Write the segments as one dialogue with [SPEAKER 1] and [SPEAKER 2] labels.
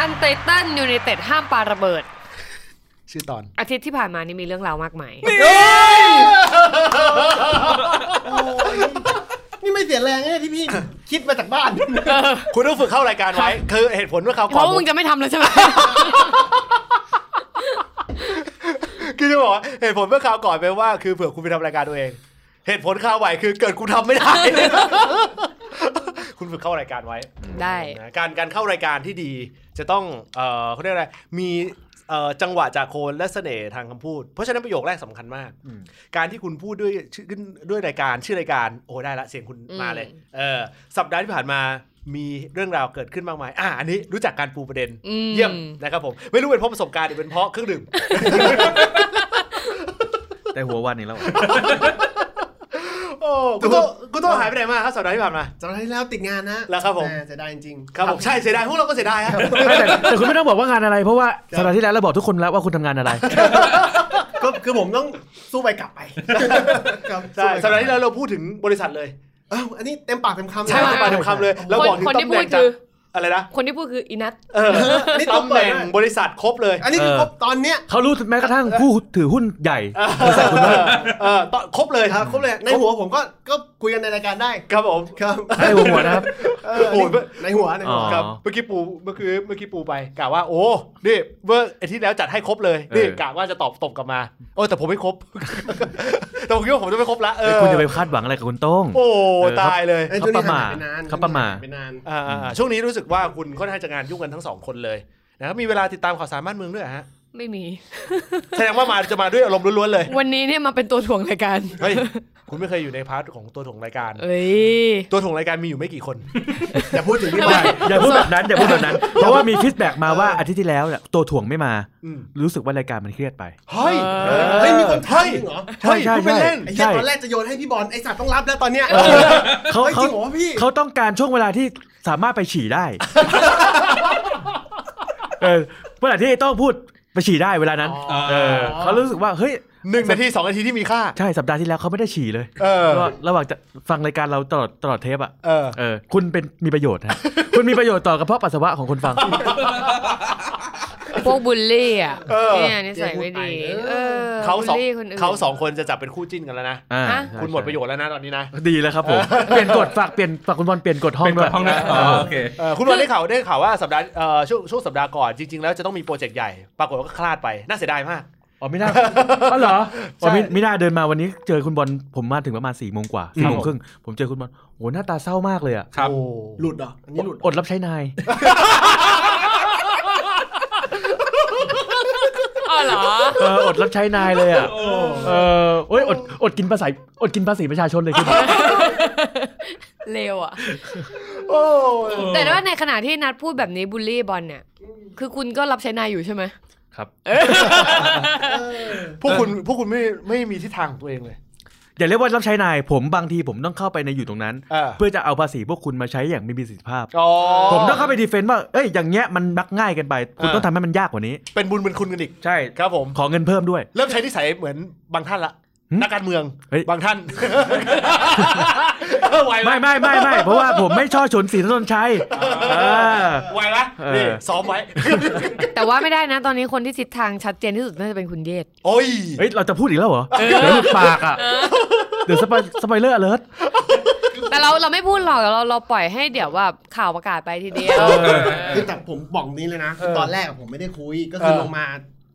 [SPEAKER 1] ยูไนเต็ดห้ามปาระเบิด
[SPEAKER 2] ชื่อตอน
[SPEAKER 1] อาทิตย์ที่ผ่านมานี่มีเรื่องราวมากมาย
[SPEAKER 3] นี่ไม่เสียแรงเนี่ยที่พี่ คิดมาจากบ้าน
[SPEAKER 2] คุณต้องฝึกเข้ารายการไว้ คือเหตุผลว่าเขาว
[SPEAKER 1] เพ
[SPEAKER 2] ก่อน
[SPEAKER 1] ราะว่า
[SPEAKER 2] ผ
[SPEAKER 1] มึ
[SPEAKER 2] ม
[SPEAKER 1] งจะไม่ทำแล้วใช่ไหม
[SPEAKER 2] คือจะบอกว่าเหตุผลเมื่อคราวก่อนไปว่าคือเผื่อคุณไปทำรายการตัวเอง เหตุผลคราวไหวคือเกิดคุณทำ ไม่ได้ คุณฝึกเข้ารายการไว้
[SPEAKER 1] ได้
[SPEAKER 2] นะการการเข้ารายการที่ดีจะต้องเอ่อเขาเรียกอะไรมีเอ่อจังหวะจากโคนและเสน่ห์ทางคำพูด เพราะฉะนั้นประโยคแรกสำคัญมาก การที่คุณพูดด้วยชื่อขึ้นด้วยรายการชื่อรายการโอ้ได้ละเสียงคุณ
[SPEAKER 1] อืม
[SPEAKER 2] มาเลยเออสัปดาห์ที่ผ่านมามีเรื่องราวเกิดขึ้นมากมายอ่ะอันนี้รู้จักการปูประเด็น
[SPEAKER 1] อื
[SPEAKER 2] เยี่ยมนะครับผม ไม่รู้เป็นเพราะประสบการณ์หรือเป็นเพราะเครื่องดื่ม
[SPEAKER 4] ได้หัววันนี้แล้ว
[SPEAKER 2] โอ้กูโตกูโตหายไปไหนมาครับสัปดาห์ที่ผ่านมา
[SPEAKER 3] จอนที่แล้วติดงานนะ
[SPEAKER 2] แล้วครับผม
[SPEAKER 3] แเสียดายจริงๆ
[SPEAKER 2] ครับผมใช่เสียดายพวกเราก็เสียดายฮะ
[SPEAKER 5] ไม่แต่แต่คุณไม่ต้องบอกว่างานอะไร เพราะว่าสัปดาห์ที่แล้วเราบอกทุกคนแล้วว่าคุณทำงานอะไร
[SPEAKER 3] ก็คือผมต้องสู้ไปกลับไปครับ
[SPEAKER 2] ใช่สัปดาห์ที่แล้วเราพูดถึงบริษัทเลย
[SPEAKER 3] เอ้าอันนี้เต็มปากเต็มคำเลย
[SPEAKER 2] ใช่มาถึงคำเลยเรา
[SPEAKER 1] คน
[SPEAKER 2] บอกถึง
[SPEAKER 1] คน
[SPEAKER 2] ตำ
[SPEAKER 1] ที่
[SPEAKER 2] แห
[SPEAKER 1] พู
[SPEAKER 2] น่
[SPEAKER 1] ด
[SPEAKER 2] งจา
[SPEAKER 1] คื
[SPEAKER 2] ก
[SPEAKER 1] อ
[SPEAKER 2] อะไรนะ
[SPEAKER 1] คนที่พูดคืออีนัท
[SPEAKER 2] เออ
[SPEAKER 3] นี่ต้อง
[SPEAKER 2] ตำแห
[SPEAKER 3] เปิด
[SPEAKER 2] น่ง
[SPEAKER 3] นะ
[SPEAKER 2] บริษัทครบเลย
[SPEAKER 3] อันนี้คือครบตอนเนี้ย
[SPEAKER 5] เขารู้แม้กระทั่งผู้ถือหุ้นใหญ่
[SPEAKER 2] เออเออตอนครบเลย
[SPEAKER 3] ครับครบเลยในหัวผมก็ก็คุยกันในรายการได้
[SPEAKER 2] ครับผม
[SPEAKER 3] ครับ
[SPEAKER 5] ให้หัวหัวนะครับ
[SPEAKER 3] เออ
[SPEAKER 2] โอ้ย
[SPEAKER 3] ในหัวในหัว
[SPEAKER 5] อ๋อ
[SPEAKER 2] ครับเมื่อกี้ปูเมื่อกี้เมื่อกี้ปูไปกะว่าโอ้นี่เมื่ออาทิตย์แล้วจัดให้ครบเลยนี่
[SPEAKER 4] เออ
[SPEAKER 2] กะว่าจะตอบตบกลับมาโอ้แต่ผมไม่ครบ แต่ผมคิดว่าผมจะไม่ครบละเอ
[SPEAKER 5] เอ้ย
[SPEAKER 2] อ
[SPEAKER 5] คุณจะไปคาดหวังอะไรกับคุณโต้ง
[SPEAKER 2] โอ้
[SPEAKER 5] เออ
[SPEAKER 2] ตายเลย
[SPEAKER 3] ไอ้ช่วงนี้
[SPEAKER 5] เขาประมาท
[SPEAKER 3] ห่งหยไปนาน
[SPEAKER 5] เขาประมาท
[SPEAKER 3] ห่งหยไปนาน
[SPEAKER 2] อ่าอ่าอ่าช่วงนี้รู้สึกว่าคุณค่อนข้างจะงานยุ่งกันทั้งสองคนเลยนะครับมีเวลาติดตามข่าวสารบ้านเมืองด้วยเหรอฮะ
[SPEAKER 1] ไม่มี
[SPEAKER 2] แสดงว่ามาจะมาด้วยอารมณ์ล้วนๆเลย
[SPEAKER 1] วันนี้เนี่ยมาเป็นตัวถ่วงรายการ
[SPEAKER 2] เฮ้ยคุณไม่เคยอยู่ในพาร์ทของตัวถ่วงรายการ
[SPEAKER 1] เอ้ย
[SPEAKER 2] ตัวถ่วงรายการมีอยู่ไม่กี่ คน
[SPEAKER 3] อย่าพูดถึงพี่บ
[SPEAKER 5] ไม่
[SPEAKER 3] อย
[SPEAKER 5] อย่าพูดแบบนั้นอย่าพูดแบบนั้น เพราะว่ามีฟีดแบ็กมาว่าอาทิตย์ที่แล้วเนี่ยตัวถ่วงไม่มา
[SPEAKER 2] อืม
[SPEAKER 5] รู้สึกว่ารายการมันเครียดไป
[SPEAKER 2] เฮ้ย
[SPEAKER 1] เออ
[SPEAKER 3] เฮ้ยมีคนถาม
[SPEAKER 2] เฮ้ย
[SPEAKER 3] จริงเหรอ
[SPEAKER 2] เฮ้ย
[SPEAKER 5] ใช่
[SPEAKER 2] พูดเป็นเล่
[SPEAKER 5] ใช่
[SPEAKER 2] น
[SPEAKER 3] ไอ้เหี้ย
[SPEAKER 5] ใช่
[SPEAKER 3] ตอนแรกจะโยนให้พี่บอลไอ้สัตว์ต้องรับแล้วตอนเนี้ย
[SPEAKER 5] เขา
[SPEAKER 3] เฮ้ยจริ
[SPEAKER 5] เขา
[SPEAKER 3] งเหรอพี่
[SPEAKER 5] เขาต้องการช่วงเวลาที่สามารถไปฉี่ได้ เออเมื่อไหร่ที่ไอ้โต้องพูดไปฉี่ได้เวลานั้น เออเขารู้สึกว่าเฮ้ย
[SPEAKER 2] หนึ่งนาทีสองนาทีที่มีค่า
[SPEAKER 5] ใช่สัปดาห์ที่แล้วเขาไม่ได้ฉี่เลย
[SPEAKER 2] เออ
[SPEAKER 5] ก็ระหว่างจะฟังรายการเราตลอดตลอดเทปอ่ะ
[SPEAKER 2] เออ
[SPEAKER 5] เออคุณเป็นมีประโยชน์ฮะ คุณมีประโยชน์ต่อกระเพาะปัสสาวะของคนฟัง
[SPEAKER 1] พวกบูลลี่อ่ะ
[SPEAKER 2] เออ
[SPEAKER 1] เนี่ยนิสัยไม่ดี
[SPEAKER 3] เออ
[SPEAKER 1] เออ
[SPEAKER 2] เขาสอง
[SPEAKER 1] บูลลี่คนอื่น
[SPEAKER 2] เขาสองคนจะจับเป็นคู่จิ้นกันแล้วนะ
[SPEAKER 5] อ่า
[SPEAKER 1] ฮะ
[SPEAKER 5] ใช่
[SPEAKER 2] คุณหมดประโยชน์แล้วนะตอนนี้นะ
[SPEAKER 5] ดีแล้วครับผม เปลี่ยนกฎฝากเปลี่ยนฝากคุณบอลเปลี่ยนกฎห้อง
[SPEAKER 4] เป็น
[SPEAKER 5] ด้
[SPEAKER 4] ก
[SPEAKER 5] ว
[SPEAKER 4] ด
[SPEAKER 5] ย
[SPEAKER 4] ห้องนะอ๋อโอเค
[SPEAKER 2] เอ่อคุณวันได้ข่าวได้ข่าวว่าสัปดาห์เอ่อช่วงช่วงสัปดาห์ก่อนจริง ๆ แล้วจะต้องมีโปรเจกต์ใหญ่ ปรากฏว่าก็คลาดไป น่าเสียดายมาก
[SPEAKER 5] อ๋อไม่น่าอ๋อเหรออ๋อ
[SPEAKER 2] ใช่
[SPEAKER 5] ไม่ไม่น่าเดินมาวันนี้เจอคุณบอลผมมาถึงประมาณสี่โมงกว่า
[SPEAKER 2] ครั
[SPEAKER 5] สี่
[SPEAKER 2] บ
[SPEAKER 5] โมงครึ่งผมเจอคุณบอลโหหน้าตาเศร้ามากเลยอะ
[SPEAKER 4] ครับ
[SPEAKER 2] โอ้
[SPEAKER 3] หลุดเหรออันนี้หลุดเหรอ
[SPEAKER 5] อดรับใช้นาย
[SPEAKER 1] อ๋อเหรอ
[SPEAKER 5] เอออดรับใช้นายเลยอะเออโอ้ยอดอดกินภาษีอดกินภาษีประชาชนเลยคุณ
[SPEAKER 1] เลวอ่ะ
[SPEAKER 2] โอ้
[SPEAKER 1] แต่ว่าในขณะที่นัดพูดแบบนี้บูลลี่บอลเนี่ย คือคุณก็รับใช้นายอยู่ใช่ไหม
[SPEAKER 5] ครับ
[SPEAKER 2] พวกคุณพวกคุณไม่ไม่มีทิศทางของตัวเองเลย
[SPEAKER 5] อย่าเรียกว่ารับใช้นายผมบางทีผมต้องเข้าไปในอยู่ตรงนั้น
[SPEAKER 2] เออ
[SPEAKER 5] เพื่อจะเอาภาษีพวกคุณมาใช้อย่างมีประสิทธิภาพ
[SPEAKER 2] อ๋อ
[SPEAKER 5] ผมต้องเข้าไปดีเฟนต์ว่า เอ้ย อย่างเงี้ยมันมักง่ายเกันไป คุณ
[SPEAKER 2] เออ
[SPEAKER 5] ต้องทำให้มันยากกว่านี้
[SPEAKER 2] เป็นบุญเป็นคุณกันอีก
[SPEAKER 5] ใช่
[SPEAKER 2] ครับผม
[SPEAKER 5] ขอเงินเพิ่มด้วย
[SPEAKER 2] เริ่มใช้นิสัยเหมือนบางท่านละ
[SPEAKER 5] หึ
[SPEAKER 2] นักการเมือง
[SPEAKER 5] เฮ้ย
[SPEAKER 2] บางท่าน ไหวไหม
[SPEAKER 5] ไม่ไม่ไม่ไม่เพราะว่าผมไม่ช่อชนสีถนนชัยเออ
[SPEAKER 2] ไหวไหม
[SPEAKER 5] เออ
[SPEAKER 2] นี่ซ้อมไว้
[SPEAKER 1] แต่ว่าไม่ได้นะ ตอนนี้คนที่ทิศทางชัดเจนที่สุดน่าจะเป็นคุณเยศ
[SPEAKER 2] โอ้ย
[SPEAKER 5] เฮ้ย เราจะพูดอีกแล้วเหรอ เดี๋ยวหลุดปากอ่ะ เดี๋ยวสปอยสปอยเลอร์เลิศ
[SPEAKER 1] แต่เราเราไม่พูดหรอกเราเราปล่อยให้เดี๋ยวว่าข่าวประกาศไปทีเดียว
[SPEAKER 3] คือแต่ผมบอกนี้เลยนะคือตอนแรกผมไม่ได้คุยก็คือลงมา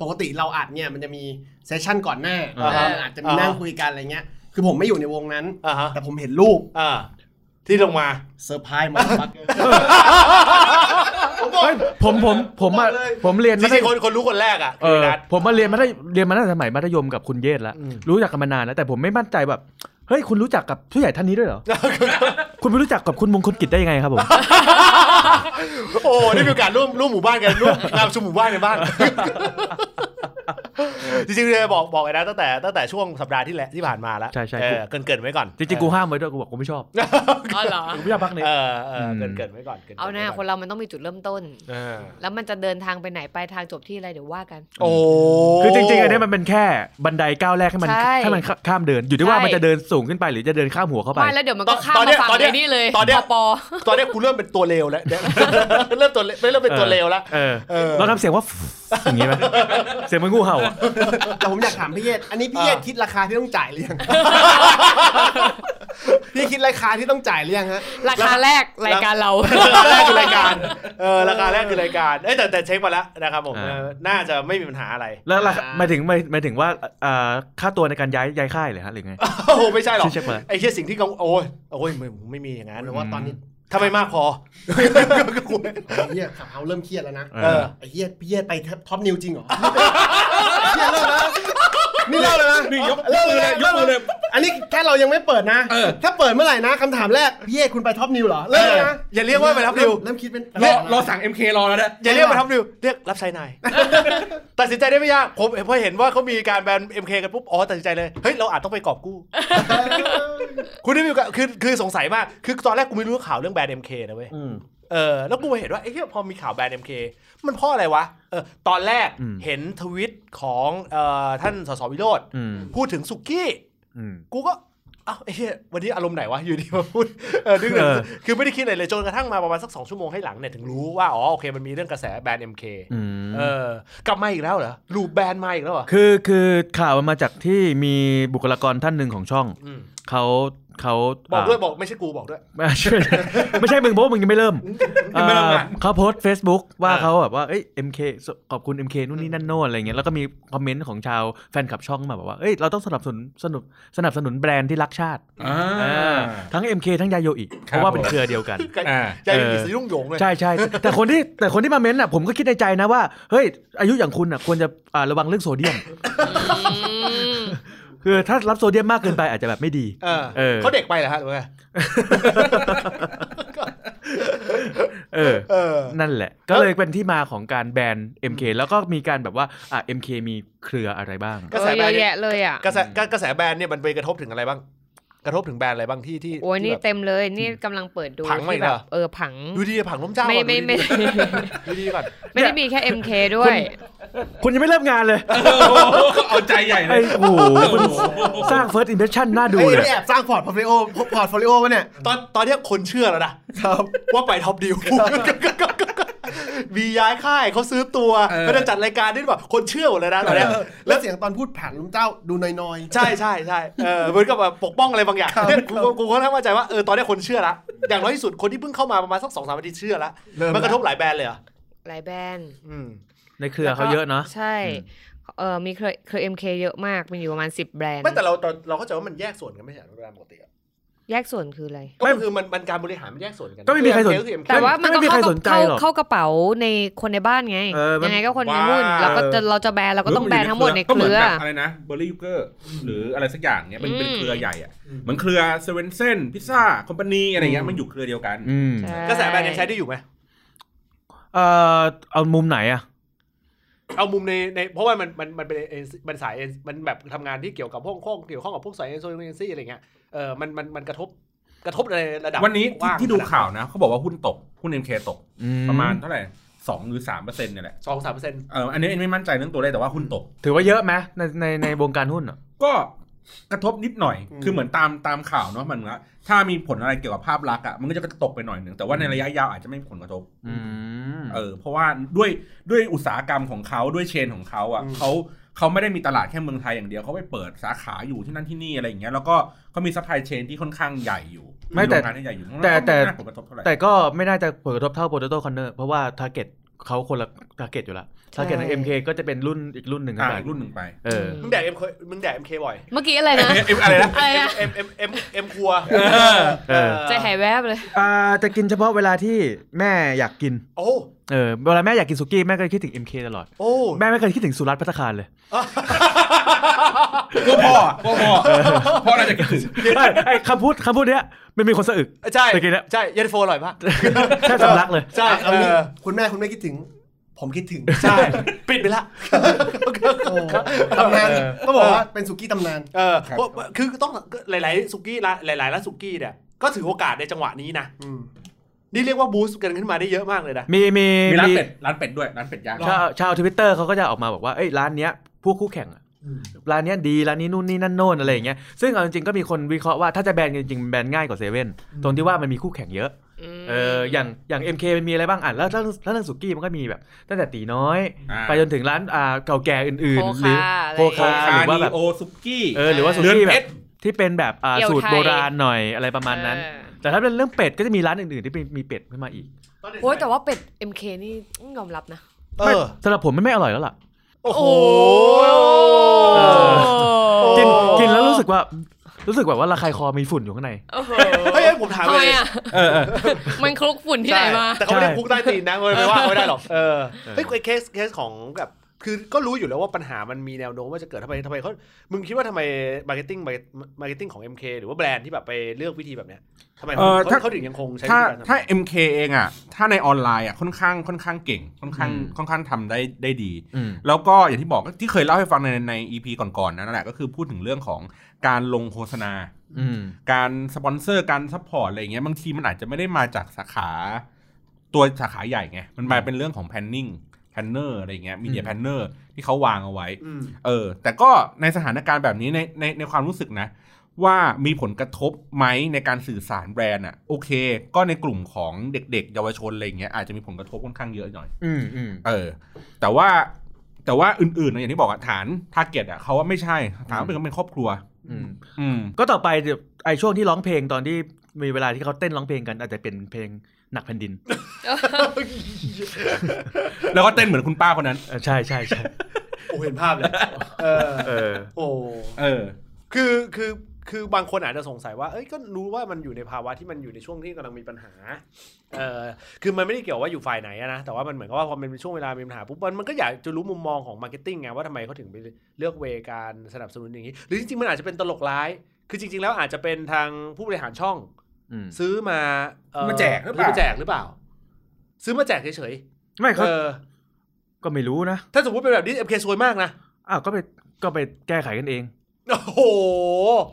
[SPEAKER 3] ปกติเราอัดเนี่ยมันจะมีเซสชั่นก่อนหน้า
[SPEAKER 2] อ่าฮะ
[SPEAKER 3] อาจจะมีนั่งคุยกันอะไรเงี้ย คือผมไม่อยู่ในวงนั้น
[SPEAKER 2] อ่าฮะ
[SPEAKER 3] แต่ผมเห็นรูป
[SPEAKER 2] อ่าที่ลงมา
[SPEAKER 3] เซอร์ไพรส์มาบัก
[SPEAKER 5] เฮ้ยผมผมผมอะผมเรียน
[SPEAKER 2] จ
[SPEAKER 5] มัธ
[SPEAKER 2] ริง
[SPEAKER 5] ย
[SPEAKER 2] ๆค
[SPEAKER 5] ม
[SPEAKER 2] นคนรู้คนแรกอ่ะ
[SPEAKER 5] เอ
[SPEAKER 2] คือ
[SPEAKER 5] อ
[SPEAKER 2] นัด
[SPEAKER 5] ผมมาเรียนมัธยเรียนมาตั้งแต่สมัยมัธยมกับคุณเยศแล้ว
[SPEAKER 2] อืม
[SPEAKER 5] รู้จักกันมานานแล้วแต่ผมไม่มั่นใจแบบเฮ้ยคุณรู้จักกับผู้ใหญ่ท่านนี้ด้วยเหรอ คุณไม่รู้จักกับคุณมงคลกิจได้ยังไงครับผม
[SPEAKER 2] โอ้ได้มีโอกาสร่วมร่วมหมู่บ้านกันร่วมงานชุมหมู่บ้านกันบ้าง จริงๆเลยบอกบอกไอ้นะตั้งแต่ตั้งแต่ช่วงสัปดาห์ที่แล้วที่ผ่านมาแล้ว
[SPEAKER 5] ใช่ใช่
[SPEAKER 2] เออเกรินเกรินไว้ก่อน
[SPEAKER 5] จริงๆกูห้ามไว้ด้วยกูบอกกูไม่ชอบ
[SPEAKER 1] อ๋อเหรอ
[SPEAKER 5] กูไม่ชอบพักนี้
[SPEAKER 2] เออเออ
[SPEAKER 5] อืม
[SPEAKER 2] เกรินเกรินไว้ก่อนกริ่
[SPEAKER 1] เอาหน้า
[SPEAKER 2] ไว้
[SPEAKER 1] ค
[SPEAKER 2] ก่
[SPEAKER 1] นเรามันต้องมีจุดเริ่มต้น
[SPEAKER 2] เออ
[SPEAKER 1] แล้วมันจะเดินทางไปไหนไปลายทางจบที่อะไรเดี๋ยวว่ากัน
[SPEAKER 2] โอ้
[SPEAKER 5] คือจริงๆอันเนี้ยมันเป็นแค่บันไดก้าวแรกให้มัน
[SPEAKER 1] ใช่
[SPEAKER 5] ให้มันข้ามเดิน อยู่ที่ว่า
[SPEAKER 1] ใช่
[SPEAKER 5] มันจะเดินสูงขึ้นไปหรือจะเดินข้ามหัวเข้าไป
[SPEAKER 1] ว่าแล้วเดี๋ยวมันก็ข้าม
[SPEAKER 2] ตอน
[SPEAKER 1] มา
[SPEAKER 2] เนี้ย
[SPEAKER 1] ฝั่ง
[SPEAKER 2] ตอน
[SPEAKER 1] ไอ้
[SPEAKER 2] เนี้ย
[SPEAKER 1] นี่เลย
[SPEAKER 2] ตอนเนี้ย
[SPEAKER 1] ปอ
[SPEAKER 2] ตอนเนี้ยกูเริ่มเป็นตัวเลวแล้วเนี่ยเริ่มตัวเลวเริ่มเป็นตัวเลวแล้ว
[SPEAKER 5] เออ
[SPEAKER 2] เออ
[SPEAKER 5] เราทำเสียงว่า อย่างนี้ไหมเสียงเหมันงูเห่า อะ
[SPEAKER 3] แต่ผมอยากถามพี่เยศอันนี้พี่เยศ
[SPEAKER 2] อ่า
[SPEAKER 3] คิดราคาที่ต้องจ่ายหรือ ยัง พี่คิดราคาที่ต้องจ่ายหรือยังฮะ
[SPEAKER 1] ราคาแรกรายการเรา
[SPEAKER 2] ราคาแรกคือรายการเออราคาแรกคือรายการเอ้ยแต่แต่เช็คมาแล้วนะครับผมเออน่าจะไม่มีปัญหาอะไร
[SPEAKER 5] แล้วล่ะ
[SPEAKER 3] อ่า
[SPEAKER 5] หมายถึงหมายหมายถึงว่าอ่าค่าตัวในการย้ายย้ายค่ายเลยฮะหรือไง
[SPEAKER 2] โอ้โหไม่ใช่หรอก
[SPEAKER 5] ที่เช็คมาแล้ว
[SPEAKER 2] ไอ้เชี่ยสิ่งที่กังโอ้ยโอ้ยไม่ไม่มีอย่างนั้น
[SPEAKER 3] หรือว่าตอนนี้
[SPEAKER 2] ถ้าไม่มากพอ
[SPEAKER 3] เฮียขับเฮาเริ่มเครียดแล้วนะ
[SPEAKER 5] เอ
[SPEAKER 2] เอ
[SPEAKER 5] อ
[SPEAKER 2] อ
[SPEAKER 3] ไอ้เฮียพี่เฮียไปท็อปนิวจริงเหรอ เฮียเลิกแล้วนะนี่เลิกแล้วนะ
[SPEAKER 4] นี่ยก
[SPEAKER 3] เลิกแล้วนะ
[SPEAKER 4] ยกมือเลย
[SPEAKER 3] อันนี้แค่เรายังไม่เปิดนะ
[SPEAKER 4] เออ
[SPEAKER 3] ถ้าเปิดเมื่อไหร่นะคำถามแรกพี่เฮียคุณไปท็อปนิวเหรอ เลิกแล้วนะ
[SPEAKER 2] เอออย่าเรียกว่าไปรับนิว
[SPEAKER 3] เริ่มคิดเป็น
[SPEAKER 4] รอรอสั่ง MK รอแล้วนะ
[SPEAKER 2] อย่าเรียกมาทำนิวเรียกรับไซนายตัดสินใจได้ไม่ยากผมพอเห็นว่าเขามีการแบน MK กันปุ๊บอ๋อตัดสินใจเลยเฮ้ยเราอาจต้องไปกอบกู้ คุณได้มีโอกาสคือคือสงสัยมาก คือตอนแรกกูไม่รู้ข่าวเรื่องแบรนด์ MK นะเว้ย
[SPEAKER 5] อืม
[SPEAKER 2] เออแล้วกูเห็นว่าไอ้เหี้ยพอมีข่าวแบรนด์ MK มันเพราะอะไรวะเออตอนแรก
[SPEAKER 5] อืม
[SPEAKER 2] เห็นทวิตของเอ่อท่านสสวิโรธ
[SPEAKER 5] อืม
[SPEAKER 2] พูดถึงสุกี้
[SPEAKER 5] อืม
[SPEAKER 2] กูก็อ้าวไอ้เหี้ยวันนี้อารมณ์ไหนวะ อยู่ดีมาพูดเออนึกเลย
[SPEAKER 5] เออ
[SPEAKER 2] คือไม่ได้คิดอะไรเลยจนกระทั่งมาประมาณสักสองชั่วโมงให้หลังเนี่ยถึงรู้ว่า อ๋อ โอเคมันมีเรื่องกระแสแบรนด์ MK
[SPEAKER 5] อืม
[SPEAKER 2] เออกลับมาอีกแล้วเหรอรูปแบรนด์มาอีกแล้วเหรอ
[SPEAKER 5] คือคือข่าวมันมาจากที่มีบุคลากรท่านหนึ่งของช่อง
[SPEAKER 2] อืม
[SPEAKER 5] เขาเขา
[SPEAKER 2] บอกด้วย
[SPEAKER 5] า
[SPEAKER 2] บอกไม่ใช่กูบอกด้วย
[SPEAKER 5] ไม่ใช่ไม่ใช่มึงเพราะ ว่ามึงยังไม่เริ่ม
[SPEAKER 2] ยังไม่เริ่มงาน
[SPEAKER 5] อ่าเขาโพสต์ Facebook ว่า
[SPEAKER 2] อ่า
[SPEAKER 5] เขาแบบว่าเอ้ย MK ขอบคุณ MK นู่นนี่นั่นโน่นอะไรเงี้ยแล้วก็มีคอมเมนต์ของชาวแฟนคลับช่องมาบอกว่าเอ้ยเราต้องสนับสนุนสนุบสนับสนุนแบรนด์ที่รักชาติ
[SPEAKER 4] อ่า
[SPEAKER 5] อ่าทั้ง MK ทั้งยาโยอิเพ
[SPEAKER 4] ครับ
[SPEAKER 5] ราะว่าเป็นเครือเดียวกัน
[SPEAKER 4] อ่า
[SPEAKER 2] ใจมีสีรุ่งโยงเลย
[SPEAKER 5] ใช่ใช่แต่แต่คนที่แต่คนที่มาเม้นต์อ่ะผมก็คิดในใจนะว่าเฮ้ยอายุอย่างคุณอ่ะควรจะอ่าระวังเรื่องโซเดียม คือถ้ารับโซเดียมมากเกินไปอาจจะแบบไม่ดี
[SPEAKER 2] เออ
[SPEAKER 5] เออ
[SPEAKER 2] เขาเด็กไปเหรอฮะหรือ ไง
[SPEAKER 5] เออ
[SPEAKER 2] เออ
[SPEAKER 5] นั่นแหละ ก็เลยเป็นที่มาของการแบน MK แล้วก็มีการแบบว่าอ่ะ MK มีเครืออะไรบ้าง
[SPEAKER 2] กระแสแบ
[SPEAKER 1] เยอะ
[SPEAKER 2] รนด์เนี่ย
[SPEAKER 1] แยะเลยอ่ะ
[SPEAKER 2] กระแสกระกระแสแบรนด์เนี่ยมันไปกระทบถึงอะไรบ้าง กระทบถึงแบรนด์อะไรบ้างที่ที่
[SPEAKER 1] โอ้ยนี่
[SPEAKER 2] ที่แบบ
[SPEAKER 1] เต็มเลย นี่กำลังเปิดดู
[SPEAKER 2] ผังมาอี
[SPEAKER 1] ที่
[SPEAKER 2] ก
[SPEAKER 1] แบ
[SPEAKER 2] เหรอ
[SPEAKER 1] บเออผัง
[SPEAKER 2] ดูดีผังล้มเจ้า
[SPEAKER 1] ไม่
[SPEAKER 2] ก่อน
[SPEAKER 1] ไม่ไม่
[SPEAKER 2] ดูดีๆดูดีๆก่อน
[SPEAKER 1] ไม่ได้มีแค่ MK ด้วย
[SPEAKER 5] คุณยังไม่เริ่มงานเลย
[SPEAKER 4] เอาใจใหญ่เล
[SPEAKER 5] ไอ้
[SPEAKER 4] ย
[SPEAKER 5] โอ้โหคุณสร้าง first impression น่าดู
[SPEAKER 3] ไอ้
[SPEAKER 5] เลย
[SPEAKER 3] นี่แอบสร้างพอร์ตโฟลิโอพอร์ตโฟลิโอวะเนี่ย
[SPEAKER 2] ตอนตอนเนี้ยคนเชื่อแล้วนะว่าไปท็อปดิวมีย้ายค่ายเขาซื้อตัว
[SPEAKER 4] เออ
[SPEAKER 2] เขาจะจัดรายการได้หรือเปล่าคนเชื่อหมดเลยนะตอนเนี้ย
[SPEAKER 3] แล้วเสียงตอนพูดผ่านลุงเจ้าดูนอยๆ
[SPEAKER 2] ใช่ใช่ใช่เออเหมือนกับแบบปกป้องอะไรบางอย่างเนี่ยกูกูกูค่อนข้างมั่นใจว่าเออตอนเนี้ยคนเชื่อละอย่างน้อยที่สุดคนที่เพิ่งเข้ามาประมาณสักสองสามอาทิตย์เชื่อละ
[SPEAKER 3] เริ่มละ
[SPEAKER 2] มันกระทบหลายแบรนด์เลยเหรอ
[SPEAKER 1] หลายแบรนด์
[SPEAKER 2] อืม
[SPEAKER 5] ในเครือเขาเยอะเนาะ
[SPEAKER 1] ใช่ เออมีเครือเครือ MK เยอะมาก มันอยู่ประมาณ 10 แบรนด์
[SPEAKER 2] ไม่แต่เราเราเราเข้าใจว่ามันแยกส่วนกันไม่ใช่เหรอแบรนด์ปกติอะ
[SPEAKER 1] แยกส่วนคืออะไร
[SPEAKER 2] ก็คือมันมันการบริหารมันแยกส่วนกัน
[SPEAKER 5] ก็ไม่มีใครสน
[SPEAKER 2] เออ MK
[SPEAKER 1] แต่ว่ามัน
[SPEAKER 5] ไม่
[SPEAKER 1] ต้อง
[SPEAKER 5] มีใคร
[SPEAKER 1] เข้า
[SPEAKER 5] สนใจหรอก
[SPEAKER 1] เข้ากระเป๋าในคนในบ้านไง
[SPEAKER 5] เออมัน
[SPEAKER 1] ยังไงก็คนในหุ้น
[SPEAKER 2] ว้า
[SPEAKER 1] เราก็จะเราจะแบรนด์เราก็ต้องแบรนด์ทั้งหมดในเค
[SPEAKER 4] ก็
[SPEAKER 1] รือ
[SPEAKER 4] มืนแบบอะไรนะเบอร์รี่ยูเกอร์หรืออะไรสักอย่างเนี้ยเป็นเป็น
[SPEAKER 1] อืม
[SPEAKER 4] เครือใหญ่อะเหมือนเครือเซเว่นเซนพิซซ่าคอมพานีอะไรเงี้ยมันอยู่เครือเดียวกัน
[SPEAKER 5] อืม
[SPEAKER 1] ใช่
[SPEAKER 2] กระแสแบรนด์ยังใช้ได้อยู่ไหม
[SPEAKER 5] เอ่อเอามุมไหนอ่ะ
[SPEAKER 2] เอามุมในในเพราะว่ามันมันมันเป็น agency- มันสาย agency มันแบบทำงานที่เกี่ยวกับห้องข้องเกี่ยวข้องกับพวกสายเอ็นโซเอนซี่อะไรเงี้ยเออมันมันมันกระทบกระทบในระดับ
[SPEAKER 4] วันนี้ที่
[SPEAKER 2] าง
[SPEAKER 4] ที่ดู
[SPEAKER 2] ระบ
[SPEAKER 4] ข่าวนะเขาบอกว่าหุ้นตก หุ้น MK ตก
[SPEAKER 5] อืม
[SPEAKER 4] ประมาณเท่าไหร่สองหรือสามเปอร์เซ็นต์เนี่ยแหละ
[SPEAKER 2] สองสามเปอร์เซ็นต์
[SPEAKER 4] เอออันนี้ไม่มั่นใจเรื่องตัวเลขแต่ว่าหุ้นตก
[SPEAKER 5] ถือว่าเยอะไหมในในในวงการหุ้นอ่ะ
[SPEAKER 4] ก็กระทบนิดหน่อย
[SPEAKER 3] อืม
[SPEAKER 4] คือเหมือนตามตามข่าวเนาะมันว่าถ้ามีผลอะไรเกี่ยวกับภาพลักษณ์อ่ะมันก็จะตกไปหน่อยหนึ่งแต่ว่าในระยะยาวอาจจะไม่มีผลกระทบ
[SPEAKER 5] อืม
[SPEAKER 4] เออเพราะว่าด้วยด้วยอุตสาหกรรมของเขาด้วยเชนของเขาอ่ะ
[SPEAKER 3] อืม
[SPEAKER 4] เขาเขาไม่ได้มีตลาดแค่เมืองไทยอย่างเดียวเขาไปเปิดสาขาอยู่ที่นั่นที่นี่อะไรอย่างเงี้ยแล้วก็เขามีซัพพลายเชนที่ค่อนข้างใหญ่อยู่
[SPEAKER 5] ไม่แต่
[SPEAKER 4] โรงงานที่ใหญ่อยู่
[SPEAKER 5] แต่แต่
[SPEAKER 4] ไม่น่าผลกระทบเท่าไหร่
[SPEAKER 5] แต่ก็ไม่น่าจะผลกระทบเท่า Potato Corner เพราะว่า Target เขาคนละ Target อยู่ละ Target ของ MK ก็จะเป็นรุ่นอีกรุ่นหนึ่ง
[SPEAKER 4] อ่า
[SPEAKER 5] ไป
[SPEAKER 4] อีกรุ่นหนึ่งไป
[SPEAKER 5] เออ
[SPEAKER 2] มึงแดกเอ็มมึงแดกเอ็มเคบ่อย
[SPEAKER 1] เมื่อกี้อะไรนะ
[SPEAKER 4] เอ๊ะเอ๊ะอะไร นะ
[SPEAKER 1] อะไรนะ
[SPEAKER 2] เอ็มเอ็มเอ็มเอ็มครัว
[SPEAKER 5] เออ
[SPEAKER 1] ใจหายแวบเลย
[SPEAKER 5] อ่าจะกินเฉพาะเวลาที่แม่อยากกิน
[SPEAKER 2] โอ้
[SPEAKER 5] เออ เวลาแม่อยากกินสุกี้แม่ก็คิดถึง MK ตลอด
[SPEAKER 2] โอ้
[SPEAKER 5] แม่ไม่เคยคิดถึงสุรัตน์พัตตาคารเลย
[SPEAKER 4] ก็พ่อก็พ่อพ่อน่าจะคิดถึง
[SPEAKER 5] ไอ้ไอ้คำพูดคำพูดเนี้ยมันมีคนสะอึก
[SPEAKER 2] ใช่
[SPEAKER 5] ตะกี้เนี่ย
[SPEAKER 2] ใช่เยนตาโฟอร่อยมาก
[SPEAKER 5] แค่สำลักเลย
[SPEAKER 2] ใช่
[SPEAKER 3] อ่ะเอา
[SPEAKER 2] เอ
[SPEAKER 3] งี้
[SPEAKER 2] อ
[SPEAKER 3] คุณแม่คุณไม่คิดถึง ผมคิดถึง
[SPEAKER 2] ใช่ปิดไปละ
[SPEAKER 3] โอ้ตำนาน
[SPEAKER 4] เออ
[SPEAKER 3] ต้องบอกว่าเป็นสุกี้ตำนาน
[SPEAKER 2] เออ
[SPEAKER 4] ครับ
[SPEAKER 2] เพราะคือต้องหลาย ๆ สุกี้ละหลายๆร้านสุกี้เนี่ยก็ถือโอกาสในจังหวะนี้นะ
[SPEAKER 3] อืม
[SPEAKER 2] นี่เรียกว่าบูสต์กันขึ้นมาได้เยอะมากเลยนะ
[SPEAKER 5] มีมี
[SPEAKER 4] มีร้านเป็ดร้านเป็ดด้วยร้านเป็ดย่าง
[SPEAKER 5] ชาวชาวทวิตเตอร์เขาก็จะออกมาบอกว่าเอ้ยร้านเนี้ยพวกคู่แข่งอะร้านเนี้ยดีร้านนี้นู่นนี่นั่นโน่นอะไรอย่างเงี้ยซึ่งเอาจริงๆก็มีคนวิเคราะห์ว่าถ้าจะแบนกันจริงๆแบนง่ายกว่าเซเว่นตรงที่ว่ามันมีคู่แข่งเยอะ
[SPEAKER 1] ม
[SPEAKER 5] เอออย่างอย่าง MK มันมีอะไรบ้างอ่ะแล้วแล้วแล้วเรื่องสุกี้มันก็มีแบบตั้งแต่ตีน้อย
[SPEAKER 4] อ่า
[SPEAKER 5] ไปจนถึงร้านอ่าเก่าแก่อื่น
[SPEAKER 1] โค
[SPEAKER 5] ๆหรื
[SPEAKER 1] คาอะไร
[SPEAKER 5] อโคค
[SPEAKER 4] โคคา
[SPEAKER 5] หรือว่า
[SPEAKER 4] นี
[SPEAKER 5] แบบ
[SPEAKER 4] โอซุกี้
[SPEAKER 5] เออหรือว่าสุ
[SPEAKER 4] เรือน
[SPEAKER 5] กี้แบ
[SPEAKER 4] เพ
[SPEAKER 5] บ
[SPEAKER 4] ชร
[SPEAKER 5] ที่เป็นแบบอ่า
[SPEAKER 1] เอี่ยว
[SPEAKER 5] สูตร
[SPEAKER 1] ไทย
[SPEAKER 5] โบราณหน่อยอะไรประมาณนั้น
[SPEAKER 1] เออ
[SPEAKER 5] แต่ถ้าเป็นเรื่องเป็ดก็จะมีร้านอื่นๆที่มีเป็ดขึ้นมาอีก
[SPEAKER 1] โอ้ยแต่ว่าเป็ด MK นี่ต้องยอมรับนะ
[SPEAKER 2] เออ
[SPEAKER 5] สำหรับผมมันไม่อร่อยแล้วล่ะ
[SPEAKER 2] โอ้โห
[SPEAKER 5] เออ กิน
[SPEAKER 1] โอ้โห
[SPEAKER 5] กินแล้วรู้สึกว่ารู้สึกแบบว่าระคายคอมีฝุ่นอยู่ข้างใน
[SPEAKER 1] โอ้โห
[SPEAKER 2] เฮ้ยเฮ้ยผมถาม
[SPEAKER 1] ทำ
[SPEAKER 2] เล
[SPEAKER 1] ไม
[SPEAKER 2] ย
[SPEAKER 1] อ่ะ
[SPEAKER 5] เออเออ
[SPEAKER 1] มันคลุกฝุ่นที่ไหนมา
[SPEAKER 2] ใช่แต่เขาไม่ได้
[SPEAKER 5] ใช่
[SPEAKER 2] พุกใต้ตีนนะไม่ไม่ว่าเขาไม่ได้หรอกเออ
[SPEAKER 5] เออ
[SPEAKER 2] เฮ้ยไอ้เคสเคสของแบบคือก็รู้อยู่แล้วว่าปัญหามันมีแนวโน้มว่าจะเกิดทำไมทำไมเขามึงคิดว่าทำไมมาร์เก็ตติ้งมาร์เก็ตติ้งของ MK หรือว่าแบรนด์ที่แบบไปเลือกวิธีแบบเนี้ยทำไมเขา
[SPEAKER 4] เออ
[SPEAKER 2] เขา
[SPEAKER 4] ถ้า
[SPEAKER 2] เขาถึงยังคงใช้วิ
[SPEAKER 4] ถ้า
[SPEAKER 2] ธีการทำ
[SPEAKER 4] ถ้า MK เองอ่ะ ถ้าในออนไลน์อ่ะค่อนข้างค่อนข้างเก่ง ค่อนข้าง
[SPEAKER 5] อืม
[SPEAKER 4] ค่อนข้างทำได้ได้ดี
[SPEAKER 5] อืม
[SPEAKER 4] แล้วก็อย่างที่บอกก็ที่เคยเล่าให้ฟังในใน EP ก่อนๆนะนั่นแหละก็คือพูดถึงเรื่องของการลงโฆษณา
[SPEAKER 5] อืม
[SPEAKER 4] การสปอนเซอร์การซัพพอร์ตอะไรอย่างเงี้ยบางทีมันอาจจะไม่ได้มาจากสาขาตัวสาขาใหญ่ไง มันมาเป็นเรื่องของแพนนิ่งแพนเนอร์อะไรอย่างเงี้ยมีเดีย
[SPEAKER 5] อืม
[SPEAKER 4] แพนเนอร์ที่เขาวางเอาไว้
[SPEAKER 2] อืม
[SPEAKER 4] เออ แต่ก็ในสถานการณ์แบบนี้ในในในความรู้สึกนะ ว่ามีผลกระทบไหมในการสื่อสารแบรนด์อ่ะโอเค ก็ในกลุ่มของเด็กๆ เยาวชนอะไรอย่างเงี้ยอาจจะมีผลกระทบค่อนข้างเยอะหน่อย
[SPEAKER 5] อืมอืม
[SPEAKER 4] เออ แต่ว่าแต่ว่าอื่นๆนะอย่างที่บอกอะฐานทาร์เก็ตอะเขาว่าไม่ใช่ฐานว่าเป็นเป็นครอบครัว
[SPEAKER 5] อืม
[SPEAKER 4] อืม
[SPEAKER 5] ก็ต่อไปเดี๋ยวไอช่วงที่ร้องเพลงตอนที่มีเวลาที่เขาเต้นร้องเพลงกันอาจจะเป็นเพลงหนักแผ่นดิน
[SPEAKER 4] แล้วก็เต้นเหมือนคุณป้าคนนั้น
[SPEAKER 5] เออใช่ใช่ใช่
[SPEAKER 2] โอ้เห็นภาพเลยเออ
[SPEAKER 5] เออ
[SPEAKER 2] โอ้
[SPEAKER 4] เออ
[SPEAKER 2] คือคือคือบางคนอาจจะสงสัยว่า เอ้ยก็รู้ว่ามันอยู่ในภาวะที่มันอยู่ในช่วงที่กำลังมีปัญหาเออคือมันไม่ได้เกี่ยวว่าอยู่ฝ่ายไหนอะนะแต่ว่ามันเหมือนกับว่าพอมันเป็นช่วงเวลามีปัญหาปุ๊บมันมันก็อยากจะรู้มุมมองของมาร์เก็ตติ้งไงว่าทำไมเขาถึงไปเลือกเวการสนับสนุนอย่างนี้ หรือจริงๆมันอาจจะเป็นตลกร้าย คือจริง ๆ แล้วอาจจะเป็นทางผู้บริหารช่อง
[SPEAKER 5] อืม
[SPEAKER 2] ซื้อมาเอ่อ
[SPEAKER 4] มาแจกหรือเปล่า
[SPEAKER 2] มาแจกหรือเปล่า ซื้อมาแจกเฉย
[SPEAKER 5] ไม่
[SPEAKER 2] ๆ
[SPEAKER 5] เขา
[SPEAKER 2] เออ
[SPEAKER 5] ก็ไม่รู้นะ
[SPEAKER 2] ถ้าสมมติเป็นแบบนี้เอ็มเคซวยมากนะ
[SPEAKER 5] อ้าวก็ไปก็ไปแก้ไขกันเอง
[SPEAKER 2] โอ้โห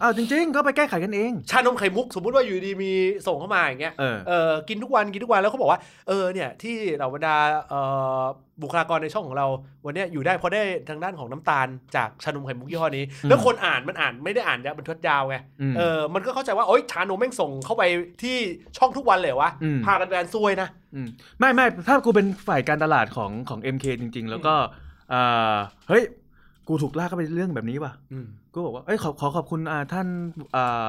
[SPEAKER 5] อ้าวจริง ๆ ก็ไปแก้ไขกันเอง
[SPEAKER 2] ชานมไข่มุกสมมุติว่าอยู่ดีมีส่งเข้ามาอย่างเงี้ย
[SPEAKER 5] เออ
[SPEAKER 2] เออกินทุกวันกินทุกวันแล้วเขาบอกว่า เออเนี่ยที่เหล่าบรรดาเอ่อบุคลากรในช่องของเรา วันเนี้ยอยู่ได้เพราะได้ทางด้านของน้ำตาลจากชานมไข่มุกยี่ห้อนี้
[SPEAKER 5] อืม
[SPEAKER 2] แล้วคนอ่านมันอ่านไม่ได้อ่านยาวบรรทัดยาวไง
[SPEAKER 5] อืม
[SPEAKER 2] เออมันก็เข้าใจว่าโอ๊ยชานมแม่งส่งเข้าไปที่ช่องทุกวันเลยเหรอวะ
[SPEAKER 5] อืม
[SPEAKER 2] พากันแบรนด์ซวยนะ
[SPEAKER 5] มไม่ไม่ถ้ากูเป็นฝ่ายการตลาดของของ MK จริง ๆ แล้วก็เออเฮ้ย กูถูกลากเข้าไปเรื่องแบบนี้ว่ะ กูบอกว่าเอ้ยขอขอขอบคุณอ่าท่านอ่า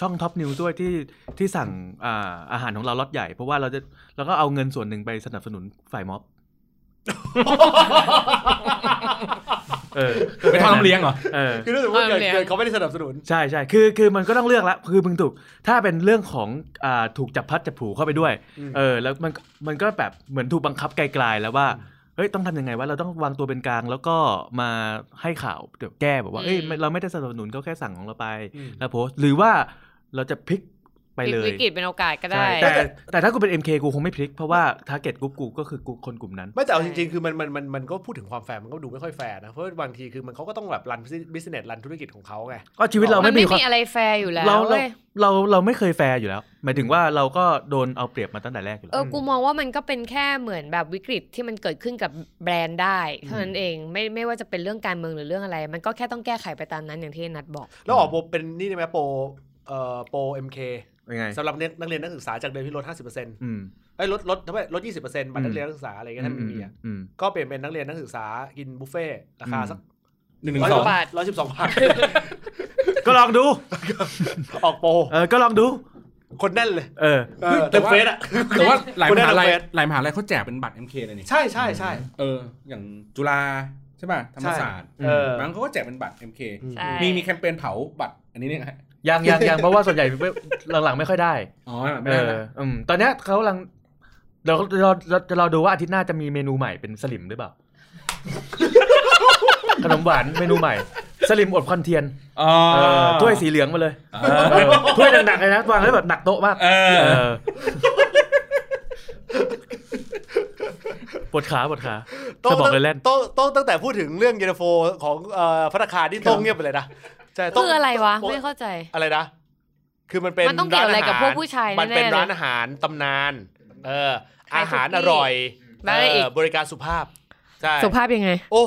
[SPEAKER 5] ช่องท็อปนิวด้วยที่ที่สั่งอ่าอาหารของเราล็อตใหญ่ เพราะว่าเราจะเราก็เอาเงินส่วนหนึ่งไปสนับสนุนฝ่ายม็อบ เออ
[SPEAKER 4] ไปทำน้ำเลี้ยงเหรอ
[SPEAKER 5] เออ
[SPEAKER 2] คือรู้สึกว่าเกิด
[SPEAKER 1] เอาเลย
[SPEAKER 2] เกิดเขาไม่ได้สนับสนุน
[SPEAKER 5] ใช่ใช่คือคือมันก็ต้องเลือกละคือมึงถูก ถ้าเป็นเรื่องของอ่าถูกจับพัดจับผูเข้าไปด้วย
[SPEAKER 2] อืม
[SPEAKER 5] เออ แล้วมันมันก็แบบเหมือนถูกบังคับไกลๆแล้วว่า เฮ้ย ต้องทำยังไงว่าเราต้องวางตัวเป็นกลาง แล้วก็มาให้ข่าวเดี๋ยวแก้แบบว่า เอ้ยไม่เราไม่ได้สนับสนุนเขาแค่สั่งของเราไป แล้วโพสต์หรือว่าเราจะพลิกไป
[SPEAKER 1] พลิก
[SPEAKER 5] เลย
[SPEAKER 1] วิกฤตเป็นโอกาสก็ได้
[SPEAKER 5] ใช่แต่แต่ถ้ากูเป็น MK กูคงไม่พลิก เพราะว่า t a r g e t กลุ่มกูก็คือกลุ่มคนกลุ่มนั้น
[SPEAKER 2] ไม่แต่เอา
[SPEAKER 1] ใช่
[SPEAKER 2] จริงๆ คือมันมันมันมันก็พูดถึงความแฟร์มันก็ดูไม่ค่อยแฟร์นะ เพราะบางทีคือมันเขาก็ต้องแบบรันบิสเนสรันธุรกิจของเขาไง
[SPEAKER 5] ก็ชีวิตเรา
[SPEAKER 1] มั
[SPEAKER 5] ไม่
[SPEAKER 1] นไม่
[SPEAKER 5] มีความ
[SPEAKER 1] มีอะไรแฟร์อยู่แล้ว
[SPEAKER 5] เราเรา
[SPEAKER 1] เว้ย
[SPEAKER 5] เราเราไม่เคยแฟร์อยู่แล้ว หมายถึงว่าเราก็โดนเอาเปรียบมาตั้งแต่แรกอยู่
[SPEAKER 1] เอ
[SPEAKER 5] แล้ว
[SPEAKER 1] อ กูมองว่ามันก็เป็นแค่เหมือนแบบวิกฤตที่มันเกิดขึ้นกับแบรนด์ได้ เท่านั้นเอง ไม่ไม่ว่าจะเป็นเรื่องการเมืองหรือเรื่องอะไร มันก็แค่ต้องแก้ไขไปตามนั้นอย่างที่นัดบอก
[SPEAKER 2] แล้วออกโปรเป็นนี่ได้ไหมโปรเอ่อโปรเอ็มเค
[SPEAKER 5] ยังไง
[SPEAKER 2] สำหรับนักเรียนนักศึกษาจากเดิมที่ลด 50%เ
[SPEAKER 5] อืม
[SPEAKER 2] อ้ยลดลดทำไมลด 20%บัตรนักเรียนนักศึกษาอะไรเงี้ยถ้าไม่มีอ่ะ
[SPEAKER 5] อืม
[SPEAKER 2] ก็เปลี่ยนเป็นนักเรียนนักศึกษากินบุฟเฟ่ต์ราคาสัก
[SPEAKER 4] หนึ่งห
[SPEAKER 2] ร้
[SPEAKER 4] นึ่
[SPEAKER 2] อย
[SPEAKER 4] งสอง
[SPEAKER 1] บาท
[SPEAKER 2] ร้อยสิบสองบาท
[SPEAKER 5] ก็ลองดู
[SPEAKER 2] ออกโปร
[SPEAKER 5] เออ ก็ลองดู
[SPEAKER 2] คนแน่นเลย
[SPEAKER 5] เออ
[SPEAKER 2] เออเต็มเฟสอ่ะ
[SPEAKER 4] แต่ว่าหลาย
[SPEAKER 2] คุ
[SPEAKER 4] ม
[SPEAKER 2] ณได้
[SPEAKER 4] หาลัย
[SPEAKER 2] รางวัล
[SPEAKER 4] หลายมหาลัยเขาแจกเป็นบัตร MK เลยนี่
[SPEAKER 2] ใช่ใช่ใช่
[SPEAKER 4] เออ อย่างจุฬาใช่ป่ะธรรมศาสตร์
[SPEAKER 2] ใช่เออ
[SPEAKER 4] บางเขาก็แจกเป็นบัตร MK
[SPEAKER 1] ใช่
[SPEAKER 4] มีมีแคมเปญเผาบัตรอันนี้เนี่ยฮะ
[SPEAKER 5] ยังยังยังเพราะว่าส่วนใหญ่ไม่หลังๆไม่ค่อยได้
[SPEAKER 4] อ๋อไม่
[SPEAKER 5] เออ
[SPEAKER 4] ได้นะ
[SPEAKER 5] อืมตอนเนี้ยเขากำลังเดี๋ยวเราเราจะรอดูว่าอาทิตย์หน้าจะมีเมนูใหม่เป็นสลิมหรือเปล่า ขนมหวานเมนูใหม่ สลิมอดควันเทียน
[SPEAKER 4] อ๋อ
[SPEAKER 5] เออถ้วยสีเหลืองมาเลย
[SPEAKER 4] เอ
[SPEAKER 5] เอ
[SPEAKER 4] อ
[SPEAKER 5] อถ้วยหนักๆเลยนะวางให้แบบหนักโต๊ะมาก
[SPEAKER 4] เอ
[SPEAKER 5] เออ
[SPEAKER 4] อ
[SPEAKER 5] ปวดขาปวดขา
[SPEAKER 2] โต้
[SPEAKER 5] สมองเลยแล่น
[SPEAKER 2] โต้โต้ตั้งแต่พูดถึงเรื่องเยนตาโฟของเอ่อพัตตาคารที่โต้งเงียบไปเลยนะใช่โต้ง
[SPEAKER 1] คืออะไรวะ
[SPEAKER 2] โต้ง
[SPEAKER 1] ไม่เข้าใจ
[SPEAKER 2] อะไรนะ คือมันเป็น
[SPEAKER 1] มันต้องเกี่ยวอะไรกับพวกผู้ชายแน่ๆ
[SPEAKER 2] มันเป็น
[SPEAKER 1] เลย
[SPEAKER 2] ร้านอาหารตำนาน เออ
[SPEAKER 1] ขาย
[SPEAKER 2] อาหาร
[SPEAKER 1] สุกี้
[SPEAKER 2] อร่อย
[SPEAKER 1] แล้วอะไรอีก
[SPEAKER 2] เบริการสุภาพใช่
[SPEAKER 1] สุภาพยังไง
[SPEAKER 2] โอ้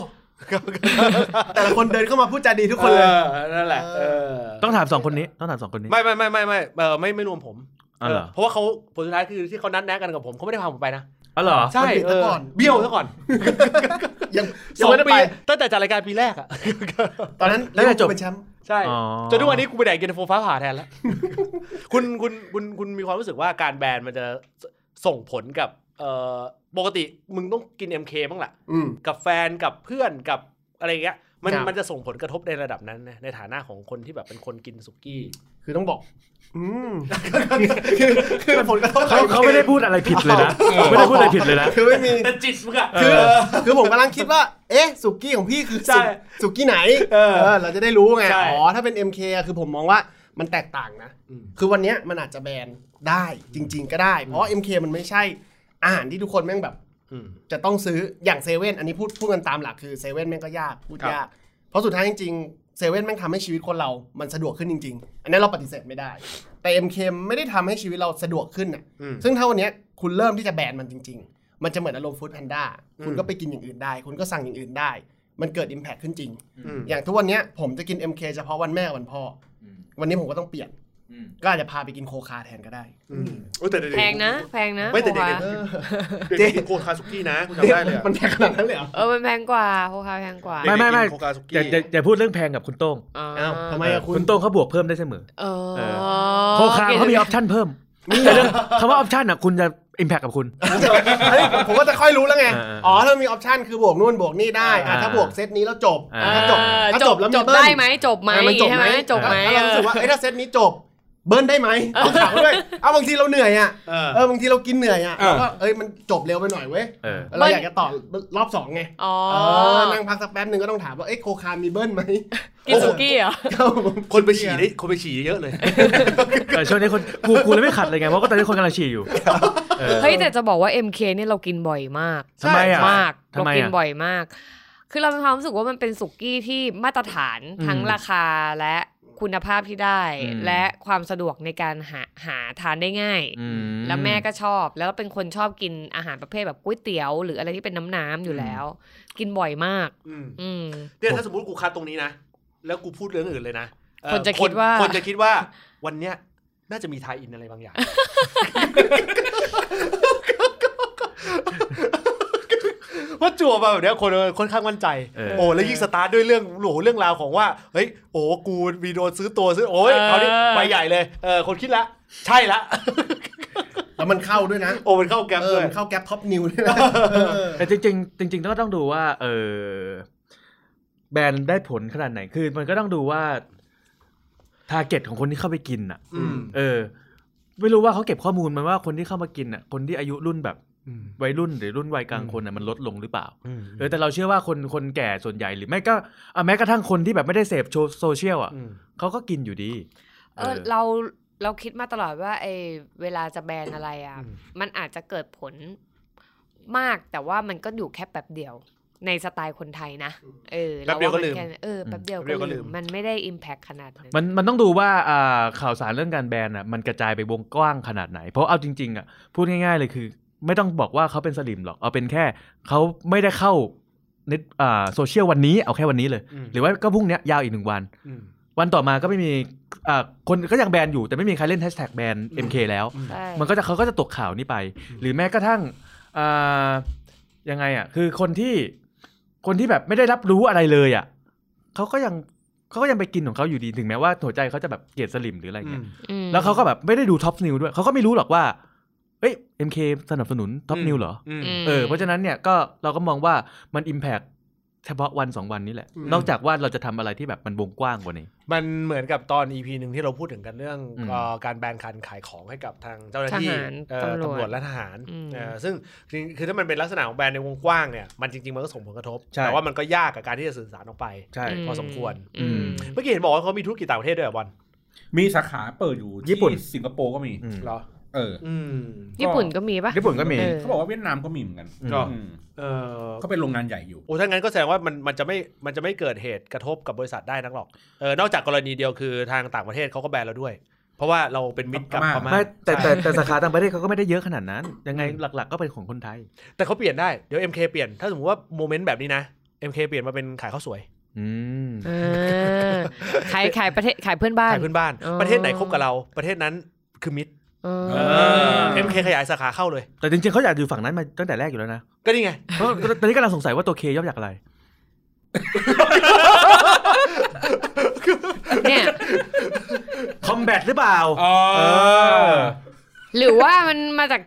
[SPEAKER 3] แต่ละคนเดินเข้ามาพูดจาดีทุกคนเลย
[SPEAKER 2] ออนั่นแหละเออ
[SPEAKER 5] ต้องถามสองคนนี้ต้องถามสองคนนี้
[SPEAKER 2] ไม่ไม่ไม่ไม่ไม่เออไม่ไม่รวมผม
[SPEAKER 5] อ๋อเหรอ
[SPEAKER 2] เพราะว่าเขาผลสุดท้ายคือที่เขานัดแนะกันกับผมเขาไม่ได้พาผมไปนะ
[SPEAKER 5] อ๋อเหรอ
[SPEAKER 2] ใช่
[SPEAKER 3] มันปิด
[SPEAKER 2] เอ
[SPEAKER 3] ซะ
[SPEAKER 2] อ
[SPEAKER 3] ก่อน
[SPEAKER 2] เบี้ยวซะก่อน
[SPEAKER 3] ยัง
[SPEAKER 2] ส
[SPEAKER 3] ยั
[SPEAKER 2] อง
[SPEAKER 3] ไม่ได้
[SPEAKER 2] ปี
[SPEAKER 3] ไป
[SPEAKER 2] ตั้งแต่จัดรายการปีแรกอ่ะ
[SPEAKER 3] ตอนนั้น
[SPEAKER 5] แล้วจะจบ
[SPEAKER 3] เป็นแชมป์
[SPEAKER 2] ใช่
[SPEAKER 5] อ๋อ
[SPEAKER 2] จนทุกวันนี้กูไปแดกเย็นตาโฟฟ้าผ่าแทนแล้ว คุณคุณคุณคุณมีความรู้สึกว่าการแบนมันจะสส่งผลกับเอ่อปกติมึงต้องกิน MK บ้างล่ะ
[SPEAKER 3] อืม
[SPEAKER 2] กับแฟนกับเพื่อนกับอะไรอย่างเงี้ยมัน
[SPEAKER 3] ครับ
[SPEAKER 2] มันจะส่งผลกระทบในระดับนั้นนะในฐานะของคนที่แบบเป็นคนกินสุกี้
[SPEAKER 3] คือต้องบอก อืมคือคือผลกระทบ
[SPEAKER 5] เขาเขาไม่ได้พูดอะไรผิดเลยนะเขาไม่ได้พูดอะไรผิดเลยนะ
[SPEAKER 3] คือไม่มี
[SPEAKER 2] แต่จิตมึงอะ
[SPEAKER 3] คือคือผมกำลังคิดว่า เอ๊ะสุกี้ของพี่คือ
[SPEAKER 2] ใช่
[SPEAKER 3] สุสุกี้ไหน
[SPEAKER 2] เออ
[SPEAKER 3] เออเราจะได้รู้ไง
[SPEAKER 2] ใช่
[SPEAKER 3] อ๋อถ้าเป็น MK อะคือผมมองว่ามันแตกต่างนะ
[SPEAKER 2] อืม
[SPEAKER 3] คือวันเนี้ยมันอาจจะแบนได้จริง ๆ ก็ได้ เพราะ MK มันไม่ใช่อาหารที่ทุกคนแม่งแบบ
[SPEAKER 2] ม
[SPEAKER 3] จะต้องซื้ออย่างเซเว่นอันนี้พูดพูดกันตามหลักคือเซเว่นแม่งก็ยากพูดยาก เพราะสุดท้ายจริงๆเซเว่นแม่งทำให้ชีวิตคนเรามันสะดวกขึ้นจริง ๆ อันนี้เราปฏิเสธไม่ได้ แต่ MK ไม่ได้ทำให้ชีวิตเราสะดวกขึ้นน่ะ
[SPEAKER 2] อืม
[SPEAKER 3] ซึ่งถ้าวันเนี้ยคุณเริ่มที่จะแบนมันจริง ๆ มันจะเหมือนอารมณ์ฟู้ดแพนด้าคุณ
[SPEAKER 2] อืม
[SPEAKER 3] ก็ไปกินอย่างอื่นได้ คุณก็สั่งอย่างอื่นได้ มันเกิด Impact ขึ้นจริง
[SPEAKER 2] อืม
[SPEAKER 3] อย่างทุกวันเนี้ยผมจะกิน MK เฉพาะวันแม่กับวันพ่ออ
[SPEAKER 4] ม
[SPEAKER 3] วันนี้ผมก็ต้องเปลี่ยนก็อาจจะพาไปกินโคคาแทนก็ได้
[SPEAKER 2] อืมโอ้ยแต่เด็กๆ
[SPEAKER 1] แพงนะ แพงนะ
[SPEAKER 2] ไม่แต่เด็ก
[SPEAKER 1] โฮ
[SPEAKER 2] ๆ
[SPEAKER 1] คา
[SPEAKER 2] เด็กๆกินโคคาสุกี้นะคุณจำได้เลยอะ
[SPEAKER 3] มันแพงขนาดนั้นเลยเหรอ
[SPEAKER 1] เออมันแพงกว่าโฮคาแพงกว่า
[SPEAKER 5] ไม่ไม่ไม่
[SPEAKER 2] เด็กๆกินโคคาสุกี้
[SPEAKER 5] อย่าอย่าอย่าพูดเรื่องแพงกับคุณโต้ง
[SPEAKER 1] อ๋อ
[SPEAKER 3] อ้าวทำไมอะคุณ
[SPEAKER 5] คุณโต้งเขาบวกเพิ่มได้เสมอ
[SPEAKER 1] เออ
[SPEAKER 5] เอ โคคาเขามีออปชั่นเพิ่มแต่เรื่องคำว่าออปชั่นอ่ะคุณจะอิมแพคกับคุณ
[SPEAKER 3] เฮ้ยผมก็จะค่อยรู้แล้วไง
[SPEAKER 5] อ่า
[SPEAKER 3] อ๋อถ้ามีออปชันคือบวกนู่นบวกนี่ได้อ่ะ
[SPEAKER 5] อ่า
[SPEAKER 3] ถ้าบวกเซตนี้แล้วจบ
[SPEAKER 5] อ่า
[SPEAKER 1] เออ
[SPEAKER 3] ถ้าจบถ้า
[SPEAKER 1] จ
[SPEAKER 3] จ
[SPEAKER 1] บบ
[SPEAKER 3] แล้ว
[SPEAKER 1] จ
[SPEAKER 3] มี
[SPEAKER 1] บ
[SPEAKER 3] เบิ้ล
[SPEAKER 1] ได้ไหมจบไหม
[SPEAKER 3] อ่ะมันจบ
[SPEAKER 1] ใช่
[SPEAKER 3] ไห
[SPEAKER 1] ไห
[SPEAKER 3] ม
[SPEAKER 1] มจบไหม
[SPEAKER 3] อ่ะเรารู้สึกว่าเอ้ยถ้าเซตนี้จบ เบิ้ลได้ไหมต้องถามด้วย เอาบางทีเราเหนื่อยอ่ะ
[SPEAKER 2] เออ
[SPEAKER 3] เออบางทีเรากินเหนื่อยอ่ะ
[SPEAKER 4] เออ
[SPEAKER 3] ก็เอ้ยมันจบเร็วไปหน่อยเว้ย
[SPEAKER 5] เออ
[SPEAKER 3] เราอยากจะต่อรอบสองไง
[SPEAKER 1] อ๋อ
[SPEAKER 3] เออนั่งพักสักแป๊บหนึ่งก็ต้องถามว่าเอ้ยโคคามีเบิ้ลไหม
[SPEAKER 1] กินสุกี้เหรอ
[SPEAKER 3] ครับผม
[SPEAKER 2] คนไปฉี่ได้คนไปฉี่เยอะเลย
[SPEAKER 5] แต่ช่วงนี้คนกูกูเลยไม่ขัดเลยไงเพราะก็ตอนนี้คนกำลังฉี่อยู่เออ
[SPEAKER 1] เฮ้ยแต่จะบอกว่า MK เนี่ยเรากินบ่อยมาก
[SPEAKER 5] ทำไมอะ
[SPEAKER 1] มาก
[SPEAKER 5] ทำ
[SPEAKER 1] เรา
[SPEAKER 5] ไมอะ
[SPEAKER 1] กินบ่อยมาก คือเรามีความรู้สึกว่ามันเป็นสุกี้ที่มาตรฐาน
[SPEAKER 5] อืม
[SPEAKER 1] ทั้งราคาและคุณภาพที่ได้
[SPEAKER 5] อืม
[SPEAKER 1] และความสะดวกในการหาหาทานได้ง่าย
[SPEAKER 5] อื
[SPEAKER 1] แล้วแม่ก็ชอบ แล้วเป็นคนชอบกินอาหารประเภทแบบก๋วยเตี๋ยว หรืออะไรที่เป็นน้ำน้ำๆอยู่แล้ว กินบ่อยมาก
[SPEAKER 2] อืม
[SPEAKER 1] อืม
[SPEAKER 2] เนี่ยถ้าสมมติกูคัดตรงนี้นะ แล้วกูพูดเรื่องอื่นเลยนะเอ่อ
[SPEAKER 1] คนจะคิดว่า
[SPEAKER 2] คนจะคิดว่าวันเนี้ยน่าจะมีทายอินอะไรบางอย่าง ว่าะจั่วมาแบบเนี้ยคนค่อนข้างมั่นใจ
[SPEAKER 5] เออ
[SPEAKER 2] โอ้แล้วยิ่งสตาร์ทด้วยเรื่องโหเรื่องราวของว่าเฮ้ยโอ้กูมีโดนซื้อตัวซื้อโอ้ยเอาดิไปใหญ่เลยเออคนคิดละ ใช่ละ
[SPEAKER 3] แล้วมันเข้าด้วยนะ
[SPEAKER 2] โอ้มันเข้าแก๊ป
[SPEAKER 3] เออ
[SPEAKER 2] ด้วย
[SPEAKER 3] มันเข้าแก๊ปท็อปนิวด้วยนะเออ
[SPEAKER 5] แต่จริงๆจริงๆก็ต้องดูว่า เออแบรนด์ได้ผลขนาดไหน คือมันก็ต้องดูว่าทาร์เก็ตของคนที่เข้าไปกินอ่ะ
[SPEAKER 2] อืม
[SPEAKER 5] เออ ไม่รู้ว่าเขาเก็บข้อมูลมันว่าคนที่เข้ามากินอ่ะ คนที่อายุรุ่นแบบ
[SPEAKER 2] อืม
[SPEAKER 5] วัยรุ่นหรือรุ่นวัยกลางคนอ่ะมันลดลงหรือเปล่า
[SPEAKER 2] อืม
[SPEAKER 5] เออแต่เราเชื่อว่าคนคนแก่ส่วนใหญ่หรือไม่ก็อ่ะแม้กระทั่งคนที่แบบไม่ได้เสพโชโซเชียลอ่ะ
[SPEAKER 2] อืม
[SPEAKER 5] เขาก็กินอยู่ดี
[SPEAKER 1] เออเราเราคิดมาตลอดว่าไอเวลาจะแบนอะไรอ่ะ
[SPEAKER 2] อืม
[SPEAKER 1] มันอาจจะเกิดผลมากแต่ว่ามันก็อยู่แค่แป๊บเดียว ในสไตล์คนไทยนะเออราามันค่นั้นเออแป๊บเดียว
[SPEAKER 2] แป๊บเดียวก็
[SPEAKER 1] ก็
[SPEAKER 2] ลื
[SPEAKER 1] ลื
[SPEAKER 2] ม
[SPEAKER 1] มมันไม่ได้อิมแพคขนาดนั้น
[SPEAKER 5] มันมันต้องดูว่าอ่าข่าวสารเรื่องการแบนอ่ะมันกระจายไปวงกว้างขนาดไหน เพราะเอาจริงๆอ่ะพูดง่ายๆเลยคือ ไม่ต้องบอกว่าเขาเป็นสลิมหรอกเอาเป็นแค่เขาไม่ได้เข้าในอ่าโซเชียลวันนี้เอาแค่วันนี้เลย
[SPEAKER 2] อืม
[SPEAKER 5] หรือว่าก็พรุ่งเนี้ยยาวอีกหนึ่งวัน
[SPEAKER 2] อืม
[SPEAKER 5] วันต่อมาก็ไม่มีอ่าคนก็ยังแบนอยู่ แต่ไม่มีใครเล่นแฮชแท็กแบน
[SPEAKER 2] อืม
[SPEAKER 5] MK แล้ว
[SPEAKER 1] ใช่
[SPEAKER 5] มันก็จะเขาก็จะตกข่าวนี้ไป หรือแม้กระทั่งอ่ายังไงอ่ะ คือคนที่คนที่แบบไม่ได้รับรู้อะไรเลยอ่ะเขาก็ยังเขาก็ยังไปกินของเขาอยู่ดีถึงแม้ว่าหัวใจเขาจะแบบเกลียดสลิมหรืออะไร
[SPEAKER 2] อื
[SPEAKER 5] เงี้
[SPEAKER 2] ม
[SPEAKER 5] ย
[SPEAKER 1] อืม
[SPEAKER 5] แล้วเขาก็แบบไม่ได้ดูท็อปนิวด้วยเขาก็ไม่รู้หรอกว่าเอ้ย MK สนับสนุนท็อปนิวเหรอ
[SPEAKER 2] อืม
[SPEAKER 1] ม
[SPEAKER 5] เออเพราะฉะนั้นเนี่ยก็เราก็มองว่ามัน Impact เฉพาะวันสองวันนี้แหละ นอกจากว่าเราจะทำอะไรที่แบบมันวงกว้างกว่านี้
[SPEAKER 2] มันเหมือนกับตอน EP หนึ่งที่เราพูดถึงกันเรื่อง
[SPEAKER 5] อืม
[SPEAKER 2] เอ่อการแบนคันขายของให้กับทางเจ้าหน้าที่
[SPEAKER 1] ทหาร
[SPEAKER 2] เอ่อ
[SPEAKER 1] ตำร
[SPEAKER 2] ตำร
[SPEAKER 1] ว
[SPEAKER 2] ว
[SPEAKER 1] จ
[SPEAKER 2] จและทหาร
[SPEAKER 1] อืม
[SPEAKER 2] เอ่อซึ่งจริงๆคือถ้ามันเป็นลักษณะของแบรนด์ในวงกว้างเนี่ยมันจริง ๆ มันก็ส่งผลกระทบ
[SPEAKER 5] ใช่
[SPEAKER 2] แต่ว่ามันก็ยากกับการที่จะสื่อสารออกไป
[SPEAKER 5] ใช่
[SPEAKER 2] พอสมควร
[SPEAKER 1] อืม
[SPEAKER 2] เมื่อกี้เห็นบอกว่าเขามีธุรกิจต่างประเทศด้วยเหรอบอล
[SPEAKER 4] มีสาขาเปิดอยู่ที่
[SPEAKER 5] ญี่ปุ่น
[SPEAKER 4] สิงคโปร์ก็มี
[SPEAKER 5] อืม
[SPEAKER 2] เหรอ
[SPEAKER 4] เออ
[SPEAKER 2] อืม
[SPEAKER 1] ญี่ปุ่นก็มีปะ
[SPEAKER 5] ญี่ปุ่นก็มี
[SPEAKER 1] เออ
[SPEAKER 4] เขาบอกว่าเวียดนามก็มีเหมือนกัน
[SPEAKER 5] อืม
[SPEAKER 2] ก็
[SPEAKER 4] อืม
[SPEAKER 2] เออ
[SPEAKER 4] ก็เป็นโรงงานใหญ่อยู่
[SPEAKER 2] โอ้ถ้างั้นก็แสดงว่ามันมันจะไม่มันจะไม่เกิดเหตุกระทบกับบริษัทได้นักหรอกเออนอกจากกรณีเดียวคือทางต่างประเทศเขาก็แบนเราด้วย เพราะว่าเราเป็นมิตรกับพ
[SPEAKER 4] พม่า
[SPEAKER 2] ม่า
[SPEAKER 5] ไม่แต่แต่
[SPEAKER 2] ใช่
[SPEAKER 5] แต่สาขาต่างประเทศเขาก็ไม่ได้เยอะขนาดนั้น ยังไงหลักๆก็เป็นของคนไทย
[SPEAKER 2] แต่เขาเปลี่ยนได้เดี๋ยว MK เปลี่ยนถ้าสมมติว่าโมเมนต์แบบนี้นะ MK เปลี่ยนมาเป็นขายข้าวสวย
[SPEAKER 5] อืม
[SPEAKER 1] เออขายขายประเทศขายเพื่อนบ้าน
[SPEAKER 2] ขายพื้นบ้าน
[SPEAKER 1] อ๋อ
[SPEAKER 2] ประเทศไหนคบกับเรา ประเทศนั้นคือมิตร
[SPEAKER 1] เออ
[SPEAKER 4] เอ
[SPEAKER 2] เอ็มเคขยายสาขาเข้าเลย
[SPEAKER 5] แต่จริงๆเขาอยากอยู่ฝั่งนั้นมาตั้งแต่แรกอยู่แล้วนะ
[SPEAKER 2] ก็นี่ไง
[SPEAKER 5] เพรา ะตอนนี้กำลังสงสัยว่าตัวเคย่อมจากอะไร
[SPEAKER 1] เนี่ย
[SPEAKER 5] คอมแบทหรือเปล่า
[SPEAKER 4] เออ
[SPEAKER 1] หรือว่ามันมาจาก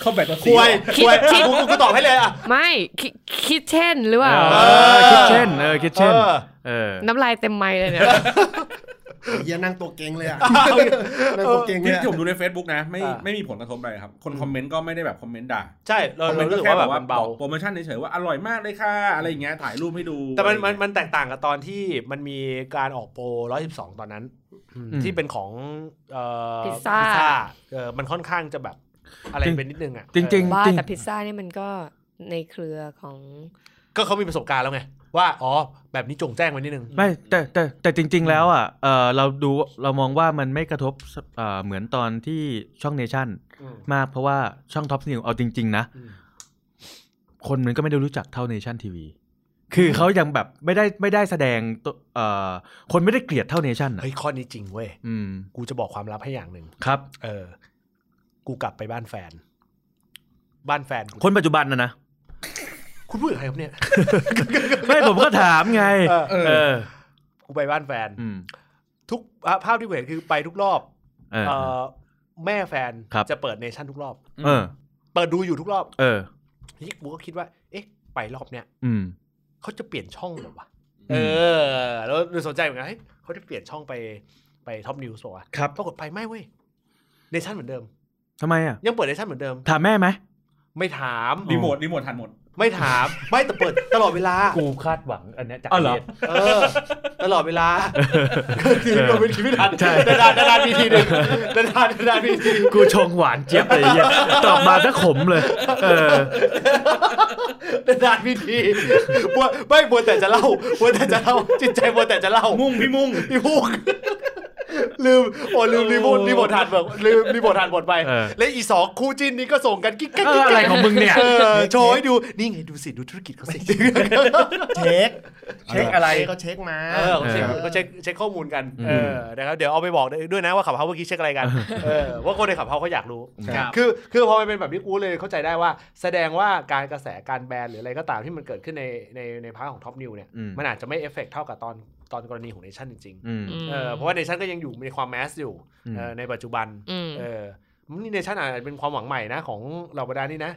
[SPEAKER 4] เข้าแบบตัวสี
[SPEAKER 2] คุย
[SPEAKER 1] คิด
[SPEAKER 2] คุย
[SPEAKER 1] คิด
[SPEAKER 2] กูกูตอบให้เลยอ่ะ
[SPEAKER 1] ไม่คิคิดเช่นหรือเปล่า
[SPEAKER 5] เออคิดเช่น เออคิดเช่น
[SPEAKER 2] เออ
[SPEAKER 5] เออ
[SPEAKER 1] น้ำลายเต็มไมค์เลยเนี่ย
[SPEAKER 3] เฮียนั่งตัวเก่งเลยอะ
[SPEAKER 2] เอาอีก
[SPEAKER 3] นั่งตัวเก่งเล
[SPEAKER 4] ที่
[SPEAKER 3] ยอะ
[SPEAKER 4] ที่ผมดูใน Facebook นะไม่
[SPEAKER 2] อ่า
[SPEAKER 4] ไม่มีผลกระทบอะไรครับ คนคอมเมนต์ก็ไม่ได้แบบคอมเมนต์ด่า
[SPEAKER 2] ใช่เรา
[SPEAKER 4] คอมเม
[SPEAKER 2] เรา
[SPEAKER 4] นต์
[SPEAKER 2] รู้
[SPEAKER 4] ก็
[SPEAKER 2] สึก
[SPEAKER 4] แค่
[SPEAKER 2] ว่าแบบ บ
[SPEAKER 4] แบว่า
[SPEAKER 2] มัน
[SPEAKER 4] บอ
[SPEAKER 2] เบา
[SPEAKER 4] กโปรโมชั่นเฉยๆว่าอร่อยมากเลยค่ะ อะไรอย่างเงี้ยถ่ายรูปให้ดู
[SPEAKER 2] แต่มัน
[SPEAKER 4] อะไรอ
[SPEAKER 2] มั
[SPEAKER 4] ย่าน งเงี้ย
[SPEAKER 2] มันแตกต่างกับตอนที่มันมีการออกโปร 112 ตอนนั้น
[SPEAKER 5] อืม
[SPEAKER 2] ที่เป็นของเอ่อ
[SPEAKER 1] พิซซ่า
[SPEAKER 2] เออมันค่อนข้างจะแบบอะไรเป็นนิดนึงอ่ะ
[SPEAKER 5] จริงๆจริง
[SPEAKER 1] บ้า
[SPEAKER 5] ๆ
[SPEAKER 1] แต่พิซซ่านี่มันก็ในเครือของ
[SPEAKER 2] ๆก็เขามีประสบการณ์แล้วไง ว่าอ๋อแบบนี้จงแจ้งไว้นิดนึง
[SPEAKER 5] ไม่แต่แต่แต่จริง ๆ แล้วอ่ะเออเราดูเรามองว่ามันไม่กระทบเอ่อเหมือนตอนที่ช่องเนชั่น
[SPEAKER 2] อืม
[SPEAKER 5] มากเพราะว่าช่องท็อปนิวเอาจริง ๆ นะ
[SPEAKER 2] อืม
[SPEAKER 5] คนมันก็ไม่ได้รู้จักเท่าเนชั่นทีวีคือเขายังแบบไม่ได้ไม่ได้แสดงตัวเอ่อคนไม่ได้เกลียดเท่าเนชั่นอ่ะ
[SPEAKER 2] เฮ้ยข้อนี้จริงเว้ย
[SPEAKER 5] อืม
[SPEAKER 2] กูจะบอกความลับให้อย่างหนึ่ง
[SPEAKER 5] ครับ
[SPEAKER 2] เออ กูกลับไปบ้านแฟน บ้านแฟนกู
[SPEAKER 5] คนปัจจุบันนะนะ
[SPEAKER 2] คุณพูดกับใครครับเนี่ย
[SPEAKER 5] ไม่ผมก็ถามไง
[SPEAKER 2] เออ
[SPEAKER 5] เออ
[SPEAKER 2] กูไปบ้านแฟน
[SPEAKER 5] อืม
[SPEAKER 2] ทุกอ่ะภาพที่กูเห็นคือไปทุกรอบ
[SPEAKER 5] เออ
[SPEAKER 2] เออแม่แฟน
[SPEAKER 5] ครับ
[SPEAKER 2] จะเปิดเนชั่นทุกรอบ
[SPEAKER 5] เออ
[SPEAKER 2] เปิดดูอยู่ทุกรอบ
[SPEAKER 5] เออ
[SPEAKER 2] นี่กูก็คิดว่า เอ๊ะ ไปรอบเนี้ย
[SPEAKER 5] อืม
[SPEAKER 2] เขาจะเปลี่ยนช่องเหรอวะ
[SPEAKER 5] อืม
[SPEAKER 2] เออ แล้วดูสนใจเหมือนกันเฮ้ยเขาจะเปลี่ยนช่องไปไปท็อปนิวส์ป่าวะ
[SPEAKER 5] ครับ
[SPEAKER 2] ปรากฏไปไม่เว้ย เนชั่นเหมือนเดิม
[SPEAKER 5] ทำไมอ่ะ
[SPEAKER 2] ยังเปิดเนชั่นเหมือนเดิม
[SPEAKER 5] ถามแม่ไหม
[SPEAKER 2] ไม่ถาม
[SPEAKER 4] รีโมทรีโมททันหมด
[SPEAKER 2] ไม่ถาม ไม่แต่เปิดตลอดเวลา
[SPEAKER 5] กูคาดหวังอันเนี้ยจาก
[SPEAKER 4] อ๋อเหรอ
[SPEAKER 5] เน
[SPEAKER 2] เออ ตลอดเวลาที
[SPEAKER 5] เออ
[SPEAKER 2] โดนเป็นคิดไม่ทัน
[SPEAKER 5] ใช่
[SPEAKER 2] นานๆนานๆมีทีหนึ่งนานๆนานๆมีทีหนึ่ง
[SPEAKER 5] กูชงหวานเจี๊ยบเลยไอ้เหี้ยตอบมาซะขมเลย เออ
[SPEAKER 2] นานๆมีทีบัวไม่บัวแต่จะเล่าบัวแต่จะเล่าจิตใจบัวแต่จะเล่า
[SPEAKER 4] มุ่งพี่มุ่ง
[SPEAKER 2] พี่พุกลืมโอ้ลืมรีโมทรีโมททานแบบลืมรีโมททานบทไป
[SPEAKER 5] เออ
[SPEAKER 2] และอีสองคู่จิ้นนี้ก็ส่งกันกิ๊กกัก
[SPEAKER 5] เอ
[SPEAKER 2] กิ๊
[SPEAKER 5] อกอะไร
[SPEAKER 2] กัก
[SPEAKER 5] ของมึงเนี่ย
[SPEAKER 2] เออโชว์ให้ดู นี่ไงดูสิ ดูธุรกิจเขาสิ
[SPEAKER 3] เช็ค
[SPEAKER 4] เช็คอะไร
[SPEAKER 3] ก็เช็คมา
[SPEAKER 2] เออเขาเช็คเขาเช็คเช็คข้อมูลกันเออนะครับเดี๋ยวเอาไปบอกด้วยนะว่าขับเฮาเมื่อกี้เช็คอะไรกันเออว่าคนในขับเฮาเขาอยากรู้
[SPEAKER 4] ครับ
[SPEAKER 2] คือคือพอมันเป็นแบบนี้กูเลยเข้าใจได้ว่า แสดงว่าการกระแสการแบนหรืออะไรก็ตามที่มันเกิดขึ้นในในในพาร์ทของท็อปนิวเนี่ย
[SPEAKER 5] อืม
[SPEAKER 2] มันอาจจะไม่เอฟเฟกเท่ากับตอนตอนกรณีของเนชั่นจริงๆ
[SPEAKER 5] อืม
[SPEAKER 2] เออเพราะว่าเนชั่นก็ยังอยู่มีความแมสอยู่
[SPEAKER 5] อืม
[SPEAKER 2] เออในปัจจุบัน
[SPEAKER 1] อืม
[SPEAKER 2] เออนี่เนชั่นอาจจะเป็นความหวังใหม่นะของเราบรรดานี่นะ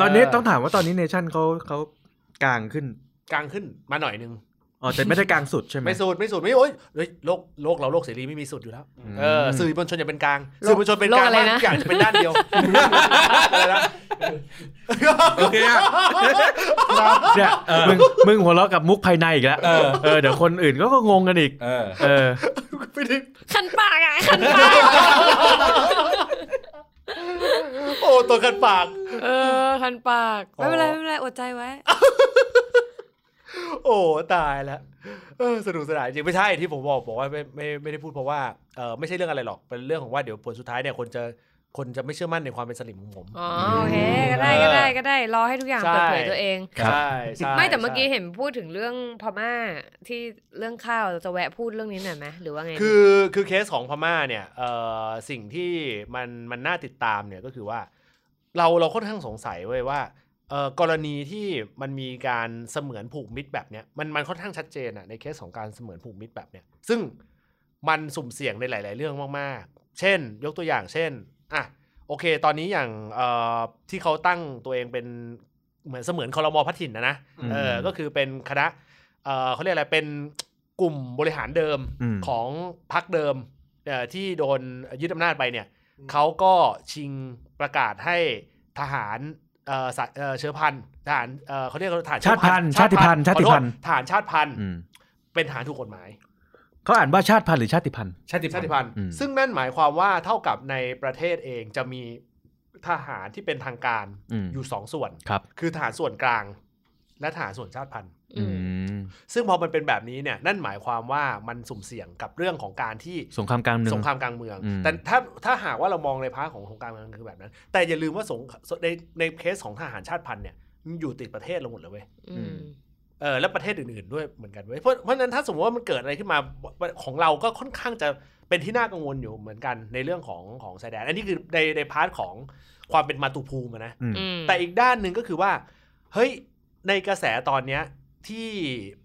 [SPEAKER 5] ตอนนี้
[SPEAKER 2] เ
[SPEAKER 5] ต้องถามว่าตอนนี้เนชั่นเขาเขากลางขึ้น
[SPEAKER 2] กลางขึ้นมาหน่อยนึง
[SPEAKER 5] อ๋อแต่ไม่ได้กลางสุดใช่ไหม
[SPEAKER 2] ไม่สูดไม่สูดไม่โอ๊ยเฮ้ยโลกโลกเราโลกเสรีไม่มีสุดอยู่แล้ว
[SPEAKER 5] อืม
[SPEAKER 2] เออสื่อมวลชนอย่าเป็นกลาง
[SPEAKER 1] โลก
[SPEAKER 2] สื่อมวลชนเป็นก
[SPEAKER 1] โลก
[SPEAKER 2] ลาง
[SPEAKER 1] อะไรนะ
[SPEAKER 2] มากทุกอย่างจะเป็นด้านเดียวอะไรนะ
[SPEAKER 4] โอเคอะ
[SPEAKER 5] เนี่ยมึงมึงหัวเราะกับมุกภายในอีกแล้ว เออเดี๋ยวคนอื่นก็ก็งงกันอีก
[SPEAKER 4] เออ
[SPEAKER 5] เออ
[SPEAKER 2] ไม่ได้
[SPEAKER 1] คันปากอ่ะคันปาก
[SPEAKER 2] โอ้ตัวกันปาก
[SPEAKER 1] เออคันปากไม่เป็นไรไม่เป็นไรอดใจไว้
[SPEAKER 2] โอ้ตายละเออสนุกสนานจริงไม่ใช่ที่ผมบอกบอกว่าไม่ไม่ไม่ได้พูดเพราะว่าเออไม่ใช่เรื่องอะไรหรอกเป็นเรื่องของว่าเดี๋ยวผลสุดท้ายเนี่ยคนจะคนจะไม่เชื่อมั่นในความเป็นสลิมของผม
[SPEAKER 1] อ๋อโอเคก็ได้ก็ได้ก็ได้รอให้ทุกอย่าง
[SPEAKER 2] ใช่
[SPEAKER 1] เปิดเผยตัวเอง
[SPEAKER 5] ครับ
[SPEAKER 2] ใช่ใช่
[SPEAKER 1] ไม่แต่เมื่อกี้
[SPEAKER 2] ใช่
[SPEAKER 1] เห็นพูดถึงเรื่องพม่าที่เรื่องข้าวเราจะแวะพูดเรื่องนี้หน่อยไหมหรือว่าไง
[SPEAKER 2] คือคือเคสของพม่าเนี่ยเอ่อสิ่งที่มันมันน่าติดตามเนี่ยก็คือว่า เราเราค่อนข้างสงสัยเว้ยว่าเอ่อกรณีที่มันมีการเสมือนผูกมิตรแบบเนี้ยมันมันค่อนข้างชัดเจนอะในเคสของการเสมือนผูกมิตรแบบเนี้ยซึ่งมันสุ่มเสี่ยงในหลาย ๆ เรื่องมากๆ เช่น ยกตัวอย่างเช่นอ่ะโอเค ตอนนี้อย่างเอ่อที่เขาตั้งตัวเองเป็นเหมือนเสมือนคอรมอพัฒถิ่นนะนะเออ
[SPEAKER 5] อืม
[SPEAKER 2] ก็คือเป็นคณะ เอ่อเขาเรียกอะไรเป็นกลุ่มบริหารเดิม
[SPEAKER 5] อืม
[SPEAKER 2] ของพักเดิมเอ่อที่โดนยึดอำนาจไปเนี่ยเขาก็ชิงประกาศให้ทหารเอ่อสะเอ่อเชื้อพันธุ์ทหารเอ่อเขาเรียกว่าทหารเชื้อ
[SPEAKER 5] ชาติพันธุ์ชาติพันธุ์
[SPEAKER 2] ขอโษ
[SPEAKER 5] ชาติพันธุ์
[SPEAKER 2] ทหารชาติพันธุ์
[SPEAKER 5] อืม
[SPEAKER 2] เป็นทหารถูกกฎหมาย
[SPEAKER 5] เขาอ่านว่าชาติพันธุ์หรือชาติพันธุ์
[SPEAKER 4] ชาติพั
[SPEAKER 2] ชาน ติ
[SPEAKER 4] ธุ์
[SPEAKER 2] พันธุ์
[SPEAKER 5] อืม
[SPEAKER 2] ซึ่งนั่นหมายความว่าเท่ากับในประเทศเองจะมีทหารที่เป็นทางการ
[SPEAKER 5] อืม
[SPEAKER 2] อยู่สองส่วน
[SPEAKER 5] ครับ
[SPEAKER 2] คือทหารส่วนกลาง และทหารส่วนชาติพันธุ์
[SPEAKER 1] อืม
[SPEAKER 5] อืม
[SPEAKER 2] ซึ่งพอมันเป็นแบบนี้เนี่ยนั่นหมายความว่ามันสุ่มเสี่ยงกับเรื่องของการที่
[SPEAKER 5] สงครามกลางเมือง
[SPEAKER 2] สงครามกลางเมือง
[SPEAKER 5] อืม
[SPEAKER 2] แต่ถ้าถ้าหากว่าเรามองในพาร์ทของสงครามกลางเมืองคือแบบนั้น แต่อย่าลืมว่าสงในในเคสของทหารชาติพันธุ์เนี่ยมันอยู่ติดประเทศเราหมดเลยเว้ย
[SPEAKER 1] อืม
[SPEAKER 2] เออและประเทศอื่นๆด้วยเหมือนกันเว้ยเพราะเพราะฉะนั้นถ้าสมมติว่ามันเกิดอะไรขึ้นมาของเราก็ค่อนข้างจะเป็นที่น่ากังวลอยู่เหมือนกันในเรื่องของของชายแดนอันนี้คือในในพาร์ทของความเป็นมาตุภูมิอะนะ
[SPEAKER 5] อืม
[SPEAKER 1] อืม
[SPEAKER 2] แต่อีกด้านหนึ่งก็คือว่า เฮ้ย ในกระแสตอนเนี้ยที่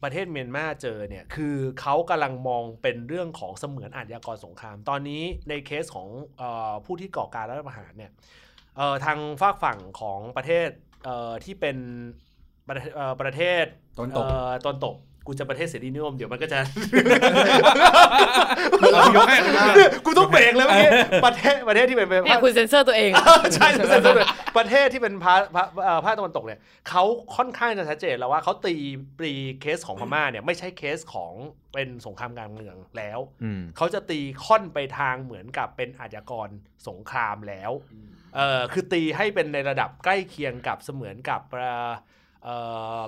[SPEAKER 2] ประเทศเมียนมาเจอเนี่ย คือเขากำลังมองเป็นเรื่องของเสมือนอาชญากรสงคราม ตอนนี้ในเคสของเออผู้ที่ก่อการรัฐประหารเนี่ยเอ่อทางฝากฝั่งของประเทศเอ่อที่เป็นประเทศเอ่อประเทศ
[SPEAKER 4] ตอนตก
[SPEAKER 2] เอ่อตอนตกกูจะประเทศเสรีนิยมเดี๋ยวมันก็จะ
[SPEAKER 4] เรายกให้
[SPEAKER 2] กูต้องเบรกเลยเมื่อกี้ประเทศประเทศที่เป็น
[SPEAKER 1] เนี่ยคุณเซ็นเซอร์ตัวเอง
[SPEAKER 2] ใช่ใช่ใช่ประเทศที่เป็นพาพาเอ่อภาคตะวันตกเนี่ยเขาค่อนข้างจะชัดเจนแล้วว่าเขาตีปรีเคสของพม่าเนี่ยไม่ใช่เคสของเป็นสงครามกลางเมืองแล้ว
[SPEAKER 5] อืม
[SPEAKER 2] เขาจะตีค่อนไปทางเหมือนกับเป็นอาชญากรสงครามแล้วเออคือตีให้เป็นในระดับใกล้เคียงกับเสมือนกับเอ่อเอ่อ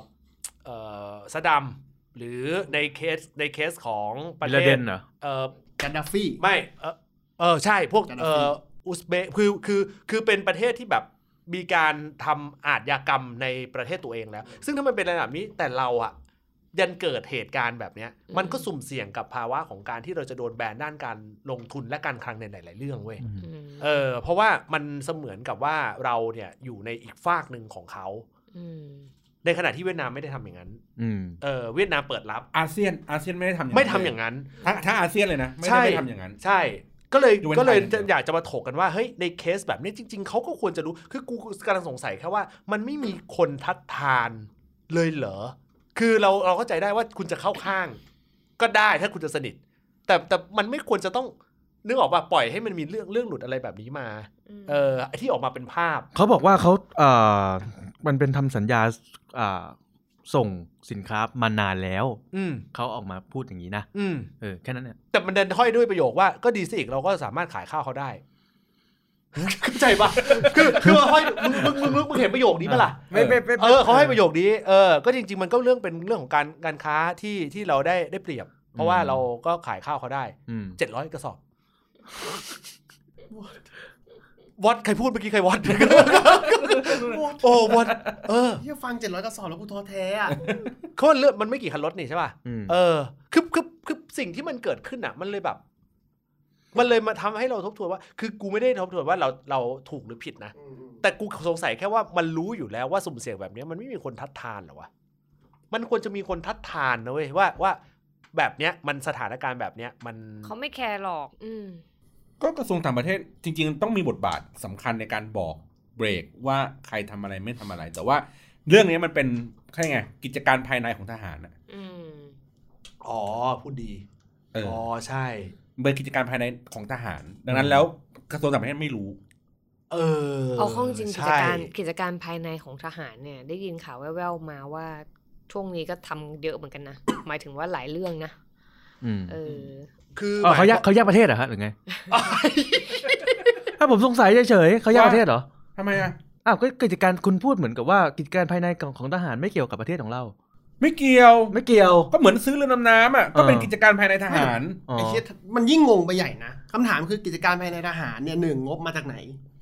[SPEAKER 2] เอ่อสะดัมหรือในเคสในเคสของประ
[SPEAKER 5] บิล
[SPEAKER 2] เท
[SPEAKER 5] เด
[SPEAKER 2] ศ
[SPEAKER 5] นเหรอ
[SPEAKER 2] เอ่อ
[SPEAKER 3] กันดาฟี่
[SPEAKER 2] ไม่เออเออใช่พวก
[SPEAKER 3] กาดาฟี
[SPEAKER 2] เอออุซเบกคือคือคือเป็นประเทศที่แบบมีการทำอาชญากรรมในประเทศตัวเองแล้ว ซึ่งถ้ามันเป็นระดับนี้แต่เราอะยันเกิดเหตุการณ์แบบเนี้ย
[SPEAKER 1] อืม
[SPEAKER 2] มันก็สุ่มเสี่ยงกับภาวะของการที่เราจะโดนแบนด้านการลงทุนและการคลังในหลาย ๆ เรื่องเว้ย
[SPEAKER 1] อืม
[SPEAKER 2] เออเพราะว่ามันเสมือนกับว่าเราเนี่ยอยู่ในอีกฝากหนึ่งของเขา
[SPEAKER 1] อืม
[SPEAKER 2] ในขณะที่เวียดนามไม่ได้ทำอย่างนั้น
[SPEAKER 5] อืม
[SPEAKER 2] เออเวียดนามเปิดรับ
[SPEAKER 4] อาเซียนอาเซียนไม่ได้ทำ
[SPEAKER 2] ไม่ทำอย่างนั้น
[SPEAKER 4] ทั้งทั้งอาเซียนเลยนะ ไม่
[SPEAKER 2] ใช่
[SPEAKER 4] ได้ไม่ทำอย่างนั้น
[SPEAKER 2] ใช่ ก็เลย
[SPEAKER 4] ยกเว้น
[SPEAKER 2] ก็เลย
[SPEAKER 4] ไทยอ
[SPEAKER 2] อ
[SPEAKER 4] ย่างเดียว
[SPEAKER 2] ยากจะมาถกกันว่าเฮ้ยในเคสแบบนี้จริง ๆ เขาก็ควรจะรู้ คือกูกำลังสงสัยแค่ว่า มันไม่มีคนทัดทานเลยเหรอ คือเราเราเข้าใจได้ว่าคุณจะเข้าข้าง ก็ได้ถ้าคุณจะสนิท แต่แต่มันไม่ควรจะต้องนึกออกป่ะปล่อยให้มันมีเรื่องเรื่องหลุดอะไรแบบนี้มา เออที่ออกมาเป็นภาพ
[SPEAKER 5] เขาบอกว่าเขาเอ่อมันเป็นทำสัญญาอ่าส่งสินค้ามานานแล้ว
[SPEAKER 2] อืม
[SPEAKER 5] เขาออกมาพูดอย่างนี้นะ
[SPEAKER 2] อืม
[SPEAKER 5] เออ แค่นั้นเนี่ย
[SPEAKER 2] แต่มันเดินห้อยด้วยประโยคว่าก็ดีสิอีกเราก็สามารถขายข้าว เขาได้ เข้าใจป่ะคือคือว่าห้อยมึงมึงมึงมึงเห็นประโยคนี้ปะล่ะ
[SPEAKER 4] ไม่ไม่ไม่
[SPEAKER 2] เออเขาให้ประโยคนี้เออก็จริง ๆ มันก็เรื่องเป็นเรื่องของการการค้าที่ที่เราได้ได้เปรียบ เพราะว่า
[SPEAKER 5] อืม
[SPEAKER 2] เราก็ขายข้าวเขาได้
[SPEAKER 5] อืม
[SPEAKER 2] เจ็ดร้อยกระสอบวอดใครพูดเมื่อกี้ใครวอด โอ้วอดเออ
[SPEAKER 3] เฮียฟังเจ็ดร้อยกระสอบแล้วกูท้อแท้อะ
[SPEAKER 2] เขาว่าเลือกมันไม่กี่คันรถนี่ใช่ป่ะ
[SPEAKER 5] อืม
[SPEAKER 2] เออคือคือคือสิ่งที่มันเกิดขึ้นอ่ะ มันเลยแบบ มันเลยมาทำให้เราทบทวนว่า คือกูไม่ได้ทบทวนว่าเราเราถูกหรือผิดนะ แต่กูสงสัยแค่ว่ามันรู้อยู่แล้วว่าสุ่มเสี่ยงแบบเนี้ยมันไม่มีคนทัดทานเหรอวะ มันควรจะมีคนทัดทานนะเว้ยว่าว่าแบบเนี้ยมันสถานการณ์แบบเนี้ยมัน
[SPEAKER 1] เขาไม่แคร์หรอก อืม
[SPEAKER 4] ก็กระทรวงต่างประเทศจริง ๆ ต้องมีบทบาทสำคัญในการบอกเบรกว่าใครทำอะไรไม่ทำอะไร แต่ว่าเรื่องนี้มันเป็นใช่ไงกิจการภายในของทหารน่ะ
[SPEAKER 1] อืม
[SPEAKER 2] อ๋อพูดดี
[SPEAKER 4] เออ
[SPEAKER 2] อ๋อใช่
[SPEAKER 4] มันเป็นกิจการภายในของทหาร ดังนั้นแล้วกระทรวงต่างประเทศไม่รู้
[SPEAKER 2] เออ
[SPEAKER 1] เอาข้อจริงกิจ
[SPEAKER 2] ใช่
[SPEAKER 1] การกิจการภายในของทหารเนี่ย ได้ยินข่าวแว่วๆมาว่าช่วงนี้ก็ทำเยอะเหมือนกันนะ หมายถึงว่าหลายเรื่องนะ
[SPEAKER 5] อืม
[SPEAKER 1] เออ
[SPEAKER 2] คือ
[SPEAKER 5] อ๋อเขาแยก
[SPEAKER 2] หม
[SPEAKER 5] เขาแยกประเทศเหรอฮะหรือไง ถ้าผมสงสัยเฉยๆเขาแยก
[SPEAKER 4] ว่า
[SPEAKER 5] ประเทศเหรอ
[SPEAKER 4] ทำไมอ่ะ
[SPEAKER 5] อ้าวก็กิจการคุณพูดเหมือนกับว่ากิจการภายในของของทหารไม่เกี่ยวกับประเทศของเรา
[SPEAKER 4] ไม่เกี่ยว
[SPEAKER 5] ไม่เกี่ยว
[SPEAKER 4] ก็เหมือนซื้อเรือดำน้ำอ่ะก็เป็น
[SPEAKER 5] เออ
[SPEAKER 4] กิจการภายในทหาร
[SPEAKER 5] อ๋อ
[SPEAKER 3] ไอ้เชี่ยมันยิ่งงงไปใหญ่นะคำถามคือกิจการภายในทหารเนี่ยหนึ่งงบมาจากไหน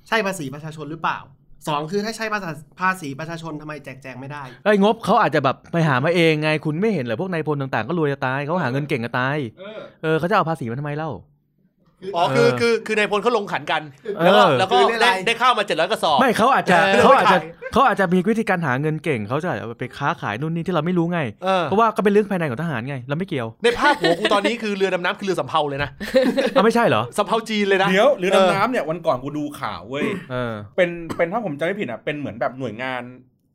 [SPEAKER 3] ใช่ภาษีประชาชนหรือเปล่าสองคือถ้าใช่ภาษาภาษีประชาชนทำไมแจกแจงไม่ได้
[SPEAKER 5] ไอ้ยงบเขาอาจจะแบบไปหามาเองไงคุณไม่เห็นเหรอพวกนายพลต่างๆ ก็รวยจะตายเขาหาเงินเก่งจะตายเออเขาจะเอาภาษีมาทำไมเล่า
[SPEAKER 2] อ๋อคือ
[SPEAKER 5] เออ
[SPEAKER 2] คือคือในายพลเขาลงขันกัน แล้วก็
[SPEAKER 5] เออ
[SPEAKER 2] แล้วก็
[SPEAKER 3] คือได้
[SPEAKER 2] ได้ได้ข้าวมาเจ็ดร้อยกระสอบ
[SPEAKER 5] ไม่เขาอาจจะ
[SPEAKER 2] เออ
[SPEAKER 5] เขาอาจจะ
[SPEAKER 2] ไม่ขาย
[SPEAKER 5] เขาอาจจะมีวิธีการหาเงินเก่งเขาจะเอาไปค้าขายนู่นนี่ที่เราไม่รู้ไง
[SPEAKER 2] เออ
[SPEAKER 5] เพราะว่าก็เป็นเรื่องภายในของทหารไงเราไม่เกี่ยว
[SPEAKER 2] ในภาพหัวกูตอนนี้ คือเรือดำน้ำคือเรือสำเภาเลยนะ
[SPEAKER 5] เอาไม่ใช่เหรอ
[SPEAKER 2] สำเภาจีนเลยนะ
[SPEAKER 4] เดี๋ยวเรือ
[SPEAKER 2] เออ
[SPEAKER 4] ดำน้ำเนี่ยวันก่อนกูดูข่าวเว้ย
[SPEAKER 5] เออ
[SPEAKER 4] เป็นเป็นถ้าผมจำไม่ผิดอ่ะเป็นเหมือนแบบหน่วยงาน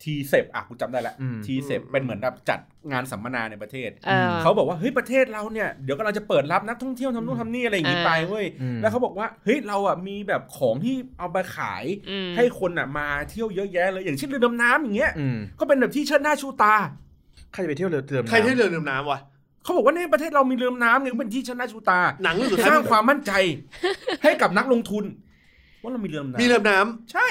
[SPEAKER 4] ทีเซปอ่ะกูจำได้ละ
[SPEAKER 5] อืม
[SPEAKER 4] ทีเซปเป็นเหมือนแบบจัดงานสัมมนาในประเทศ
[SPEAKER 1] เออ
[SPEAKER 4] เขาบอกว่าเฮ้ยประเทศเราเนี่ยเดี๋ยวกำลังจะเปิดรับนักท่องเที่ยวทำนู่นทำนี่อะไรอย่างงี้
[SPEAKER 1] อ่า
[SPEAKER 4] ไปเว้ย
[SPEAKER 5] อืม
[SPEAKER 4] แล้วเขาบอกว่าเฮ้ยเราอ่ะมีแบบของที่เอาไปขาย
[SPEAKER 1] อืม
[SPEAKER 4] ให้คนอ่ะมาเที่ยวเยอะแยะเลยอย่างเช่นเรือดำน้ำอย่างเงี้ย
[SPEAKER 5] อืม
[SPEAKER 4] ก็เป็นแบบที่เชิดหน้าชูตา
[SPEAKER 5] ใครจะไปเที่ยวเรือเติมน้ำ
[SPEAKER 2] ใครที่เรือดำน้ำวะ
[SPEAKER 4] เขาบอกว่าในประเทศเรามีเรือน้ำเนี่ยเป็นที่ชนะชูตา
[SPEAKER 2] หนังเรื่องสุดท้าย
[SPEAKER 4] สร้างความมั่นใจ ให้กับนักลงทุน ว่าเรามีเรือน้ำ
[SPEAKER 2] มีเรือน้ำ
[SPEAKER 4] ใช่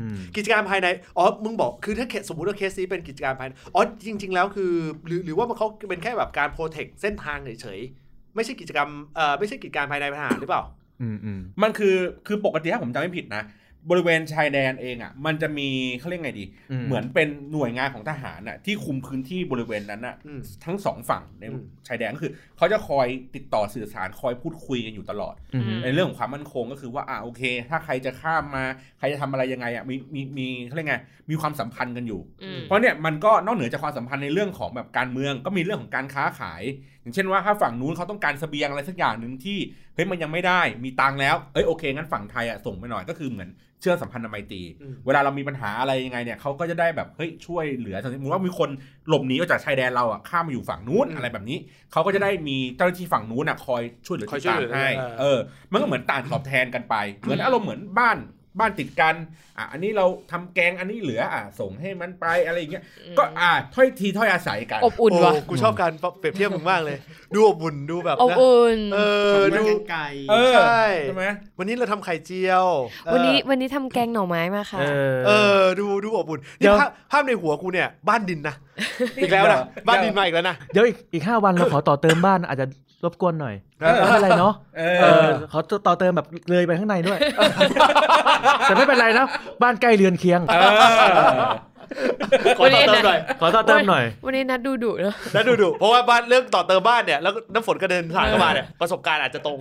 [SPEAKER 5] อืม
[SPEAKER 2] กิจการภายใน อ๋อ มึงบอก คือถ้าเคสสมมติว่าเคสนี้เป็นกิจการภายใน อ๋อ จริง ๆ แล้วคือ หรือหรือว่ามันเขาเป็นแค่แบบการโปรเทคเส้นทางเฉยๆ ไม่ใช่กิจกรรม เอ่อ ไม่ใช่กิจการภายในทหารหรือเปล่า
[SPEAKER 5] อืมอืม
[SPEAKER 4] มันคือคือปกติถ้าผมจำไม่ผิดนะ บริเวณชายแดนเองอ่ะ มันจะมีเขาเรียกไงดี เหมือนเป็นหน่วยงานของทหารน่ะที่คุมพื้นที่บริเวณนั้นน่ะ
[SPEAKER 2] อืม
[SPEAKER 4] ทั้งสองฝั่งใน
[SPEAKER 2] อืม
[SPEAKER 4] ชายแดนก็คือเขาจะคอยติดต่อสื่อสารคอยพูดคุยกันอยู่ตลอด
[SPEAKER 5] อืม
[SPEAKER 4] ในเรื่องของความมั่นคงก็คือว่าอ่าโอเค ถ้าใครจะข้ามมาใครจะทำอะไรยังไงอ่ะมีมีมีเขาเรียกไงมีความสัมพันธ์กันอยู่
[SPEAKER 1] อืม
[SPEAKER 4] เพราะเนี่ยมันก็นอกเหนือจากความสัมพันธ์ในเรื่องของแบบการเมืองก็มีเรื่องของการค้าขาย อย่างเช่นว่าถ้าฝั่งนู้นเขาต้องการเสบียงอะไรสักอย่างหนึ่งที่เฮ้ยมันยังไม่ได้มีตังค์แล้วเอ้ยโอเคงั้นฝั่งไทยอ่ะส่งไปหน่อยก็คือเหมือนเชื่อมสัมพันธไมตรี
[SPEAKER 2] อืม
[SPEAKER 4] เวลาเรามีปัญหาอะไรยังไงเนี่ยเขาก็จะได้แบบเฮ้ยช่วยเหลือสมมติว่ามีคนหลบหนีออกจากชายแดนเราอ่ะข้ามมาอยู่ฝั่งนู้น
[SPEAKER 2] อืม
[SPEAKER 4] อะไรแบบนี้เขาก็จะได้มีเจ้าหน้าที่ฝั่งนู้นอ่ะคอยช่วยเหลือ
[SPEAKER 2] คอย
[SPEAKER 4] ติดตา
[SPEAKER 2] ช่วย
[SPEAKER 4] ม
[SPEAKER 2] เหลือ
[SPEAKER 4] ให้
[SPEAKER 2] เออ
[SPEAKER 4] เออ มันก็เหมือนต่างตอบแทนกันไป เหมือนอารมณ์เหมือนบ้านบ้านติดกันอ่ะอันนี้เราทำแกงอันนี้เหลืออ่ะส่งให้มันไปอะไรอย่างเงี้ยก็อ่ะถ้อยทีถ้อยอาศัยกัน
[SPEAKER 1] อบอุ่นว่ะ
[SPEAKER 2] โกูชอบการเปรียบเทียบมึงมากเลย ดูอบอุ่นดูแบบ
[SPEAKER 1] อบ
[SPEAKER 2] นะ
[SPEAKER 1] อุ่น
[SPEAKER 2] เออ
[SPEAKER 3] เออ
[SPEAKER 2] ดู
[SPEAKER 3] ดูไก่
[SPEAKER 4] เออ
[SPEAKER 2] ใช่
[SPEAKER 4] ใช่ไหม
[SPEAKER 2] วันนี้เราทำไข่เจียว เออ
[SPEAKER 1] วันนี้วันนี้ทำแกงหน่อไม้มาค่ะ
[SPEAKER 5] เออ
[SPEAKER 2] เออ ดูดูอบอุ่น
[SPEAKER 5] เดี๋
[SPEAKER 2] นี่
[SPEAKER 5] ยว
[SPEAKER 2] ภาพภาพในหัวกูเนี่ย บ้านดินนะ อีกแล้วนะ บ้านดินมาอีกแล้วนะ
[SPEAKER 5] เดี๋ยวอีกอีกห้าวันเราขอต่อเติมบ้านอาจจะรบกวนหน่อย
[SPEAKER 4] เออ
[SPEAKER 5] ไม่เป็นไรเนาะ
[SPEAKER 4] เอ
[SPEAKER 5] เอ
[SPEAKER 4] อ
[SPEAKER 5] อขอต่อเติมแบบเลยไปข้างในด้วย แต่ไม่เป็นไรนะบ้านใกล้เรือนเคียง
[SPEAKER 4] เออ
[SPEAKER 2] ขอต่อเติมหน่อย
[SPEAKER 5] ขอต่อเติมหน่อย
[SPEAKER 1] วันนี้นัดดูดุเนอะ
[SPEAKER 2] แล้วดูดูเพราะว่าบ้านเรื่องต่อเติมบ้านเนี่ย แล้วน้ำฝนกระเด็นผ่านเข้ามาเนี่ย ประสบการณ์อาจจะ ตรง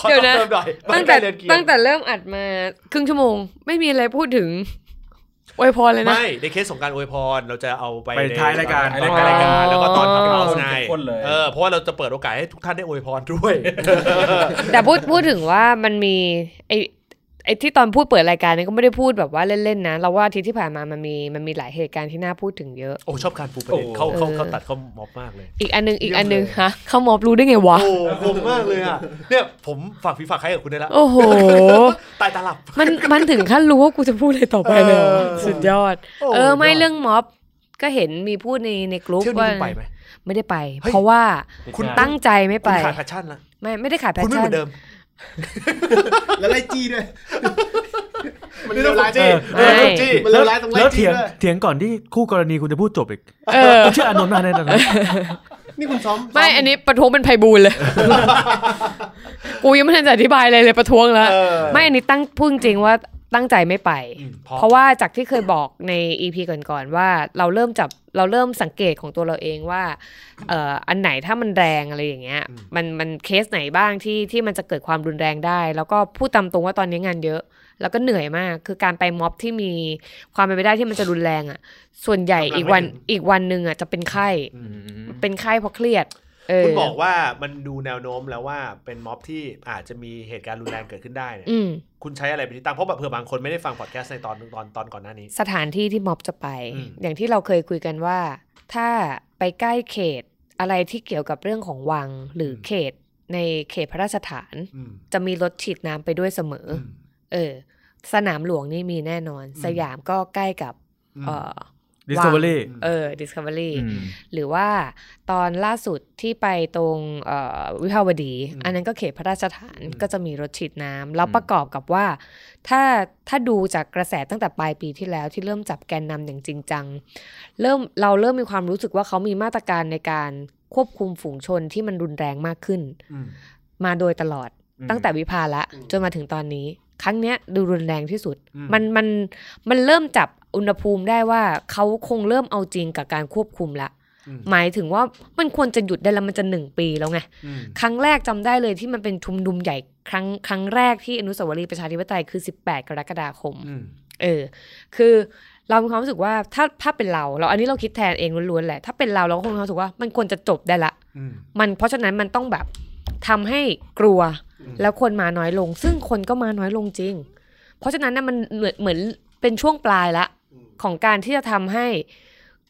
[SPEAKER 2] ขอต่อเติมหน่อยบ้า
[SPEAKER 1] ตั้
[SPEAKER 2] น
[SPEAKER 1] ง
[SPEAKER 2] ใก
[SPEAKER 1] แต่
[SPEAKER 2] ล้เรือนเคีย
[SPEAKER 1] ตั้งแต่เริ่มอัดมา ครึ่งชั่วโมง ไม่มีอะไรพูดถึงอวยพรเลยนะ
[SPEAKER 2] ไม่ ในเคสของการอวยพรเราจะเอาไป
[SPEAKER 5] ไปท้ายรายการ
[SPEAKER 2] ในท้ายรายการ แล้วก็ตอนขับ
[SPEAKER 1] อ๋อ
[SPEAKER 2] เมาส์ไง
[SPEAKER 4] เข้มข้นเลย
[SPEAKER 2] เออเพราะว่าเราจะเปิดโอกาสให้ทุกท่านได้อวยพรด้วย
[SPEAKER 1] แต่พูดพูดถึงว่ามันมีไอไอที่ตอนพูดเปิดรายการนี่ก็ไม่ได้พูดแบบว่าเล่นๆนะ เราว่าอาทิตย์ที่ผ่านมามันมีมันมีหลายเหตุการณ์ที่น่าพูดถึงเยอะ
[SPEAKER 2] โอ้ชอบการปูประเด็น
[SPEAKER 4] โอ้
[SPEAKER 2] เขาเขา
[SPEAKER 1] เออ
[SPEAKER 2] เขาตัดเขาม็อบมากเลย
[SPEAKER 1] อีกอันหนึงอีกอันหนึง
[SPEAKER 2] เยี่ยมเลย
[SPEAKER 1] ฮะเขามอบรู้ได้ไงวะ
[SPEAKER 2] โอ้คมมากเลยอ่ะเนี่ยผมฝากฝีฝากใครกับคุณได้ละ
[SPEAKER 1] โอ้โห
[SPEAKER 2] ตายตาหลับ
[SPEAKER 1] มัน มันถึงขั้นรู้ว่ากูจะพูดอะไรต่อไปเลยเหรอ
[SPEAKER 2] เออ
[SPEAKER 1] สุดยอด
[SPEAKER 2] โอ้
[SPEAKER 1] เออไม่
[SPEAKER 2] ยอด
[SPEAKER 1] เรื่องม็อบ ก็เห็นมีพูดในในกลุ่ม
[SPEAKER 2] เที่ยวนี้
[SPEAKER 1] ว่า
[SPEAKER 2] คุณไปไหม
[SPEAKER 1] ไม่ได้ไป
[SPEAKER 2] เฮ้ย
[SPEAKER 1] เพราะว่า
[SPEAKER 2] คุณ
[SPEAKER 1] ตั้งใจไม่
[SPEAKER 2] คุ
[SPEAKER 1] ไป
[SPEAKER 2] ณขาดแพชชั่นละ
[SPEAKER 1] ไม่ไม่ได้ขายแพช
[SPEAKER 2] คุณไม่เห
[SPEAKER 1] ชั่น
[SPEAKER 2] มือนเดิม
[SPEAKER 3] แล้วไล่จี้ด้วย มัน
[SPEAKER 2] นี่
[SPEAKER 3] เล
[SPEAKER 2] ต้อ
[SPEAKER 3] ว
[SPEAKER 2] ง
[SPEAKER 3] ร้าย
[SPEAKER 2] จี้
[SPEAKER 5] เออ
[SPEAKER 2] นี่ต้องจี้
[SPEAKER 3] มันเลวร้ายตรงไล่
[SPEAKER 5] แล้ว
[SPEAKER 3] จี้
[SPEAKER 5] เถียง
[SPEAKER 3] ด้วย
[SPEAKER 5] เถียงก่อนที่คู่กรณีคุณจะพูดจบอีก
[SPEAKER 1] เออ
[SPEAKER 5] คุณชื่ออานนท์มาใน ตอนนั้น
[SPEAKER 3] นี่คุณซ้อม
[SPEAKER 1] ไม่อันนี้ประท้วงเป็นไพบูลย์ เลย กูยังไม่ทันจะอธิบายอะไรเลยประท้วงแล้ว
[SPEAKER 2] เออ
[SPEAKER 1] ไม่อันนี้ตั้งพูดจริงว่าตั้งใจไม่ไป
[SPEAKER 2] อืมเพราะ
[SPEAKER 1] เพราะว่าจากที่เคยบอกในอีพีก่อนๆว่าเราเริ่มจับเราเริ่มสังเกตของตัวเราเองว่าเอ่ออันไหนถ้ามันแรงอะไรอย่างเงี้ยมันมันเคสไหนบ้างที่ที่มันจะเกิดความรุนแรงได้ แล้วก็พูดตามตรงว่าตอนนี้งานเยอะ แล้วก็เหนื่อยมาก คือการไปม็อบที่มีความเป็นไปได้ที่มันจะรุนแรงอ่ะ ส่วนใหญ่อีกวันอีกวันหนึ่งอ่ะจะเป็นไข้เป็นไข้เพราะเครียดเ
[SPEAKER 2] คุณบอกว่ามันดูแนวโน้มแล้วว่าเป็นม็อบที่อาจจะมีเหตุการณ์รุนแรงเกิดขึ้นได้เนี่ย
[SPEAKER 1] อืม
[SPEAKER 2] คุณใช้อะไรเป็นที่ตั้งเพราะแบบเผื่อบางคนไม่ได้ฟังพอดแคสต์ในตอนตอนตอนก่อนหน้านี้
[SPEAKER 1] สถานที่ที่ม็อบจะไป
[SPEAKER 2] อืม
[SPEAKER 1] อย่างที่เราเคยคุยกันว่า ถ้าไปใกล้เขตอะไรที่เกี่ยวกับเรื่องของวัง หรือเขตในเขตพระราชฐาน
[SPEAKER 2] อืม
[SPEAKER 1] จะมีรถฉีดน้ำไปด้วยเสมออ
[SPEAKER 2] ม
[SPEAKER 1] เออ สนามหลวงนี่มีแน่นอน
[SPEAKER 2] อืม
[SPEAKER 1] สยามก็ใกล้กับ
[SPEAKER 2] อืม
[SPEAKER 1] เออ
[SPEAKER 5] Discovery
[SPEAKER 1] เออ Discovery
[SPEAKER 5] อืม
[SPEAKER 1] หรือว่าตอนล่าสุดที่ไปตรงเอ่อวิภาวดี
[SPEAKER 2] อืม
[SPEAKER 1] อันนั้นก็เขตพระราชฐาน
[SPEAKER 2] อืม
[SPEAKER 1] ก็จะมีรถฉีดน้ำแล้วประกอบกับว่า ถ้าถ้าดูจากกระแสตั้งแต่ปลายปีที่แล้วที่เริ่มจับแกนนำอย่างจริงจัง เริ่มเราเริ่มมีความรู้สึกว่าเขามีมาตรการในการควบคุมฝูงชนที่มันรุนแรงมากขึ้น
[SPEAKER 2] อืม
[SPEAKER 1] มาโดยตลอด
[SPEAKER 4] อืม
[SPEAKER 1] ตั้งแต่วิภาละจนมาถึงตอนนี้ ครั้งเนี้ยดูรุนแรงที่สุด
[SPEAKER 2] อื
[SPEAKER 1] มันมันมันเริ่มจับอุณหภูมิได้ว่าเขาคงเริ่มเอาจริงกับการควบคุมละ
[SPEAKER 2] อืม
[SPEAKER 1] หมายถึงว่ามันควรจะหยุดได้แล้วมันจะหนึ่งปีแล้วไง
[SPEAKER 2] อืม
[SPEAKER 1] ครั้งแรกจำได้เลยที่มันเป็นชุมนุมใหญ่ครั้งครั้งแรกที่อนุสาวรีย์ประชาธิปไตยคือ 18 กรกฎาคม
[SPEAKER 2] อืม
[SPEAKER 1] เออ คือเรามีความรู้สึกว่าถ้าถ้าเป็นเรา เราอันนี้เราคิดแทนเองล้วนๆแหละ ถ้าเป็นเราเราก็คงมีความรู้สึกว่ามันควรจะจบได้ละ
[SPEAKER 2] อืม
[SPEAKER 1] มันเพราะฉะนั้นมันต้องแบบทำให้กลัวแล้วคนมาน้อยลง ซึ่งคนก็มาน้อยลงจริง เพราะฉะนั้นนะมันเหมือนเหมือนเป็นช่วงปลายละ ของการที่จะทำให้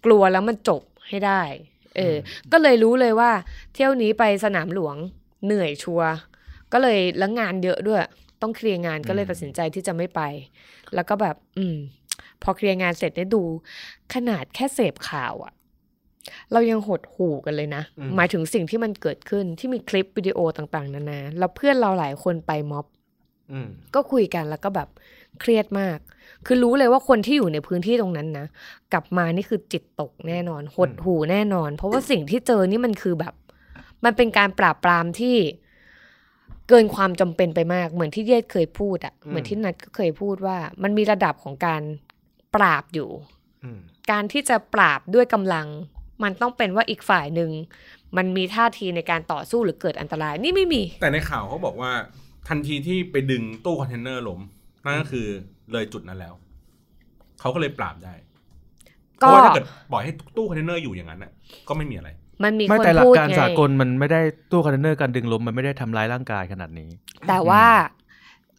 [SPEAKER 1] กลัวแล้วมันจบให้ได้ เอออก็เลยรู้เลยว่า เที่ยวนี้ไปสนามหลวงเหนื่อยชัวร์ก็เลยแล้วงานเยอะด้วย ต้องเคลียร์งานก็เลยตัดสินใจที่จะไม่ไป แล้วก็แบบ อืม พอเคลียร์งานเสร็จได้ดู ขนาดแค่เสพข่าวอะ เรายังหดหู่กันเลยนะ
[SPEAKER 2] อืม
[SPEAKER 1] หมายถึงสิ่งที่มันเกิดขึ้นที่มีคลิปวิดีโอต่างๆ นานา แล้วเพื่อนเราหลายคนไปม็อบ
[SPEAKER 2] อืม
[SPEAKER 1] ก็คุยกันแล้วก็แบบเครียดมาก คือรู้เลยว่าคนที่อยู่ในพื้นที่ตรงนั้นนะ กลับมานี่คือจิตตกแน่นอน หดหูแน่นอน เพราะว่าสิ่งที่เจอนี่มันคือแบบ มันเป็นการปราบปรามที่เกินความจำเป็นไปมาก เหมือนที่เยศเคยพูดอะ
[SPEAKER 2] อืม
[SPEAKER 1] เหมือนที่นัดก็เคยพูดว่า มันมีระดับของการปราบอยู่
[SPEAKER 2] อืม
[SPEAKER 1] การที่จะปราบด้วยกำลัง มันต้องเป็นว่าอีกฝ่ายหนึ่งมันมีท่าทีในการต่อสู้หรือเกิดอันตราย นี่ไม่มี
[SPEAKER 4] แต่ในข่าวเขาบอกว่าทันทีที่ไปดึงตู้คอนเทนเนอร์ล้มนั่นก็คือเลยจุดนั้นแล้ว เขาก็เลยปราบได้เพ
[SPEAKER 1] ก็
[SPEAKER 4] ราะว่าถ้าเกิดปล่อยให้ตู้คอนเทนเนอร์อยู่อย่างนั้นน่ะก็ไม่มีอะไร
[SPEAKER 1] มันมี
[SPEAKER 5] ไม่
[SPEAKER 1] คน
[SPEAKER 5] แต่หลัก
[SPEAKER 1] พูด
[SPEAKER 5] การ
[SPEAKER 1] ไง
[SPEAKER 5] สากลมันไม่ได้ตู้คอนเทนเนอร์การดึงลมมันไม่ได้ทำร้ายร่างกายขนาดนี้
[SPEAKER 1] แต่ว่า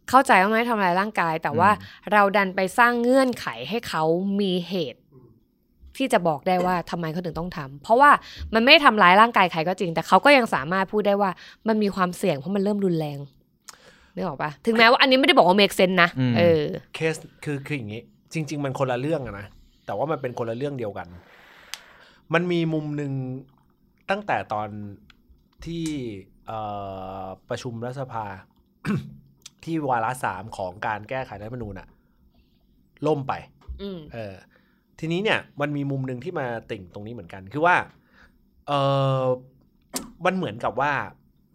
[SPEAKER 1] เข้าใจว่ามันไม่ทำลายร่างกาย แต่ว่า
[SPEAKER 5] อืม
[SPEAKER 1] เราดันไปสร้างเงื่อนไขให้เขามีเหตุ ที่จะบอกได้ว่าทำไมเขาถึงต้องทำเพราะว่ามันไม่ได้ทำร้ายร่างกายใครก็จริง แต่เขาก็ยังสามารถพูดได้ว่ามันมีความเสี่ยงเพราะมันเริ่มรุนแรงนึกออกปะถึงแม้ว่าอันนี้ไม่ได้บอกว่าเมกเซนนะ
[SPEAKER 5] อืม
[SPEAKER 1] เออ
[SPEAKER 2] เคสคือคืออย่างนี้ จริง ๆ มันคนละเรื่องอะนะแต่ว่ามันเป็นคนละเรื่องเดียวกัน มันมีมุมหนึ่งตั้งแต่ตอนที่เอ่อประชุมรัฐสภา ที่วาระสามของการแก้ไขรัฐธรรมนูญอะล่มไป
[SPEAKER 1] อืม
[SPEAKER 2] เออทีนี้เนี่ยมันมีมุมหนึ่งที่มาติ่งตรงนี้เหมือนกัน คือว่าเออมันเหมือนกับว่า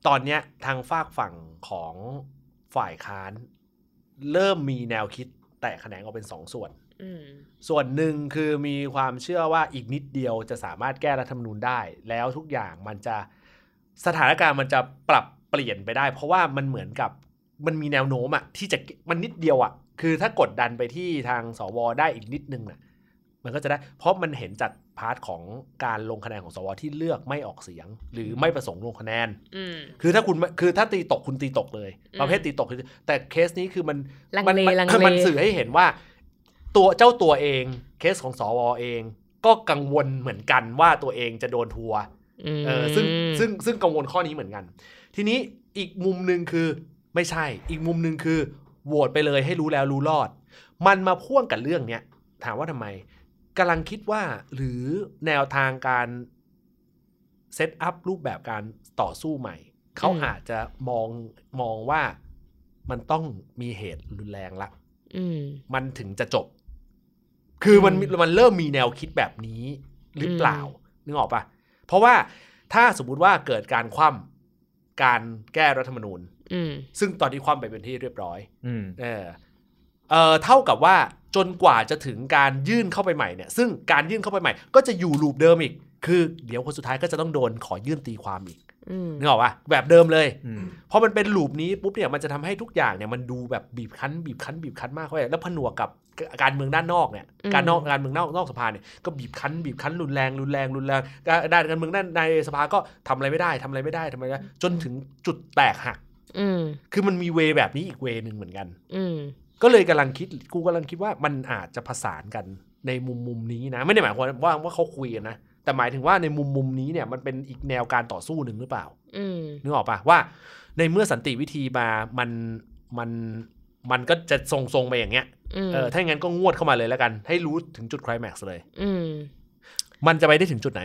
[SPEAKER 2] ตอนเนี้ยทางฝากฝั่งของฝ่ายค้าน เริ่มมีแนวคิดแตกแขนงออกเป็นสองส่วน
[SPEAKER 1] อืม
[SPEAKER 2] ส่วนหนึ่งคือมีความเชื่อว่าอีกนิดเดียวจะสามารถแก้รัฐธรรมนูญได้ แล้วทุกอย่างมันจะสถานการณ์มันจะปรับเปลี่ยนไปได้ เพราะว่ามันเหมือนกับมันมีแนวโน้มอะที่จะมันนิดเดียวอะคือถ้ากดดันไปที่ทางสวได้อีกนิดนึงน่ะมันก็จะได้ เพราะมันเห็นจากพาร์ทของการลงคะแนนของสวที่เลือกไม่ออกเสียง หรือไม่ประสงค์ลงคะแนน
[SPEAKER 1] อืม
[SPEAKER 2] คือถ้าคุณไม่คือถ้าตีตกคุณตีตกเลย
[SPEAKER 1] อืม
[SPEAKER 2] ประเภทตีตกคือแต่เคสนี้คือมัน
[SPEAKER 1] ลังเล
[SPEAKER 2] มัมั
[SPEAKER 1] ลังเล
[SPEAKER 2] คือมันสื่อให้เห็นว่า ตัวเจ้าตัวเองเคสของสวเอง ก็กังวลเหมือนกันว่าตัวเองจะโดนทัวร์เออซึ่งซึ่งซึ่งกังวลข้อนี้เหมือนกัน ทีนี้อีกมุมหนึ่งคือไม่ใช่ อีกมุมหนึ่งคือโหวตไปเลยให้รู้แล้วรู้รอด มันมาพ่วงกับเรื่องเนี้ยถามว่าทำไมกำลังคิดว่าหรือแนวทางการเซตอัพรูปแบบการต่อสู้ใหม่ เขา
[SPEAKER 1] อืม
[SPEAKER 2] อาจจะมองมองว่ามันต้องมีเหตุรุนแรงละ
[SPEAKER 1] อืม
[SPEAKER 2] มันถึงจะจบ คือมัน
[SPEAKER 1] อืม
[SPEAKER 2] มันเริ่มมีแนวคิดแบบนี้หรือเปล่า นึกออกปะเพราะว่าถ้าสมมุติว่าเกิดการคว่ำการแก้รัฐธรรมนูญ
[SPEAKER 1] อืม
[SPEAKER 2] ซึ่งตอนนี้คว่ำไปเป็นที่เรียบร้อย
[SPEAKER 5] อืม
[SPEAKER 2] เออเออเท่ากับว่าจนกว่าจะถึงการยื่นเข้าไปใหม่เนี่ย ซึ่งการยื่นเข้าไปใหม่ ก็จะอยู่ลูปเดิมอีก คือเดี๋ยวคนสุดท้ายก็จะต้องโดนขอยื่นตีความอีก
[SPEAKER 1] อืม
[SPEAKER 2] นึกออกปะแบบเดิมเลย
[SPEAKER 5] อืม
[SPEAKER 2] พอมันเป็นลูปนี้ปุ๊บเนี่ยมันจะทำให้ทุกอย่างเนี่ยมันดูแบบบีบคั้นบีบคั้นบีบคั้นมากเข้าไปแล้วผนวกกับการเมืองด้านนอกเนี่ยการนอกการเมืองนอกนอกสภาเนี่ยก็บีบคั้นบีบคั้นรุนแรงรุนแรงรุนแรงด้านการเมืองด้านในสภาก็ทำอะไรไม่ได้ทำอะไรไม่ได้ทำอะไรไม่ได้จนถึงจุดแตกหัก
[SPEAKER 1] อืม
[SPEAKER 2] คือมันมีเวแบบนี้อีกเวหนึ่งเหมือนกัน
[SPEAKER 1] อืม
[SPEAKER 2] ก็เลยกำลังคิดกูกำลังคิดว่ามันอาจจะผสานกันในมุมมุมนี้นะ ไม่ได้หมายความว่าว่าเขาคุยกันนะ แต่หมายถึงว่าในมุมมุมนี้เนี่ยมันเป็นอีกแนวการต่อสู้หนึ่งหรือเปล่า
[SPEAKER 1] อืม
[SPEAKER 2] นึกออกปะว่าในเมื่อสันติวิธีมามันมันมันก็จะทรงทรงๆไปอย่างเงี้ย
[SPEAKER 1] อืม
[SPEAKER 2] เออถ้าอย่างนั้นก็งวดเข้ามาเลยแล้วกัน ให้รู้ถึงจุดไคลแม็กซ์เลย
[SPEAKER 1] อืม
[SPEAKER 2] มันจะไปได้ถึงจุดไหน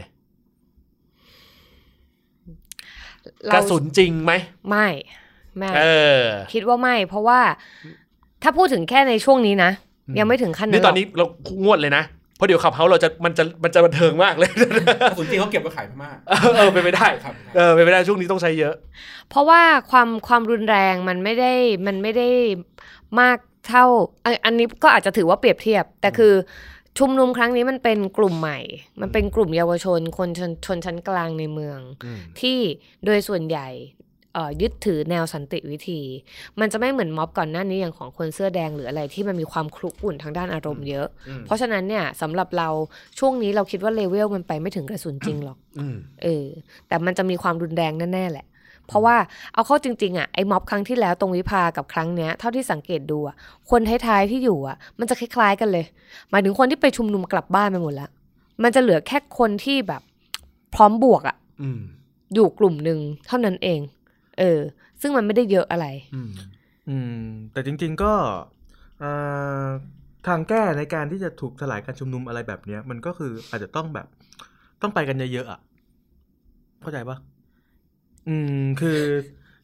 [SPEAKER 1] เรา
[SPEAKER 2] กระสุนจริงไหม
[SPEAKER 1] ไม่ไม่
[SPEAKER 2] เออ
[SPEAKER 1] คิดว่าไม่ เพราะว่าถ้าพูดถึงแค่ในช่วงนี้นะ
[SPEAKER 2] อืม
[SPEAKER 1] ยังไม่ถึงขั้น
[SPEAKER 2] นี่
[SPEAKER 1] หร
[SPEAKER 2] ต
[SPEAKER 1] ก
[SPEAKER 2] อนนี้เรางวดเลยนะเพราะเดี๋ยวขับเฮาเราจะมันจะมันจะบันเทิงมากเลย
[SPEAKER 4] กระสุนจริงเขาเก็บไว้ขายพม่า
[SPEAKER 2] เออเออเป็นไปได้
[SPEAKER 4] ครับ
[SPEAKER 2] เออเป็นไปได้ช่วงนี้ต้องใช้เยอะ
[SPEAKER 1] เพราะว่าความความรุนแรงมันไม่ได้มันไม่ได้มากเท่าอันอันนี้ก็อาจจะถือว่าเปรียบเทียบ แต่คือชุมนุมครั้งนี้มันเป็นกลุ่มใหม่ มันเป็นกลุ่มเยาวชน คนชนชนชั้นกลางในเมือง ที่โดยส่วนใหญ่เอ่อยึดถือแนวสันติวิธี มันจะไม่เหมือนม็อบก่อนหน้านี้อย่างของคนเสื้อแดงหรืออะไรที่มันมีความคลุกอุ่นทางด้านอารมณ์เยอะ
[SPEAKER 2] อืม
[SPEAKER 1] เพราะฉะนั้นเนี่ยสำหรับเราช่วงนี้เราคิดว่าเลเวลมันไปไม่ถึงกระสุนจริงหรอก
[SPEAKER 2] อืม
[SPEAKER 1] เออแต่มันจะมีความรุนแรงแน่ๆแหละ เพราะว่าเอาเข้าจริงๆอ่ะไอ้ม็อบครั้งที่แล้วตรงวิภากับครั้งเนี้ยเท่าที่สังเกตดูอ่ะคนท้ายๆที่อยู่อ่ะ มันจะคล้ายๆกันเลย หมายถึงคนที่ไปชุมนุมกลับบ้านไปหมดละมันจะเหลือแค่คนที่แบบพร้อมบวกอ่ะ
[SPEAKER 2] อืม
[SPEAKER 1] อยู่กลุ่มหนึ่งเท่านั้นเอง เออ ซึ่งมันไม่ได้เยอะอะไร
[SPEAKER 2] อืม
[SPEAKER 5] อืม แต่จริง ๆก็เอ่อทางแก้ในการที่จะถูกสลายการชุมนุมอะไรแบบเนี้ย มันก็คืออาจจะต้องแบบ ต้องไปกันเยอะๆอ่ะเข้าใจปะอืมคือ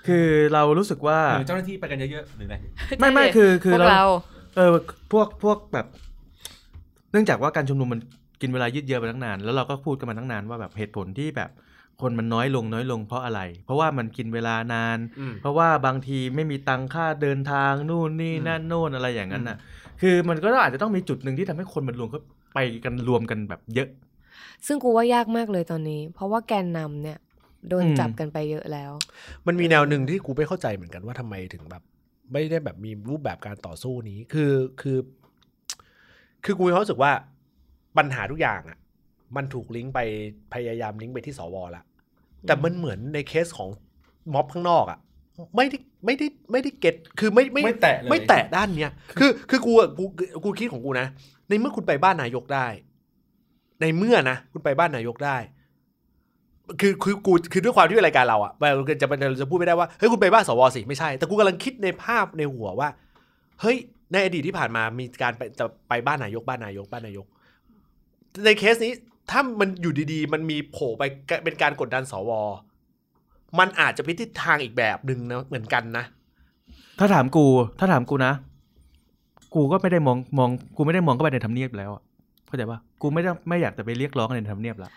[SPEAKER 5] คือเรารู้สึกว่า
[SPEAKER 4] หรือเจ้าหน้าที่ไปกันเยอะๆหรือไง
[SPEAKER 5] ไม่ไม่คือคื
[SPEAKER 1] พ
[SPEAKER 5] อ
[SPEAKER 1] วก
[SPEAKER 5] เรา
[SPEAKER 1] เรา
[SPEAKER 5] เออพวกพวกแบบ เนื่องจากว่าการชุมนุมมันกินเวลายืดเยื้อมาตั้งนาน แล้วเราก็พูดกันมาตั้งนานว่าแบบเหตุผลที่แบบคนมันน้อยลงน้อยลงเพราะอะไร เพราะว่ามันกินเวลานาน
[SPEAKER 2] อืม
[SPEAKER 5] เพราะว่าบางทีไม่มีตังค่าเดินทางนู่นนี่
[SPEAKER 2] อืม
[SPEAKER 5] นั่นโน่นอะไรอย่างนั้นน่ะ คือมันก็อาจจะต้องมีจุดหนึ่งที่ทำให้คนมันรวมก็ไปกันรวมกันแบบเยอะ
[SPEAKER 1] ซึ่งกูว่ายากมากเลยตอนนี้ เพราะว่าแกนนำเนี่ย โดน
[SPEAKER 5] อืม
[SPEAKER 1] จับกันไปเยอะแล้ว
[SPEAKER 2] มันมีแนวหนึ่งที่กูไม่เข้าใจเหมือนกันว่าทำไมถึงแบบ ไม่ได้แบบมีรูปแบบการต่อสู้นี้ คือคือ คือกูมีความรู้สึกว่าปัญหาทุกอย่างอ่ะ มันถูกลิงก์ไปพยายามลิงก์ไปที่สวละแต่มันเหมือนในเคสของม็อบข้างนอกอ่ะ ไม่ได้ไม่ได้ไม่ได้เก็ตคือไม่ไม่
[SPEAKER 4] ไม่แตะเลย
[SPEAKER 2] ไม่แตะด้านเนี้ย คือ คือกูอะกูกูกูคิดของกูนะ ในเมื่อคุณไปบ้านนายกได้ ในเมื่อนะ คุณไปบ้านนายกได้ คือ คือกู คือด้วยความที่เป็นรายการเราอะเราจะเราจะพูดไม่ได้ว่า เฮ้ย คุณไปบ้านสวสิ ไม่ใช่ แต่กูกำลังคิดในภาพในหัวว่า เฮ้ย ในอดีตที่ผ่านมามีการไปจะไปบ้านนายก บ้านนายก บ้านนายก ในเคสนี้ ถ้ามันอยู่ดีๆ มันมีโผล่ไปเป็นการกดดันสว มันอาจจะพิทิศทางอีกแบบหนึ่งนะ เหมือนกันนะ
[SPEAKER 5] ถ้าถามกู ถ้าถามกูนะ กูก็ไม่ได้มองมอง กูไม่ได้มองเข้าไปในทำเนียบแล้วอะเข้าใจปะกูไม่ได้ไม่อยากจะไปเรียกร้องอะไรในทำเนียบละ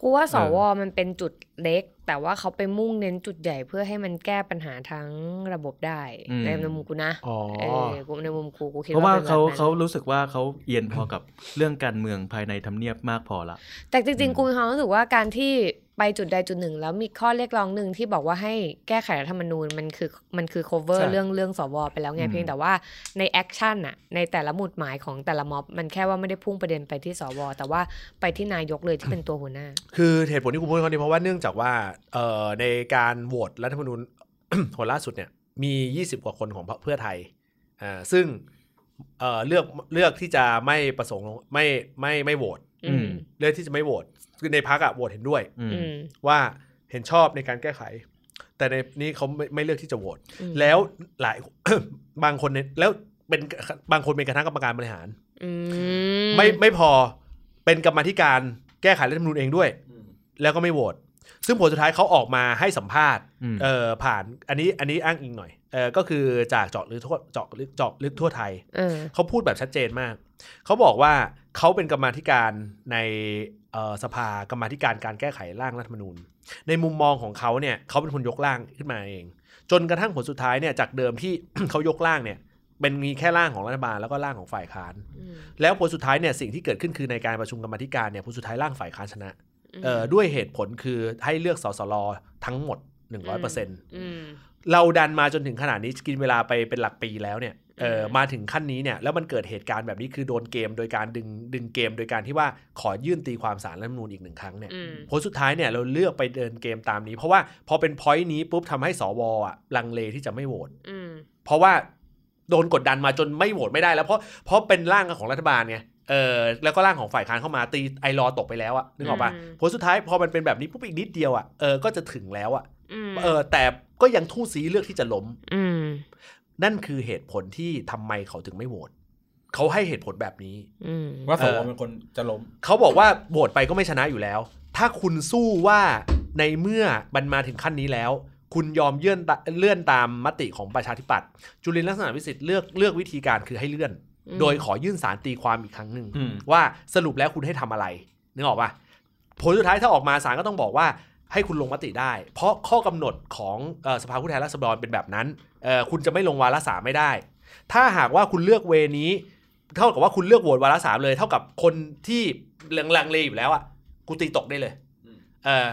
[SPEAKER 1] กูว่าส
[SPEAKER 5] เออ
[SPEAKER 1] วมันเป็นจุดเล็ก แต่ว่าเขาไปมุ่งเน้นจุดใหญ่เพื่อให้มันแก้ปัญหาทั้งระบบได้ ในมุมกูนะ
[SPEAKER 2] อ๋อ
[SPEAKER 1] เออกูในมุมกูกูคิด
[SPEAKER 5] เพราะว่า
[SPEAKER 1] ป็นแบบ
[SPEAKER 5] เขา
[SPEAKER 1] นั้น
[SPEAKER 5] เขารู้สึกว่าเขาเอียนพอกับ เรื่องการเมืองภายในทำเนียบมากพอละ
[SPEAKER 1] แต่จริง
[SPEAKER 5] อืม
[SPEAKER 1] ๆ กูมีความรู้สึกว่าการที่ไปจุดใดจุดหนึ่ง แล้วมีข้อเรียกร้องหนึ่งที่บอกว่าให้แก้ไขรัฐธรรมนูญมันคือมันคือ cover
[SPEAKER 2] ใช่
[SPEAKER 1] เรื่องเรื่องสวไปแล้วไงเพียงแต่ว่าในแอคชั่นอะในแต่ละหมุดหมายของแต่ละม็อบ มันแค่ว่าไม่ได้พุ่งประเด็นไปที่สว แต่ว่าไปที่นายกเลยที่เป็นตัวหัวหน้า
[SPEAKER 2] คือเหตุผลที่กูพูดข้อนี้เพราะว่าเนื่องจากว่าเอ่อในการโหวตรัฐธรรมนูญ คนล่าสุดเนี่ยมี 20 กว่าคนของพรรคเพื่อไทยอ่าซึ่งเอ่อเลือกเลือกที่จะไม่ประสงค์ลงไม่ไม่ไม่โหวต
[SPEAKER 5] อื
[SPEAKER 1] อื
[SPEAKER 5] ม
[SPEAKER 1] ม
[SPEAKER 2] เลือกที่จะไม่โหวตคือในพักอะโหวตเห็นด้วย
[SPEAKER 5] อืม
[SPEAKER 1] อืม
[SPEAKER 2] ว่าเห็นชอบในการแก้ไข แต่ในนี้เขาไม่ไม่เลือกที่จะโหวต
[SPEAKER 1] อืม
[SPEAKER 2] แล้วหลาย บางคนเนี่ยแล้วเป็น บางคนเป็นคณะกรรมการบริหาร
[SPEAKER 1] อื
[SPEAKER 2] ไม่ไม่พอเป็นกรรมาธิการแก้ไขรัฐธรรมนูญเองด้วย แล้วก็ไม่โหวตซึ่งผลสุดท้ายเขาออกมาให้สัมภาษณ์
[SPEAKER 5] อืม
[SPEAKER 2] เออผ่านอันนี้อันนี้อ้างอิงหน่อยเออก็คือจากเจาะลึกทั่วเจาะลึกเจาะลึกทั่วไทย
[SPEAKER 1] เออ
[SPEAKER 2] เขาพูดแบบชัดเจนมาก เขาบอกว่าเขาเป็นกรรมาธิการในเอ่อสภากรรมาธิการการแก้ไขร่างรัฐธรรมนูญ ในมุมมองของเขาเนี่ยเขาเป็นคนยกร่างขึ้นมาเอง จนกระทั่งผลสุดท้ายเนี่ยจากเดิมที่ เขายกร่างเนี่ยเป็นมีแค่ร่างของรัฐบาลแล้วก็ร่างของฝ่ายค้าน
[SPEAKER 1] อืม
[SPEAKER 2] แล้วผลสุดท้ายเนี่ยสิ่งที่เกิดขึ้นคือในการประชุมกรรมาธิการเนี่ยผลสุดท้ายร่างฝ่ายค้านชนะ เอ่อด้วยเหตุผลคือให้เลือกสสลทั้งหมด 100%
[SPEAKER 1] อืม
[SPEAKER 2] เราดันมาจนถึงขนาดนี้กินเวลาไปเป็นหลักปีแล้วเนี่ยเอออ
[SPEAKER 1] ม
[SPEAKER 2] มาถึงขั้นนี้เนี่ยแล้วมันเกิดเหตุการณ์แบบนี้คือโดนเกมโดยการดึงดึงเกม โดยการที่ว่าขอยื่นตีความสารรัฐธรรมนูญอีกหนึ่งครั้งเนี่ย
[SPEAKER 1] อืม
[SPEAKER 2] ผลสุดท้ายเนี่ยเราเลือกไปเดินเกมตามนี้ เพราะว่าพอเป็นพอยต์นี้ปุ๊บทำให้สวอ่ะลังเลที่จะไม่โหวต
[SPEAKER 1] อืม
[SPEAKER 2] เพราะว่าโดนกดดันมาจนไม่โหวตไม่ได้แล้วเพราะเพราะเป็นร่างของรัฐบาลไงเออแล้วก็ร่างของฝ่ายค้านเข้ามาตีไอรอตกไปแล้วอะนึกออกปะ ผลสุดท้ายพอมันเป็นแบบนี้ปุ๊บอีกนิดเดียวอ่ะเออก็จะถึงแล้วอ่ะ
[SPEAKER 1] อืม
[SPEAKER 2] เออแต่ก็ยังทู่ซีเลือกที่จะล้ม
[SPEAKER 1] อืม
[SPEAKER 2] นั่นคือเหตุผลที่ทำไมเขาถึงไม่โหวตเขาให้เหตุผลแบบนี้
[SPEAKER 1] อืม
[SPEAKER 4] ว่าส
[SPEAKER 2] เอ
[SPEAKER 4] ว
[SPEAKER 2] อ
[SPEAKER 4] เป็นคนจะล้ม
[SPEAKER 2] เขาบอกว่าโหวตไปก็ไม่ชนะอยู่แล้ว ถ้าคุณสู้ว่าในเมื่อมันมาถึงขั้นนี้แล้ว คุณยอมเลื่อนตาเลื่อนตามมติของประชาธิปัตย์จุลินลักษณะวิสิทธิ์เลือกเลือกวิธีการคือให้เลื่อน โดยขอยื่นสารตีความอีกครั้งหนึ่ง
[SPEAKER 4] อืม
[SPEAKER 2] ว่าสรุปแล้วคุณให้ทำอะไรนึกออกปะผลสุดท้ายถ้าออกมาศาลก็ต้องบอกว่าให้คุณลงมติได้ เพราะข้อกำหนดของเอ่อสภาผู้แทนราษฎรเป็นแบบนั้นเอ่อคุณจะไม่ลงวาระสามไม่ได้ ถ้าหากว่าคุณเลือกเวนี้ เท่ากับว่าคุณเลือกโหวตวาระสามเลย เท่ากับคนที่ลังเลอยู่แล้วอ่ะกูตีตกได้เลย
[SPEAKER 4] อืม
[SPEAKER 2] เออ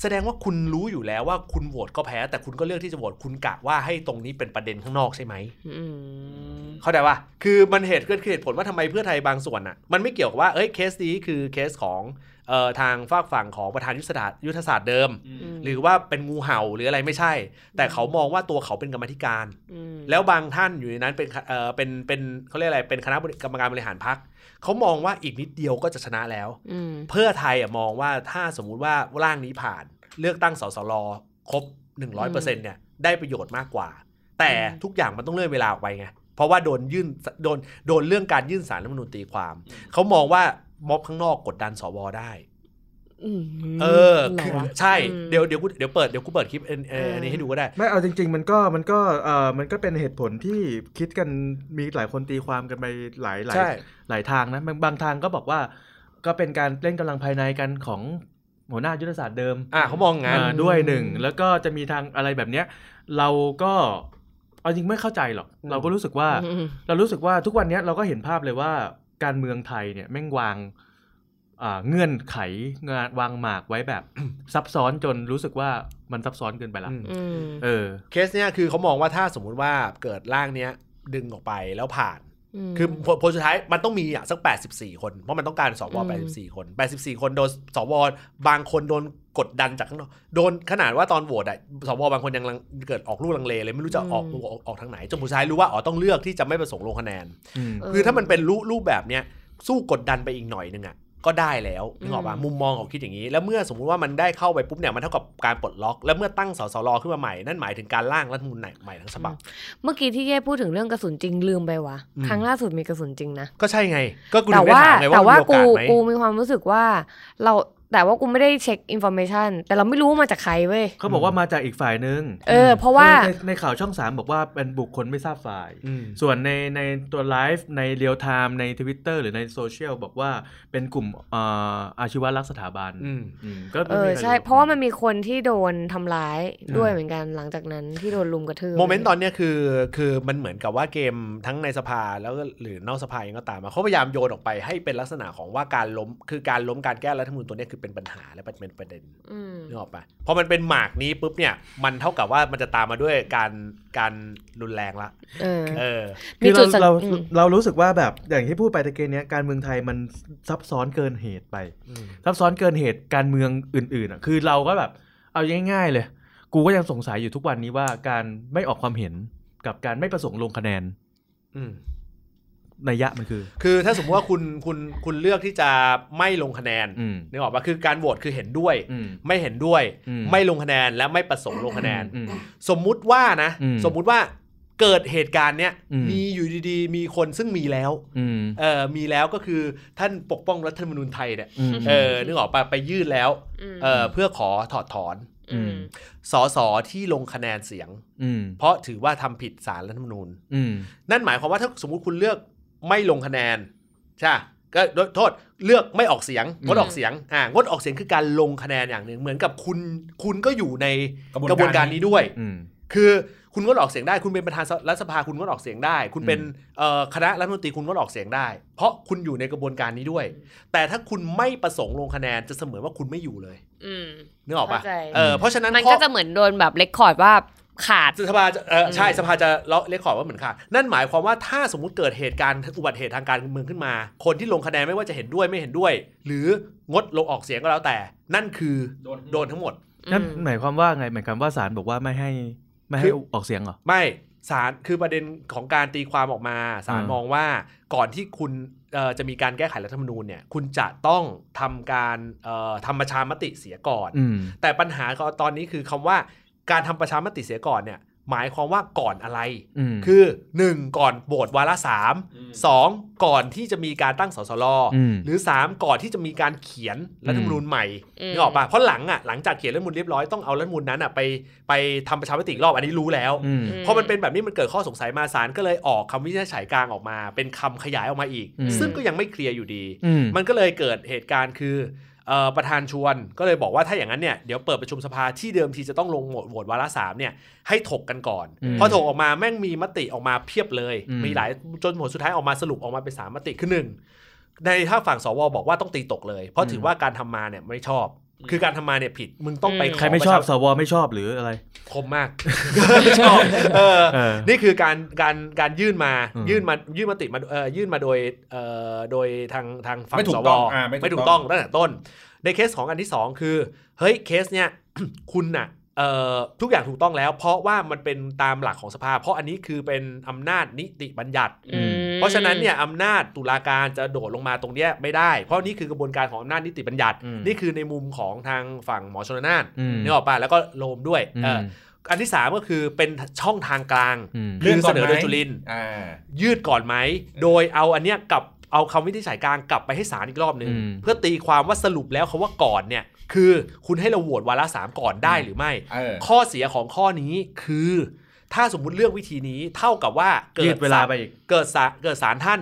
[SPEAKER 2] แสดงว่าคุณรู้อยู่แล้วว่าคุณโหวตก็แพ้ แต่คุณก็เลือกที่จะโหวตคุณกะว่าให้ตรงนี้เป็นประเด็นข้างนอกใช่ไหม
[SPEAKER 1] อืม
[SPEAKER 2] เข้าใจว่าคือมันเหตุเกิดคือเหตุผลว่าทำไมเพื่อไทยบางส่วนอ่ะ มันไม่เกี่ยวกับว่า เอ้ย เคสนี้คือเคสของเอ่อทางฝากฝั่งของประธานยุทธศาสตร์ยุทธศาสตร์เดิม หรือว่าเป็นงูเห่าหรืออะไรไม่ใช่ แต่เขามองว่าตัวเขาเป็นกรรมาธิการ
[SPEAKER 1] ม
[SPEAKER 2] แล้วบางท่านอยู่ในนั้นเป็นเอ่อเป็นเป็นเขาเรียกอะไร เป็นคณะกรรมการบริหารพรรคเขามองว่าอีกนิดเดียวก็จะชนะแล้ว
[SPEAKER 1] อืม
[SPEAKER 2] เพื่อไทยอ่ะมองว่าถ้าสมมุติว่าร่างนี้ผ่าน เลือกตั้งสสรครบ 100%เนี่ยได้ประโยชน์มากกว่า แต่
[SPEAKER 1] อืม
[SPEAKER 2] ทุกอย่างมันต้องเลื่อนเวลาออกไปไง เพราะว่าโดนยื่นโดนโดนเรื่องการยื่นสารรัฐธรรมนูญตีความ เขามองว่าม็อบข้างนอกกดดันสวได้
[SPEAKER 1] ม
[SPEAKER 2] เออ
[SPEAKER 1] หร
[SPEAKER 2] คือ
[SPEAKER 1] วะ
[SPEAKER 2] ใช่
[SPEAKER 1] อืม
[SPEAKER 2] เดี๋ยวเดี๋ยวกูเดี๋ยวเปิดเดี๋ยวกูเปิดคลิปเอ็นเอ่อ
[SPEAKER 1] เอออั
[SPEAKER 2] อันนี้ให้ดูก็ได้
[SPEAKER 5] ไม่เอาจริง ๆ มันก็มันก็เออมันก็เป็นเหตุผลที่คิดกันมีหลายคนตีความกันไปหลายหลาย
[SPEAKER 2] ใช่
[SPEAKER 5] หลายทางนะบางบางทางก็บอกว่า ก็เป็นการเล่นกำลังภายในกันของหัวหน้ายุทธศาสตร์เดิม
[SPEAKER 2] อ่าเขามองงาน
[SPEAKER 5] อ่าด้วยหนึ่งแล้วก็จะมีทางอะไรแบบเนี้ย เราก็เอาจริงไม่เข้าใจหรอก
[SPEAKER 2] อืม
[SPEAKER 5] เราก็รู้สึกว่า
[SPEAKER 1] อืม
[SPEAKER 5] เรารู้สึกว่าทุกวันเนี้ยเราก็เห็นภาพเลยว่าการเมืองไทยเนี่ยแม่งวางอ่าเงื่อนไขงานวางหมากไว้แบบ ซับซ้อนจนรู้สึกว่ามันซับซ้อนเกินไปละ
[SPEAKER 2] อืม
[SPEAKER 1] อืม
[SPEAKER 5] เออ
[SPEAKER 2] เคสเนี้ยคือเขามองว่าถ้าสมมุติว่าเกิดร่างเนี้ยดึงออกไปแล้วผ่าน คือผลผลสุดท้ายมันต้องมีอ่ะสัก 84 คน เพราะมันต้องการสว
[SPEAKER 1] อืม
[SPEAKER 2] 84 คน 84 คนโดนสวบางคนโดนกดดันจากข้างนอกโดนขนาดว่าตอนโหวตอ่ะสวบางคนยังลังเกิดออกลูกลังเลเลยไม่รู้จะออกออกออกทางไหนจนผู้ชายรู้ว่าอ๋อต้องเลือกที่จะไม่ประสงค์ลงคะแนน
[SPEAKER 5] อืม
[SPEAKER 1] เ
[SPEAKER 2] คือถ้ามันเป็นรูรูปแบบเนี้ยสู้กดดันไปอีกหน่อยนึงอ่ะก็ได้แล้วนึกออกป่ะ
[SPEAKER 1] อืม
[SPEAKER 2] มุมมองเขาคิดอย่างนี้ แล้วเมื่อสมมุติว่ามันได้เข้าไปปุ๊บเนี่ยมันเท่ากับการปลดล็อก แล้วเมื่อตั้งสสรขึ้นมาใหม่นั่นหมายถึงการร่างรัฐธรรมนูญใหม่ทั้งฉบับ
[SPEAKER 1] เมื่อกี้ที่เย่พูดถึงเรื่องกระสุนจริงลืมไปวะ
[SPEAKER 2] อืม
[SPEAKER 1] ครั้งล่าสุดมีกระสุนจริงนะ
[SPEAKER 2] ก็ใช่ไง ก็กูถึ
[SPEAKER 1] แต่
[SPEAKER 2] งได้
[SPEAKER 1] ว่า
[SPEAKER 2] ถามไง
[SPEAKER 1] แต่
[SPEAKER 2] ว่า
[SPEAKER 1] ว่า
[SPEAKER 2] มีโอ
[SPEAKER 1] กู
[SPEAKER 2] กาสไหม
[SPEAKER 1] กูมีความรู้สึกว่าเราแต่ว่ากูไม่ได้เช็คอินโฟเมชันแต่เราไม่รู้ว่ามาจากใครเว้ย
[SPEAKER 5] เขาบอกว่ามาจากอีกฝ่ายนึง
[SPEAKER 1] เออเพราะว่า
[SPEAKER 5] ในในข่าวช่องสามบอกว่าเป็นบุคคลไม่ทราบฝ่าย
[SPEAKER 2] อืม
[SPEAKER 5] ส่วนในในตัวไลฟ์ในเรียลไทม์ใน Twitter หรือในโซเชียลบอกว่าเป็นกลุ่มเอ่ออาชีวรักสถาบัน
[SPEAKER 2] อืม
[SPEAKER 5] อืมก็
[SPEAKER 1] เอ
[SPEAKER 5] ไม่มี
[SPEAKER 1] อ
[SPEAKER 5] ใค
[SPEAKER 1] ใช่
[SPEAKER 5] รู้
[SPEAKER 1] เพราะว่ามันมีคนที่โดนทำร้ายด้วย
[SPEAKER 2] อ่า
[SPEAKER 1] เหมือนกันหลังจากนั้นที่โดนลุมกระทืบ
[SPEAKER 2] โมเมนต์ตอนเนี้ยคือคือมันเหมือนกับว่าเกมทั้งในสภาแล้วก็หรือนอกสภาเองก็ตามมาเขาพยายามโยนออกไปให้เป็นลักษณะของว่าการล้มคือการล้มการแก้รัฐธรรมนูญตัวเนี้ยคือเป็นปัญหาและเป็นประเด็น
[SPEAKER 1] อืม
[SPEAKER 2] นึกออกปะพอมันเป็นหมากนี้ปุ๊บเนี่ยมันเท่ากับว่ามันจะตามมาด้วยการการรุนแรงละ
[SPEAKER 1] เออ
[SPEAKER 2] เออ
[SPEAKER 1] มี
[SPEAKER 5] คือ
[SPEAKER 1] จุ
[SPEAKER 5] เรา
[SPEAKER 1] ดสัง
[SPEAKER 5] เรา
[SPEAKER 1] อืม
[SPEAKER 5] เรารู้สึกว่าแบบอย่างที่พูดไปตะเกียงเนี้ยการเมืองไทยมันซับซ้อนเกินเหตุไป ซับซ้อนเกินเหตุการเมืองอื่น ๆอ่ะคือเราก็แบบเอาง่าย ๆ เลย กูก็ยังสงสัยอยู่ทุกวันนี้ว่าการไม่ออกความเห็นกับการไม่ประสงค์ลงคะแนน
[SPEAKER 2] อืม
[SPEAKER 5] นัยยะมันคือ
[SPEAKER 2] คือถ้าสมมติว่าคุณคุณคุณเลือกที่จะไม่ลงคะแนน
[SPEAKER 5] อืม
[SPEAKER 2] นึกออกปะคือการโหวตคือเห็นด้วย
[SPEAKER 5] อืม
[SPEAKER 2] ไม่เห็นด้วย
[SPEAKER 5] อืม
[SPEAKER 2] ไม่ลงคะแนนและไม่ประสงค์ลงคะแนน
[SPEAKER 5] อืม
[SPEAKER 2] สมมุติว่านะ
[SPEAKER 5] อืม
[SPEAKER 2] สมมุติว่าเกิดเหตุการณ์เนี้ย
[SPEAKER 5] อืม
[SPEAKER 2] มีอยู่ดีๆ มีคนซึ่งมีแล้ว
[SPEAKER 5] อืม
[SPEAKER 2] เออมีแล้วก็คือท่านปกป้องรัฐธรรมนูญไทยเนี่ย
[SPEAKER 5] อืม
[SPEAKER 2] เออนึกออกปะไปยื่นแล้ว
[SPEAKER 1] ม
[SPEAKER 2] เออเพื่อขอถอดถอน
[SPEAKER 5] อืม
[SPEAKER 2] สสที่ลงคะแนนเสียง
[SPEAKER 5] อืม
[SPEAKER 2] เพราะถือว่าทำผิดสารรัฐธรรมนูญ
[SPEAKER 5] อืม
[SPEAKER 2] นั่นหมายความว่าถ้าสมมุติคุณเลือกไม่ลงคะแนนใช่ปะก็โทษเลือกไม่ออกเสียงงดออกเสียงอ่างดออกเสียงคือการลงคะแนนอย่างหนึ่งเหมือนกับคุณคุณก็อยู่ใน
[SPEAKER 4] กระ
[SPEAKER 2] กระ
[SPEAKER 4] บวน
[SPEAKER 2] บวนการ
[SPEAKER 4] การนี้
[SPEAKER 2] นี้ด้วย
[SPEAKER 5] อืม
[SPEAKER 2] คือคุณงดออกเสียงได้ คุณเป็นประธานรัฐสภาคุณงดออกเสียงได้ คุณเป็นเอ่อคณะรัฐมนตรีคุณงดออกเสียงได้ เพราะคุณอยู่ในกระบวนการนี้ด้วย แต่ถ้าคุณไม่ประสงค์ลงคะแนนจะเสมือนว่าคุณไม่อยู่เลย
[SPEAKER 1] อืม
[SPEAKER 2] นึกออกปะ
[SPEAKER 1] เข้าใจ
[SPEAKER 2] เออเพราะฉะนั้น
[SPEAKER 1] มัน
[SPEAKER 2] ข้อ
[SPEAKER 1] ก็จะเหมือนโดนแบบเลคคอร์ดว่าขาด
[SPEAKER 2] สภาจะเออใช่
[SPEAKER 1] อืม
[SPEAKER 2] สภาจะเลาะเลคคอร์ดว่าเหมือนค่ะนั่นหมายความว่าถ้าสมมติเกิดเหตุการณ์อุบัติเหตุทางการเมืองขึ้นมา คนที่ลงคะแนนไม่ว่าจะเห็นด้วยไม่เห็นด้วย หรืองดลงออกเสียงก็แล้วแต่ นั่นคือ
[SPEAKER 4] โดน
[SPEAKER 2] โดนทั้งหมด
[SPEAKER 5] นั่น
[SPEAKER 1] อืม
[SPEAKER 5] หมายความว่าไงหมายความว่าศาลบอกว่าไม่ให้ไม่ให้ออกเสียงเหรอ
[SPEAKER 2] ไม่สารคือประเด็นของการตีความออกมาสาร
[SPEAKER 5] อ่าม
[SPEAKER 2] มองว่าก่อนที่คุณเอ่อจะมีการแก้ไขรัฐธรรมนูญเนี่ยคุณจะต้องทำการเอ่อทำประชามติเสียก่อน
[SPEAKER 5] อืม
[SPEAKER 2] แต่ปัญหาก็ตอนนี้คือคำว่าการทำประชามติเสียก่อนเนี่ยหมายความว่าก่อนอะไร
[SPEAKER 5] อืม
[SPEAKER 2] คือ 1 ก่อนโบทวาระสาม
[SPEAKER 4] อืม
[SPEAKER 2] สองก่อนที่จะมีการตั้งสสร
[SPEAKER 5] อืม
[SPEAKER 2] หรือ 3 ก่อนที่จะมีการเขียนรัฐธรรมนูญใหม่
[SPEAKER 1] อืม
[SPEAKER 2] นึกออกปะเพราะหลังอ่ะหลังจากเขียนรัฐธรรมนูญเรียบร้อยต้องเอารัฐธรรมนูญนั้นอ่ะไปไปทำประชามติอีกรอบอันนี้รู้แล้ว
[SPEAKER 5] อืม
[SPEAKER 2] พอมันเป็นแบบนี้มันเกิดข้อสงสัยมาศาลก็เลยออกคำวินิจฉัยกลางออกมา เป็นคำขยายออกมาอีก
[SPEAKER 5] อืม
[SPEAKER 2] ซึ่งก็ยังไม่เคลียร์อยู่ดี
[SPEAKER 5] อืม
[SPEAKER 2] มันก็เลยเกิดเหตุการณ์คือเอ่อประธานชวนก็เลยบอกว่าถ้าอย่างนั้นเนี่ยเดี๋ยวเปิดประชุมสภาที่เดิมทีจะต้องลงโหวตวาระสามเนี่ยให้ถกกันก่อน
[SPEAKER 5] อืม
[SPEAKER 2] พอถกออกมาแม่งมีมติออกมาเพียบเลย
[SPEAKER 5] อืม
[SPEAKER 2] มีหลายจนผลสุดท้ายออกมาสรุปออกมาเป็นสามมติคือหนึ่งในถ้าฝั่งสวบอกว่าต้องตีตกเลย เพราะถือว่าการทำมาเนี่ยไม่ชอบ คือการทำมาเนี่ยผิดมึงต้องไปข
[SPEAKER 5] ใครไม่ชอบ
[SPEAKER 2] ปะ
[SPEAKER 5] ส
[SPEAKER 2] ชาว
[SPEAKER 5] ไม่ชอบหรืออะไร
[SPEAKER 2] คมมาก ไม่ชอบเออ
[SPEAKER 5] เออ
[SPEAKER 2] นี่คือการการการยื่นมา
[SPEAKER 5] อืม
[SPEAKER 2] ยื่นมายื่นมาติมาเอ่อยื่นมาโดยเอ่อโดยทางทางฝั่ง
[SPEAKER 4] ไม่ถู
[SPEAKER 2] ส
[SPEAKER 4] ก
[SPEAKER 2] ว
[SPEAKER 4] ต้องอ่าไม่
[SPEAKER 2] ไม่
[SPEAKER 4] ถู
[SPEAKER 2] ถู
[SPEAKER 4] ก
[SPEAKER 2] ก
[SPEAKER 4] ต้
[SPEAKER 2] ต้
[SPEAKER 4] อ
[SPEAKER 2] อง งตั้งแต่ต้น ในเคสของอันที่สองคือ เฮ้ยเคสเนี่ย คุณน่ะเอ่อทุกอย่างถูกต้องแล้ว เพราะว่ามันเป็นตามหลักของสภา เพราะอันนี้คือเป็นอำนาจนิติบัญญัติ
[SPEAKER 1] อืม
[SPEAKER 2] เพราะฉะนั้นเนี่ยอำนาจตุลาการจะโดดลงมาตรงเนี้ยไม่ได้ เพราะนี่คือกระบวนการของอำนาจนิติบัญญัติ
[SPEAKER 5] อืม
[SPEAKER 2] นี่คือในมุมของทางฝั่งหมอชนน่าน
[SPEAKER 5] อืม
[SPEAKER 2] นี่ออกป่ะแล้วก็โลมด้วย
[SPEAKER 5] อื
[SPEAKER 2] เออ
[SPEAKER 5] ม
[SPEAKER 2] ออันที่สามก็คือเป็นช่องทางกลาง
[SPEAKER 5] อืม
[SPEAKER 2] เรื่องเสนอโดยจุลิน
[SPEAKER 4] อ่า
[SPEAKER 2] ยืดก่อนไหม โดยเอาอันเนี้ยกลับ เอาคำวินิจฉัยกลางกลับไปให้ศาลอีกรอบหนึ่ง
[SPEAKER 5] อืม
[SPEAKER 2] เพื่อตีความว่าสรุปแล้วคาว่าก่อนเนี่ยคือคุณให้เราโหวตวาระสามก่อนได้หรือไม่
[SPEAKER 4] เออ
[SPEAKER 2] ข้อเสียของข้อนี้คือ ถ้าสมมุติเลือกวิธีนี้เท่ากับว่าเกิ
[SPEAKER 5] ยื
[SPEAKER 2] ด
[SPEAKER 5] ดเวลา
[SPEAKER 2] ศล
[SPEAKER 5] ไปอีก
[SPEAKER 2] เกิดศาลเกิดศาลท่าน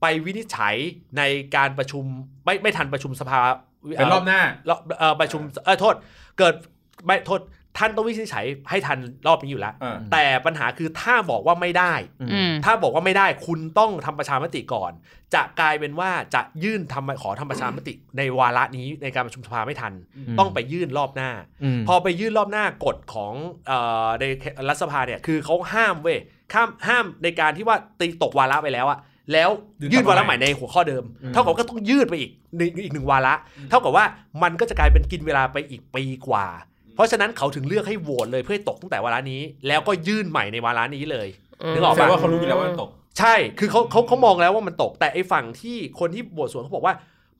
[SPEAKER 2] ไปวินิจฉัยในการประชุมไม่ไม่ทันประชุมสภา
[SPEAKER 4] เป็นรอบหน้า
[SPEAKER 2] รอบเอ่อประชุมเออโทษ เกิดไม่โทษท่านต้องวินิจฉัยให้ทันรอบนี้อยู่แล้ว
[SPEAKER 4] เออ
[SPEAKER 2] แต่ปัญหาคือถ้าบอกว่าไม่ได้
[SPEAKER 1] อืม
[SPEAKER 2] ถ้าบอกว่าไม่ได้คุณต้องทำประชามติก่อน จะกลายเป็นว่าจะยื่นทำขอทำประชามติ ในวาระนี้ในการประชุมสภาไม่ทัน
[SPEAKER 5] อืม
[SPEAKER 2] ต้องไปยื่นรอบหน้า
[SPEAKER 5] ม
[SPEAKER 2] พอไปยื่นรอบหน้ากฎของเออในรัฐสภาเนี่ยคือเขาห้ามเว้ยห้ามห้ามในการที่ว่าตีตกวาระไปแล้วอะแล้ว
[SPEAKER 4] ยื่
[SPEAKER 2] ยื่
[SPEAKER 4] น
[SPEAKER 2] น
[SPEAKER 4] ต่อ
[SPEAKER 2] วา
[SPEAKER 4] ไป
[SPEAKER 2] ระใหม่ในหัวข้อเดิม
[SPEAKER 4] อืม
[SPEAKER 2] เท่ากับก็ต้องยืดไปอีกในอีกหนึ่งวาระ เท่ากับว่ามันก็จะกลายเป็นกินเวลาไปอีกปีกว่า เพราะฉะนั้นเขาถึงเลือกให้โหวตเลยเพื่อให้ตกตั้งแต่วาระนี้ แล้วก็ยื่นใหม่ในวาระนี้เลย นึกออก
[SPEAKER 4] แสด
[SPEAKER 2] ปะ
[SPEAKER 4] งว่าเขารู้อยู่แล้วว่าตก
[SPEAKER 2] ใช่ คือเขาเขาเขามองแล้วว่ามันตก แต่ไอ้ฝั่งที่คนที่บวชสวนเขาบอกว่า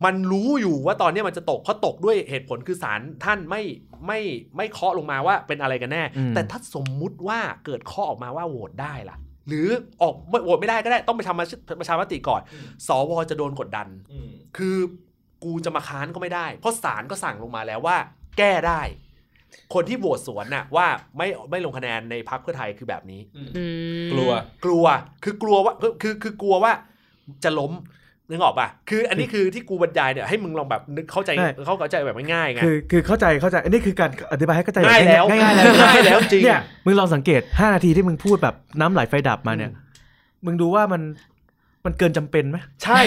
[SPEAKER 2] มันรู้อยู่ว่าตอนเนี้ยมันจะตกเขาตกด้วยเหตุผลคือศาลท่านไม่ไม่ไม่เคาะลงมาว่าเป็นอะไรกันแน่
[SPEAKER 5] อืม
[SPEAKER 2] แต่ถ้าสมมุติว่าเกิดข้อออกมาว่าโหวตได้ล่ะ หรือออกไม่โหวตไม่ได้ก็ได้ต้องไปทำประชามติก่อน สวจะโดนกดดัน คือกูจะมาค้านก็ไม่ได้ เพราะศาลก็สั่งลงมาแล้วว่า แก้ได้ คนที่โหวตสวนน่ะว่าไม่ไม่ลงคะแนนในพรรคเพื่อไทยคือแบบนี้
[SPEAKER 4] กลัว
[SPEAKER 2] กลัวคือกลัวว่าคือคือคือกลัวว่าจะล้มนึกออกป่ะคืออันนี้คือที่กูบรรยายเนี่ยให้มึงลองแบบนึกเข้าใจ
[SPEAKER 5] ใช่
[SPEAKER 2] เข้าใจแบบง่ายๆไง
[SPEAKER 5] คือคือเข้าใจเข้าใจอันนี้คือการอธิบายให้เข้าใจ
[SPEAKER 2] ง่ายแล้ว
[SPEAKER 5] ง่ายๆแล้ว
[SPEAKER 2] ง่ายแล้วจริง
[SPEAKER 5] เนี่ยมึงลองสังเกต 5 นาทีที่มึงพูดแบบน้ำไหลไฟดับมาเนี่ย มึงดูว่ามันมันเกินจำเป็นไหม
[SPEAKER 2] ใช่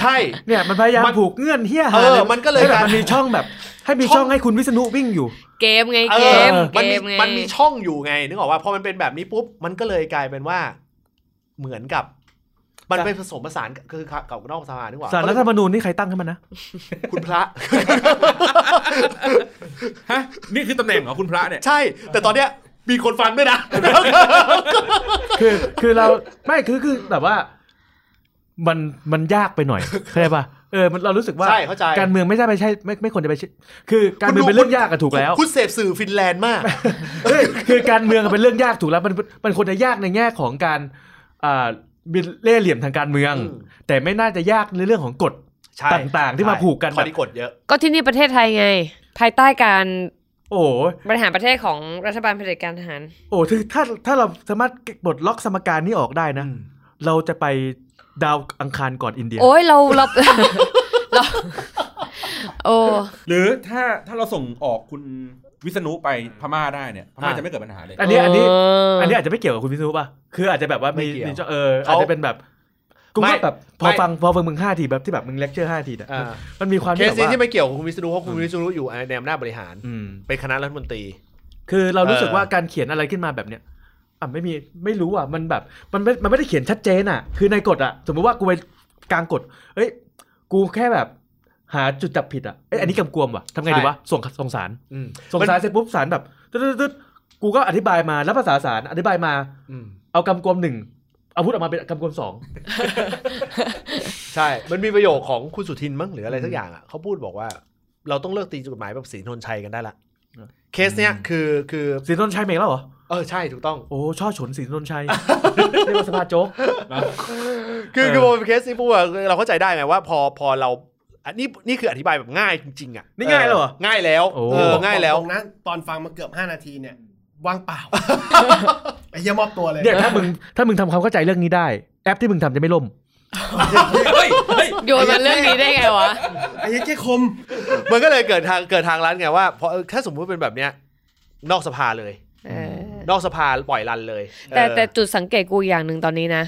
[SPEAKER 2] ใช่
[SPEAKER 5] เนี่ยมันพยายาม
[SPEAKER 2] มัน
[SPEAKER 5] ผูกเงื่อนเฮี้ยหา
[SPEAKER 2] เออ
[SPEAKER 5] อะไร
[SPEAKER 2] มันก็เลย
[SPEAKER 5] ให้แบ
[SPEAKER 2] ก
[SPEAKER 5] บ
[SPEAKER 2] ลาย
[SPEAKER 5] มันมีช่องแบบ ให้มี
[SPEAKER 2] ช่
[SPEAKER 5] ช่
[SPEAKER 2] อ
[SPEAKER 5] อง งให้คุณวิษณุวิ่งอยู่
[SPEAKER 1] เกมไง
[SPEAKER 2] เอ
[SPEAKER 1] เก
[SPEAKER 2] อ
[SPEAKER 1] มเก
[SPEAKER 2] มันมี
[SPEAKER 1] มไง
[SPEAKER 2] มันมีช่องอยู่ไงนึกออกว่าพอมันเป็นแบบนี้ปุ๊บมันก็เลยกลายเป็นว่า เหมือนกับ มันไปผสมผสานกับคือกับนอกสภานึกว่า
[SPEAKER 5] สารรัฐธรรมนูญนี่ใครตั้งขึ้นมานะ
[SPEAKER 2] คุณพระ
[SPEAKER 4] ฮะ นี่คือตำแหน่งของคุณพระเนี่ย
[SPEAKER 2] ใช่ แต่ตอนเนี้ยมีคนฟังด้วยนะ
[SPEAKER 5] คือคือเราไม่คือคือแบบว่า มันมันยากไปหน่อยเข้าใจป่ะเออมันเรารู้สึกว่า
[SPEAKER 2] ใช่เข้าใจ
[SPEAKER 5] การเมืองไม่ใช่ไปใช่ไม่ไม่ควรจะไปใช่คือการเมืองเป็นเรื่องยากอะถูกแล้ว
[SPEAKER 2] คุณเสพสื่อฟินแลนด์มาก
[SPEAKER 5] เฮ้ยคือการเมืองอะเป็นเรื่องยากถูกแล้วมันมันควรจะยากในแง่ของการอ่ามีเล่ห์เหลี่ยมทางการเมือง
[SPEAKER 2] อืม
[SPEAKER 5] แต่ไม่น่าจะยากในเรื่องของกฎ
[SPEAKER 2] ใช่
[SPEAKER 5] ต่างๆที่มาผูกกัน
[SPEAKER 2] ข้อนี้กดเยอะ
[SPEAKER 1] ก็ที่นี่ประเทศไทยไง ภายใต้การ
[SPEAKER 5] โอ้โห
[SPEAKER 1] บริหารประเทศของรัฐบาลเผด็จการทหาร
[SPEAKER 5] โอ้โหถ้าถ้าถ้าเราสามารถบดล็อกสมการนี้ออกได้นะ เราจะไปดาวอังคารก่อนอินเดีย
[SPEAKER 1] โอ้ยเราเราเราโอ้
[SPEAKER 4] หรือถ้าถ้าเราส่งออกคุณวิษณุไปพม่าได้เนี่ย พม่าจะไม่เกิดปัญหาเลย
[SPEAKER 5] อันนี้อันนี้
[SPEAKER 1] เ
[SPEAKER 5] อันนี้อาจจะไม่เกี่ยวกับคุณวิศนุป่ะ คืออาจจะแบบว่า
[SPEAKER 2] ไม่
[SPEAKER 5] มี
[SPEAKER 2] เกี่ยว
[SPEAKER 5] มีเจ้าเออ
[SPEAKER 2] เขา
[SPEAKER 5] อาจจะเป็นแบบกู
[SPEAKER 2] ไม่
[SPEAKER 5] ว่าแบบพอ
[SPEAKER 2] ไม่
[SPEAKER 5] ฟังพอฟังมึงห้าทีแบบที่แบบมึงเลคเชอร์ห้าทีเนี่ย
[SPEAKER 2] อ่า
[SPEAKER 5] มันมีความ
[SPEAKER 2] เค
[SPEAKER 5] ที่
[SPEAKER 2] ส
[SPEAKER 5] แบบ
[SPEAKER 2] นี้
[SPEAKER 5] ว่า
[SPEAKER 2] ที่ไม่เกี่ยวกับคุณวิษณุเพราะคุณวิษณุอยู่ในอำนาจบริหาร
[SPEAKER 5] อืม
[SPEAKER 2] เป็นคณะรัฐมนตรี
[SPEAKER 5] คือเรารู้สึก
[SPEAKER 2] เออ
[SPEAKER 5] ว่าการเขียนอะไรขึ้นมาแบบเนี้ยอ่ะไม่มีไม่รู้อ่ะมันแบบมันไม่มันไม่ได้เขียนชัดเจนอ่ะ คือในกฎอ่ะ สมมติว่ากูไปกลางกฎเอ้ยกูแค่แบบ หาจุดจับผิดอ่ะเอ้ยอันนี้กำกวมว่ะทำไงดีวะส่งส่งสาร
[SPEAKER 2] อืม
[SPEAKER 5] ส่งสารเสร็จปุ๊บสารแบบตึ๊ดตึ๊ดตึ๊ดกูก็อธิบายมาแล้วภาษาสารอธิบายมา
[SPEAKER 2] อืม
[SPEAKER 5] เอากำกวมหนึ่งเอาพูดออกมาเป็นกำกวมสอง
[SPEAKER 2] ใช่ มันมีประโยคของคุณสุทินมั้งหรืออะไรสักอย่างอ่ะเขาพูดบอกว่า เราต้องเลิกตีกฎหมายแบบสีนนชัยกันได้ละ
[SPEAKER 5] เออ
[SPEAKER 2] เคสเนี้ยคือคือ
[SPEAKER 5] สีนนชัยเมงแล้วเหรอ
[SPEAKER 2] เออใช่ถูกต้อง
[SPEAKER 5] โอ้ช่อฉนสีนน ชัย เรียกว่าสภาโจ๊ก
[SPEAKER 2] คือ
[SPEAKER 5] เออ
[SPEAKER 2] คือพอเป็นเคสนี้ปุ๊บอะเราเข้าใจได้ไงว่าพอพอเราอันนี้นี่คืออธิบายแบบง่ายจริงๆอ่ะ
[SPEAKER 5] นี่ง่ายแล้วเหรอ
[SPEAKER 2] ง่ายแล้ว
[SPEAKER 5] โอ้
[SPEAKER 2] เออง่ายแล้ว
[SPEAKER 3] ตรงนะตอนฟังมาเกือบ 5 นาทีเนี่ยว่างเปล่า ไอ้เหี้ยมอบตัวเลย
[SPEAKER 5] เนี่ยถ้ามึงถ้ามึงทำความเข้าใจเรื่องนี้ได้แอปที่มึงทำจะไม่ล่ม
[SPEAKER 4] เฮ้ย เฮ้ย
[SPEAKER 1] โยนมาเรื่องนี้ได้ไงวะ
[SPEAKER 3] ไอ้เหี้ยแค่คม
[SPEAKER 2] มันก็เลยเกิดทางเกิดทางร้านไงว่าเพราะถ้าสมมุติเป็นแบบเนี้ยนอกสภาเลย
[SPEAKER 1] เออ
[SPEAKER 2] นอกสภาปล่อยรันเลย
[SPEAKER 1] แต่
[SPEAKER 2] เออ
[SPEAKER 1] แต่จุดสังเกตกูอีกอย่างหนึ่งตอนนี้นะ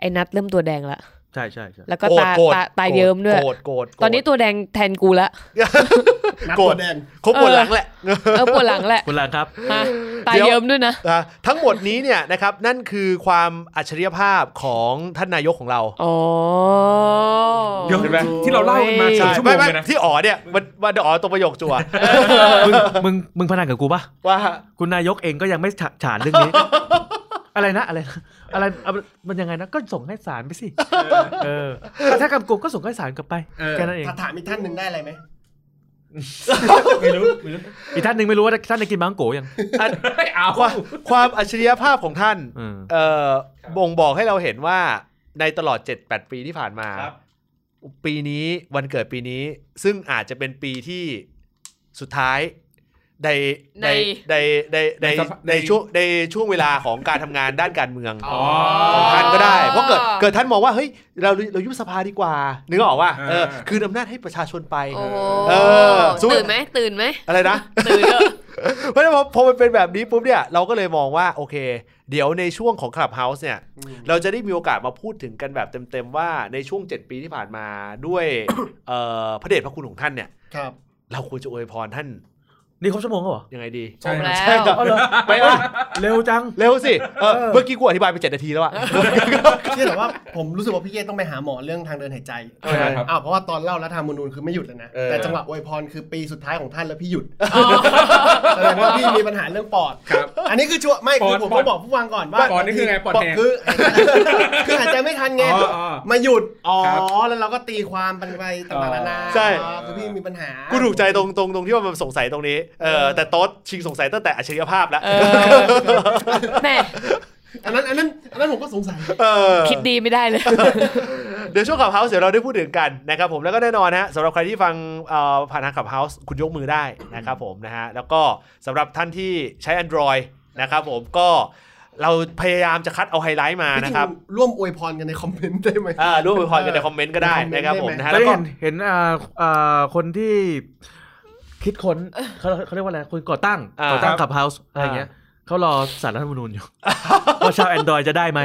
[SPEAKER 1] ไอ้นัดเริ่มตัวแดงละ
[SPEAKER 5] ใช่ใช่ใช่
[SPEAKER 1] แล้วก็
[SPEAKER 2] โรธ
[SPEAKER 1] ตา
[SPEAKER 2] โรธ
[SPEAKER 1] ตาตา
[SPEAKER 2] โกรธ
[SPEAKER 1] เยิ้มด้วย
[SPEAKER 2] โกรธโกรธโกรธ
[SPEAKER 1] ตอนนี้ ตัวแดงแทนกูละ
[SPEAKER 3] นัด
[SPEAKER 2] โกร
[SPEAKER 3] ตั
[SPEAKER 2] ธ
[SPEAKER 3] วแดง
[SPEAKER 2] เขาปวดหลังแหละ
[SPEAKER 1] เออปวดหลังแหละ
[SPEAKER 5] คุณลางครับ
[SPEAKER 1] มาตาเยิ้มด้วยนะ
[SPEAKER 2] นะทั้งหมดนี้เนี่ยนะครับนั่นคือความอัจฉริยภาพของท่านนายกของเรา
[SPEAKER 1] อ๋อ
[SPEAKER 4] เดี๋ยว
[SPEAKER 2] เห็นไหม
[SPEAKER 4] ที่เราเล่ากันมาสองชั่วโมง
[SPEAKER 2] ไม่ไม่
[SPEAKER 4] เลยนะ
[SPEAKER 2] ที่อ๋อเนี่ยมันมันอ๋อตรงประโยคจั่ว
[SPEAKER 5] มึงมึงมึงพนันกับกูปะ
[SPEAKER 2] ว่า
[SPEAKER 5] คุณนายกเองก็ยังไม่ฉะฉานเรื่องนี้ อะไรนะอะไรนะอะไรเอามันยังไงนะก็ส่งให้ศาลไปสิเออถ้ากำกวมก็ส่งให้ศาลกลับไป
[SPEAKER 4] เออ
[SPEAKER 5] แค่นั้นเอง
[SPEAKER 3] ถ้าถามอีกท่านหนึ่งได้อะไรไหม
[SPEAKER 4] ไม่รู้ ไม่รู้
[SPEAKER 5] อีกท่านหนึ่งไม่รู้ว่าท่านได้กินมังโกยัง
[SPEAKER 2] อัน
[SPEAKER 4] ไม่เอา
[SPEAKER 2] ความความอัจฉริยภาพของท่าน
[SPEAKER 5] เออ
[SPEAKER 2] เอ่อบ่งบอกให้เราเห็นว่า ในตลอด 7-8 ปีที่ผ่านมา
[SPEAKER 4] ครับ
[SPEAKER 2] ปีนี้วันเกิดปีนี้ซึ่งอาจจะเป็นปีที่สุดท้ายในในในในใน
[SPEAKER 4] ในสภา
[SPEAKER 2] ในช่วงในช่วงเวลาของการทำงานด้านการเมือง
[SPEAKER 3] อ๋อ
[SPEAKER 2] ของท่านก็ได้ เพราะเกิด
[SPEAKER 1] อ๋อ
[SPEAKER 2] เกิดท่านมองว่าเฮ้ยเราเรายุบสภาดีกว่านึกออกว่าเออ
[SPEAKER 4] อ่า
[SPEAKER 2] คืนอำนาจให้ประชาชนไป
[SPEAKER 1] โอ้โห
[SPEAKER 2] เออสู้
[SPEAKER 1] ตื่นไหมตื่นไหม
[SPEAKER 2] อะไรนะ
[SPEAKER 1] ตื่นเถอะ
[SPEAKER 2] เพราะฉะนั้นพอพอมันเป็นแบบนี้ปุ๊บเนี่ยเราก็เลยมองว่าโอเค เดี๋ยวในช่วงของ Clubhouse เนี่ย เราจะได้มีโอกาสมาพูดถึงกันแบบเต็มๆว่าในช่วง 7 ปีที่ผ่านมาด้วย เอ่อพระเดชพระคุณของท่านเนี่ย
[SPEAKER 3] ครับ
[SPEAKER 2] เราควรจะอวยพรท่าน
[SPEAKER 5] นี่ครบชั่วโมงแล้วเหรอ
[SPEAKER 2] ยังไงดี
[SPEAKER 1] จบแล้
[SPEAKER 2] ใช่
[SPEAKER 1] ว
[SPEAKER 2] ครับ
[SPEAKER 5] เอาเหรอ
[SPEAKER 2] ไปวะ
[SPEAKER 5] เร็วจัง
[SPEAKER 2] เร็วสิเออ
[SPEAKER 5] เออ
[SPEAKER 2] เมื่อกี้กูอธิบายไปเจ็ดนาทีแล้วอะ
[SPEAKER 3] เชื่อแต่ว่าผมรู้สึกว่าพี่เย่ต้องไปหาหมอเรื่องทางเดินหายใจ
[SPEAKER 2] เออ
[SPEAKER 4] ครับ
[SPEAKER 3] อ้าวเพราะว่าตอนเล่ารัฐธรรมนูญคือไม่หยุดเลยนะ
[SPEAKER 2] เออ
[SPEAKER 3] แต่จังหวะอวยพรคือปีสุดท้ายของท่านแล้วพี่หยุดแสดงว่าพี่มีปัญหาเรื่องปอด
[SPEAKER 4] ครับ
[SPEAKER 3] อันนี้คือชัวร์ไม่
[SPEAKER 4] ปอด
[SPEAKER 3] คือผม
[SPEAKER 4] ปอ
[SPEAKER 3] ต้อ
[SPEAKER 4] ด
[SPEAKER 3] งบอกผู้ฟังก่อนว่า
[SPEAKER 4] ว่าก่อนนี่คือไงปอดแหก
[SPEAKER 3] คือ คือหายใจไม่ทันไง
[SPEAKER 4] อ๋ออ๋อ
[SPEAKER 3] มาหยุดอ๋อ
[SPEAKER 4] ครับ
[SPEAKER 3] แล้วเราก็ตีความมันไปต่างๆนานา
[SPEAKER 2] ใช่
[SPEAKER 3] อ๋อคือพี่มีปัญหา
[SPEAKER 2] กูถูกใจตรงตรงตรงที่ว่ามันสงสัยตรงนี้เออแต่โต๊ดชิงสงสัยตั้งแต่อัจฉริยภาพแล้ว
[SPEAKER 1] เออแหม่
[SPEAKER 3] อันนั้นอันนั้นอันนั้นผมก็สงสัย
[SPEAKER 2] เออ
[SPEAKER 1] คิดดีไม่ได้ เลย
[SPEAKER 2] เดี๋ยวช่วงขับเฮาส์เดี๋ยวเราได้พูดถึงกันนะครับผมแล้วก็แน่นอนนะฮะสำหรับใครที่ฟังเอ่อผ่านทางขับเฮาส์คุณยกมือได้นะครับผมนะฮะแล้วก็สำหรับท่านที่ใช้ Android นะครับผมก็เราพยายามจะคัดเอาไฮไลท์มานะครับ
[SPEAKER 3] จงๆร่วมอวยพรกันในคอมเมนต์ได้ไหม
[SPEAKER 2] อ่าร่วมอวยพรกันในคอมเมนต์ก็ได้
[SPEAKER 3] ใน
[SPEAKER 2] นะค
[SPEAKER 3] ค
[SPEAKER 2] รั
[SPEAKER 3] อม
[SPEAKER 2] บ
[SPEAKER 3] เมนต์
[SPEAKER 2] ผมนะฮะ
[SPEAKER 5] ก็
[SPEAKER 2] แล้ว
[SPEAKER 5] ได้
[SPEAKER 2] ก็
[SPEAKER 5] เห็นเห็นอ่าอ่าคนที่คิดค้นเขาเขาเรียกว่าอะไรคนก่อตั้ง
[SPEAKER 2] า
[SPEAKER 5] ก่อตั้ง
[SPEAKER 4] ค
[SPEAKER 5] ขั
[SPEAKER 4] รับ
[SPEAKER 5] บเฮาส์อะไรเงี้ยเขารอสารรัฐธรรมนูญอยู่ ว่าชาวแอนดรอยจะได้ ไหม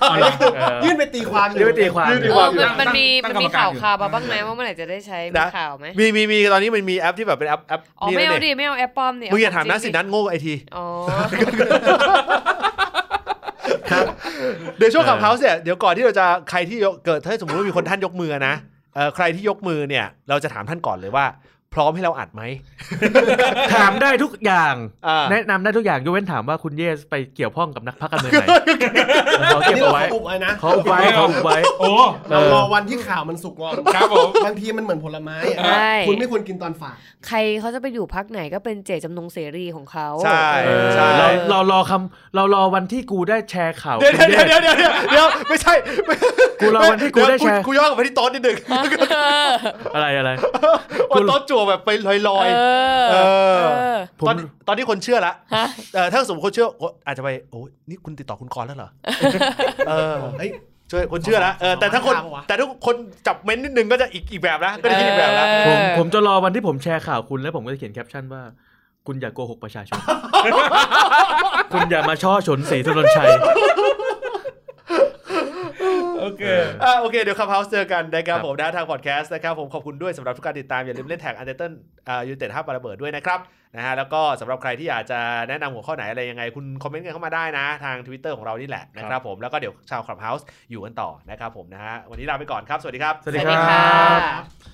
[SPEAKER 3] เอาล่ะ
[SPEAKER 5] เออ
[SPEAKER 3] ยื่นไปตีความอยู่
[SPEAKER 5] ยื่นไปตีความ
[SPEAKER 3] ยื่นไป
[SPEAKER 1] เอ
[SPEAKER 3] ควา
[SPEAKER 1] อ
[SPEAKER 3] มอยู่
[SPEAKER 1] มันมันมี
[SPEAKER 4] ตั้
[SPEAKER 1] มั
[SPEAKER 4] ง
[SPEAKER 1] น
[SPEAKER 4] กรรม
[SPEAKER 1] มีข่า
[SPEAKER 4] การ
[SPEAKER 1] ว
[SPEAKER 4] อยู่
[SPEAKER 1] ข่าวมาบ้างไหมว่าเมื่อไหร่จะได้ใช้มี
[SPEAKER 2] นะ
[SPEAKER 1] ข่าวไหม
[SPEAKER 2] มีมีมีตอนนี้มันมีแอปที่แบบเป็นแอปแอป
[SPEAKER 1] อ๋อไม่เอา
[SPEAKER 2] นี่
[SPEAKER 1] ดิไม่เอาแอปปลอมเนี่ย
[SPEAKER 2] มึงอย่าถามนะสินัทโง่ไอที
[SPEAKER 1] อ๋อ
[SPEAKER 2] เดี๋ยวช่วงขับเฮาส์เนี่ยเดี๋ยวก่อนที่เราจะใครที่ยกเกิดถ้าสมมติว่ามีคนท่านยกมือนะเอ่อใครที่ยกมือเนี่ยเราจะถามท่านก่อนเลยว่า พร้อมให้เราอัดไหม
[SPEAKER 5] ถามได้ทุกอย่าง
[SPEAKER 2] อ่า
[SPEAKER 5] แนะนำได้ทุกอย่างยกเว้นถามว่าคุณเยสไปเกี่ยวข้องกับนักพักการเมืองไหนเขา
[SPEAKER 3] อัน
[SPEAKER 5] เก็บ
[SPEAKER 3] นี้
[SPEAKER 5] เอา
[SPEAKER 3] เรา
[SPEAKER 5] ไว้
[SPEAKER 3] อุบไว้นะ
[SPEAKER 5] เขาอุบไว้เขาอุบไว้
[SPEAKER 4] โอ้
[SPEAKER 3] เรารอวันที่ข่าวมันสุกงอม
[SPEAKER 4] ครับผม
[SPEAKER 3] บางทีมันเหมือนผลไม้อะ
[SPEAKER 1] ใช่
[SPEAKER 3] คุณไม่ควรกินตอนฝาก
[SPEAKER 1] ใครเขาจะไปอยู่พักไหนก็เป็นเจตจำนงเสรีของเขา
[SPEAKER 2] ใช่
[SPEAKER 5] เออ
[SPEAKER 2] ใช่
[SPEAKER 5] เราเรารอคำเรารอวันที่กูได้แชร์ข่าว
[SPEAKER 2] เดี๋ยว
[SPEAKER 5] คุ
[SPEAKER 2] เดี๋
[SPEAKER 5] ณ
[SPEAKER 2] ยว
[SPEAKER 5] เยส
[SPEAKER 2] เดี๋ยวเดี๋ยวเดี๋ยวเดี๋ยวไม่ใช่ไม่
[SPEAKER 5] กูรอวันที่กูได้แชร์
[SPEAKER 2] เยวกูย้อนกลับไปที่โต๊ะนิดนึง
[SPEAKER 5] อะไรอะไร
[SPEAKER 2] ว่าโต๊ะจั่วแบบไปลอยล
[SPEAKER 1] เอ
[SPEAKER 2] อย
[SPEAKER 1] อ
[SPEAKER 2] ๆเออ
[SPEAKER 1] เออ
[SPEAKER 5] ผม
[SPEAKER 2] ตอนนี้ตอนนี้คนเชื่อละ
[SPEAKER 1] ฮะ
[SPEAKER 2] เออถ้าสมมติคนเชื่อโอ๊ยอาจจะไปโอ้ยนี่คุณติดต่อคุณกรณ์แล้วเห รอเออ
[SPEAKER 3] เฮ้ย
[SPEAKER 2] ช่วยคนเชื่อละเออแต่ถ้าคน
[SPEAKER 3] ขอถามวะ
[SPEAKER 2] แต่ถ้าคนจับเม้นต์นิดนึงก็จะอีกอีกแบบนะก็จะคิดอีกแบบนะ
[SPEAKER 1] เออ
[SPEAKER 5] ผมผมจะรอวันที่ผมแชร์ข่าวคุณแล้วผมก็จะเขียนแคปชั่นว่า คุณอย่าโกหกประชาชน คุณอย่ามาช่อฉนสีธนนชัย
[SPEAKER 4] โอเค
[SPEAKER 2] อ่าโอเคเดี๋ยวคับเฮาส์เจอกันนะครับ
[SPEAKER 5] ครับ
[SPEAKER 2] ผมนะทางพอดแคสต์นะครับผมขอบคุณด้วยสำหรับทุกการติดตาม อย่าลืมเล่นแท็กอันเดอร์เติ้ลอ่ายูเต็ดห้าประเบิดด้วยนะครับนะฮะแล้วก็สำหรับใครที่อยากจะแนะนำหัวข้อไหนอะไรยังไง คุณคอมเมนต์กันเข้ามาได้นะ ทาง Twitter ของเรานี่แหละนะครับผมแล้วก็เดี๋ยวชาวคับเฮาส์อยู่กันต่อนะครับผมนะฮะวันนี้ลาไปก่อนครับ สวัสดีครับ
[SPEAKER 5] สวัสดีครับ
[SPEAKER 1] บ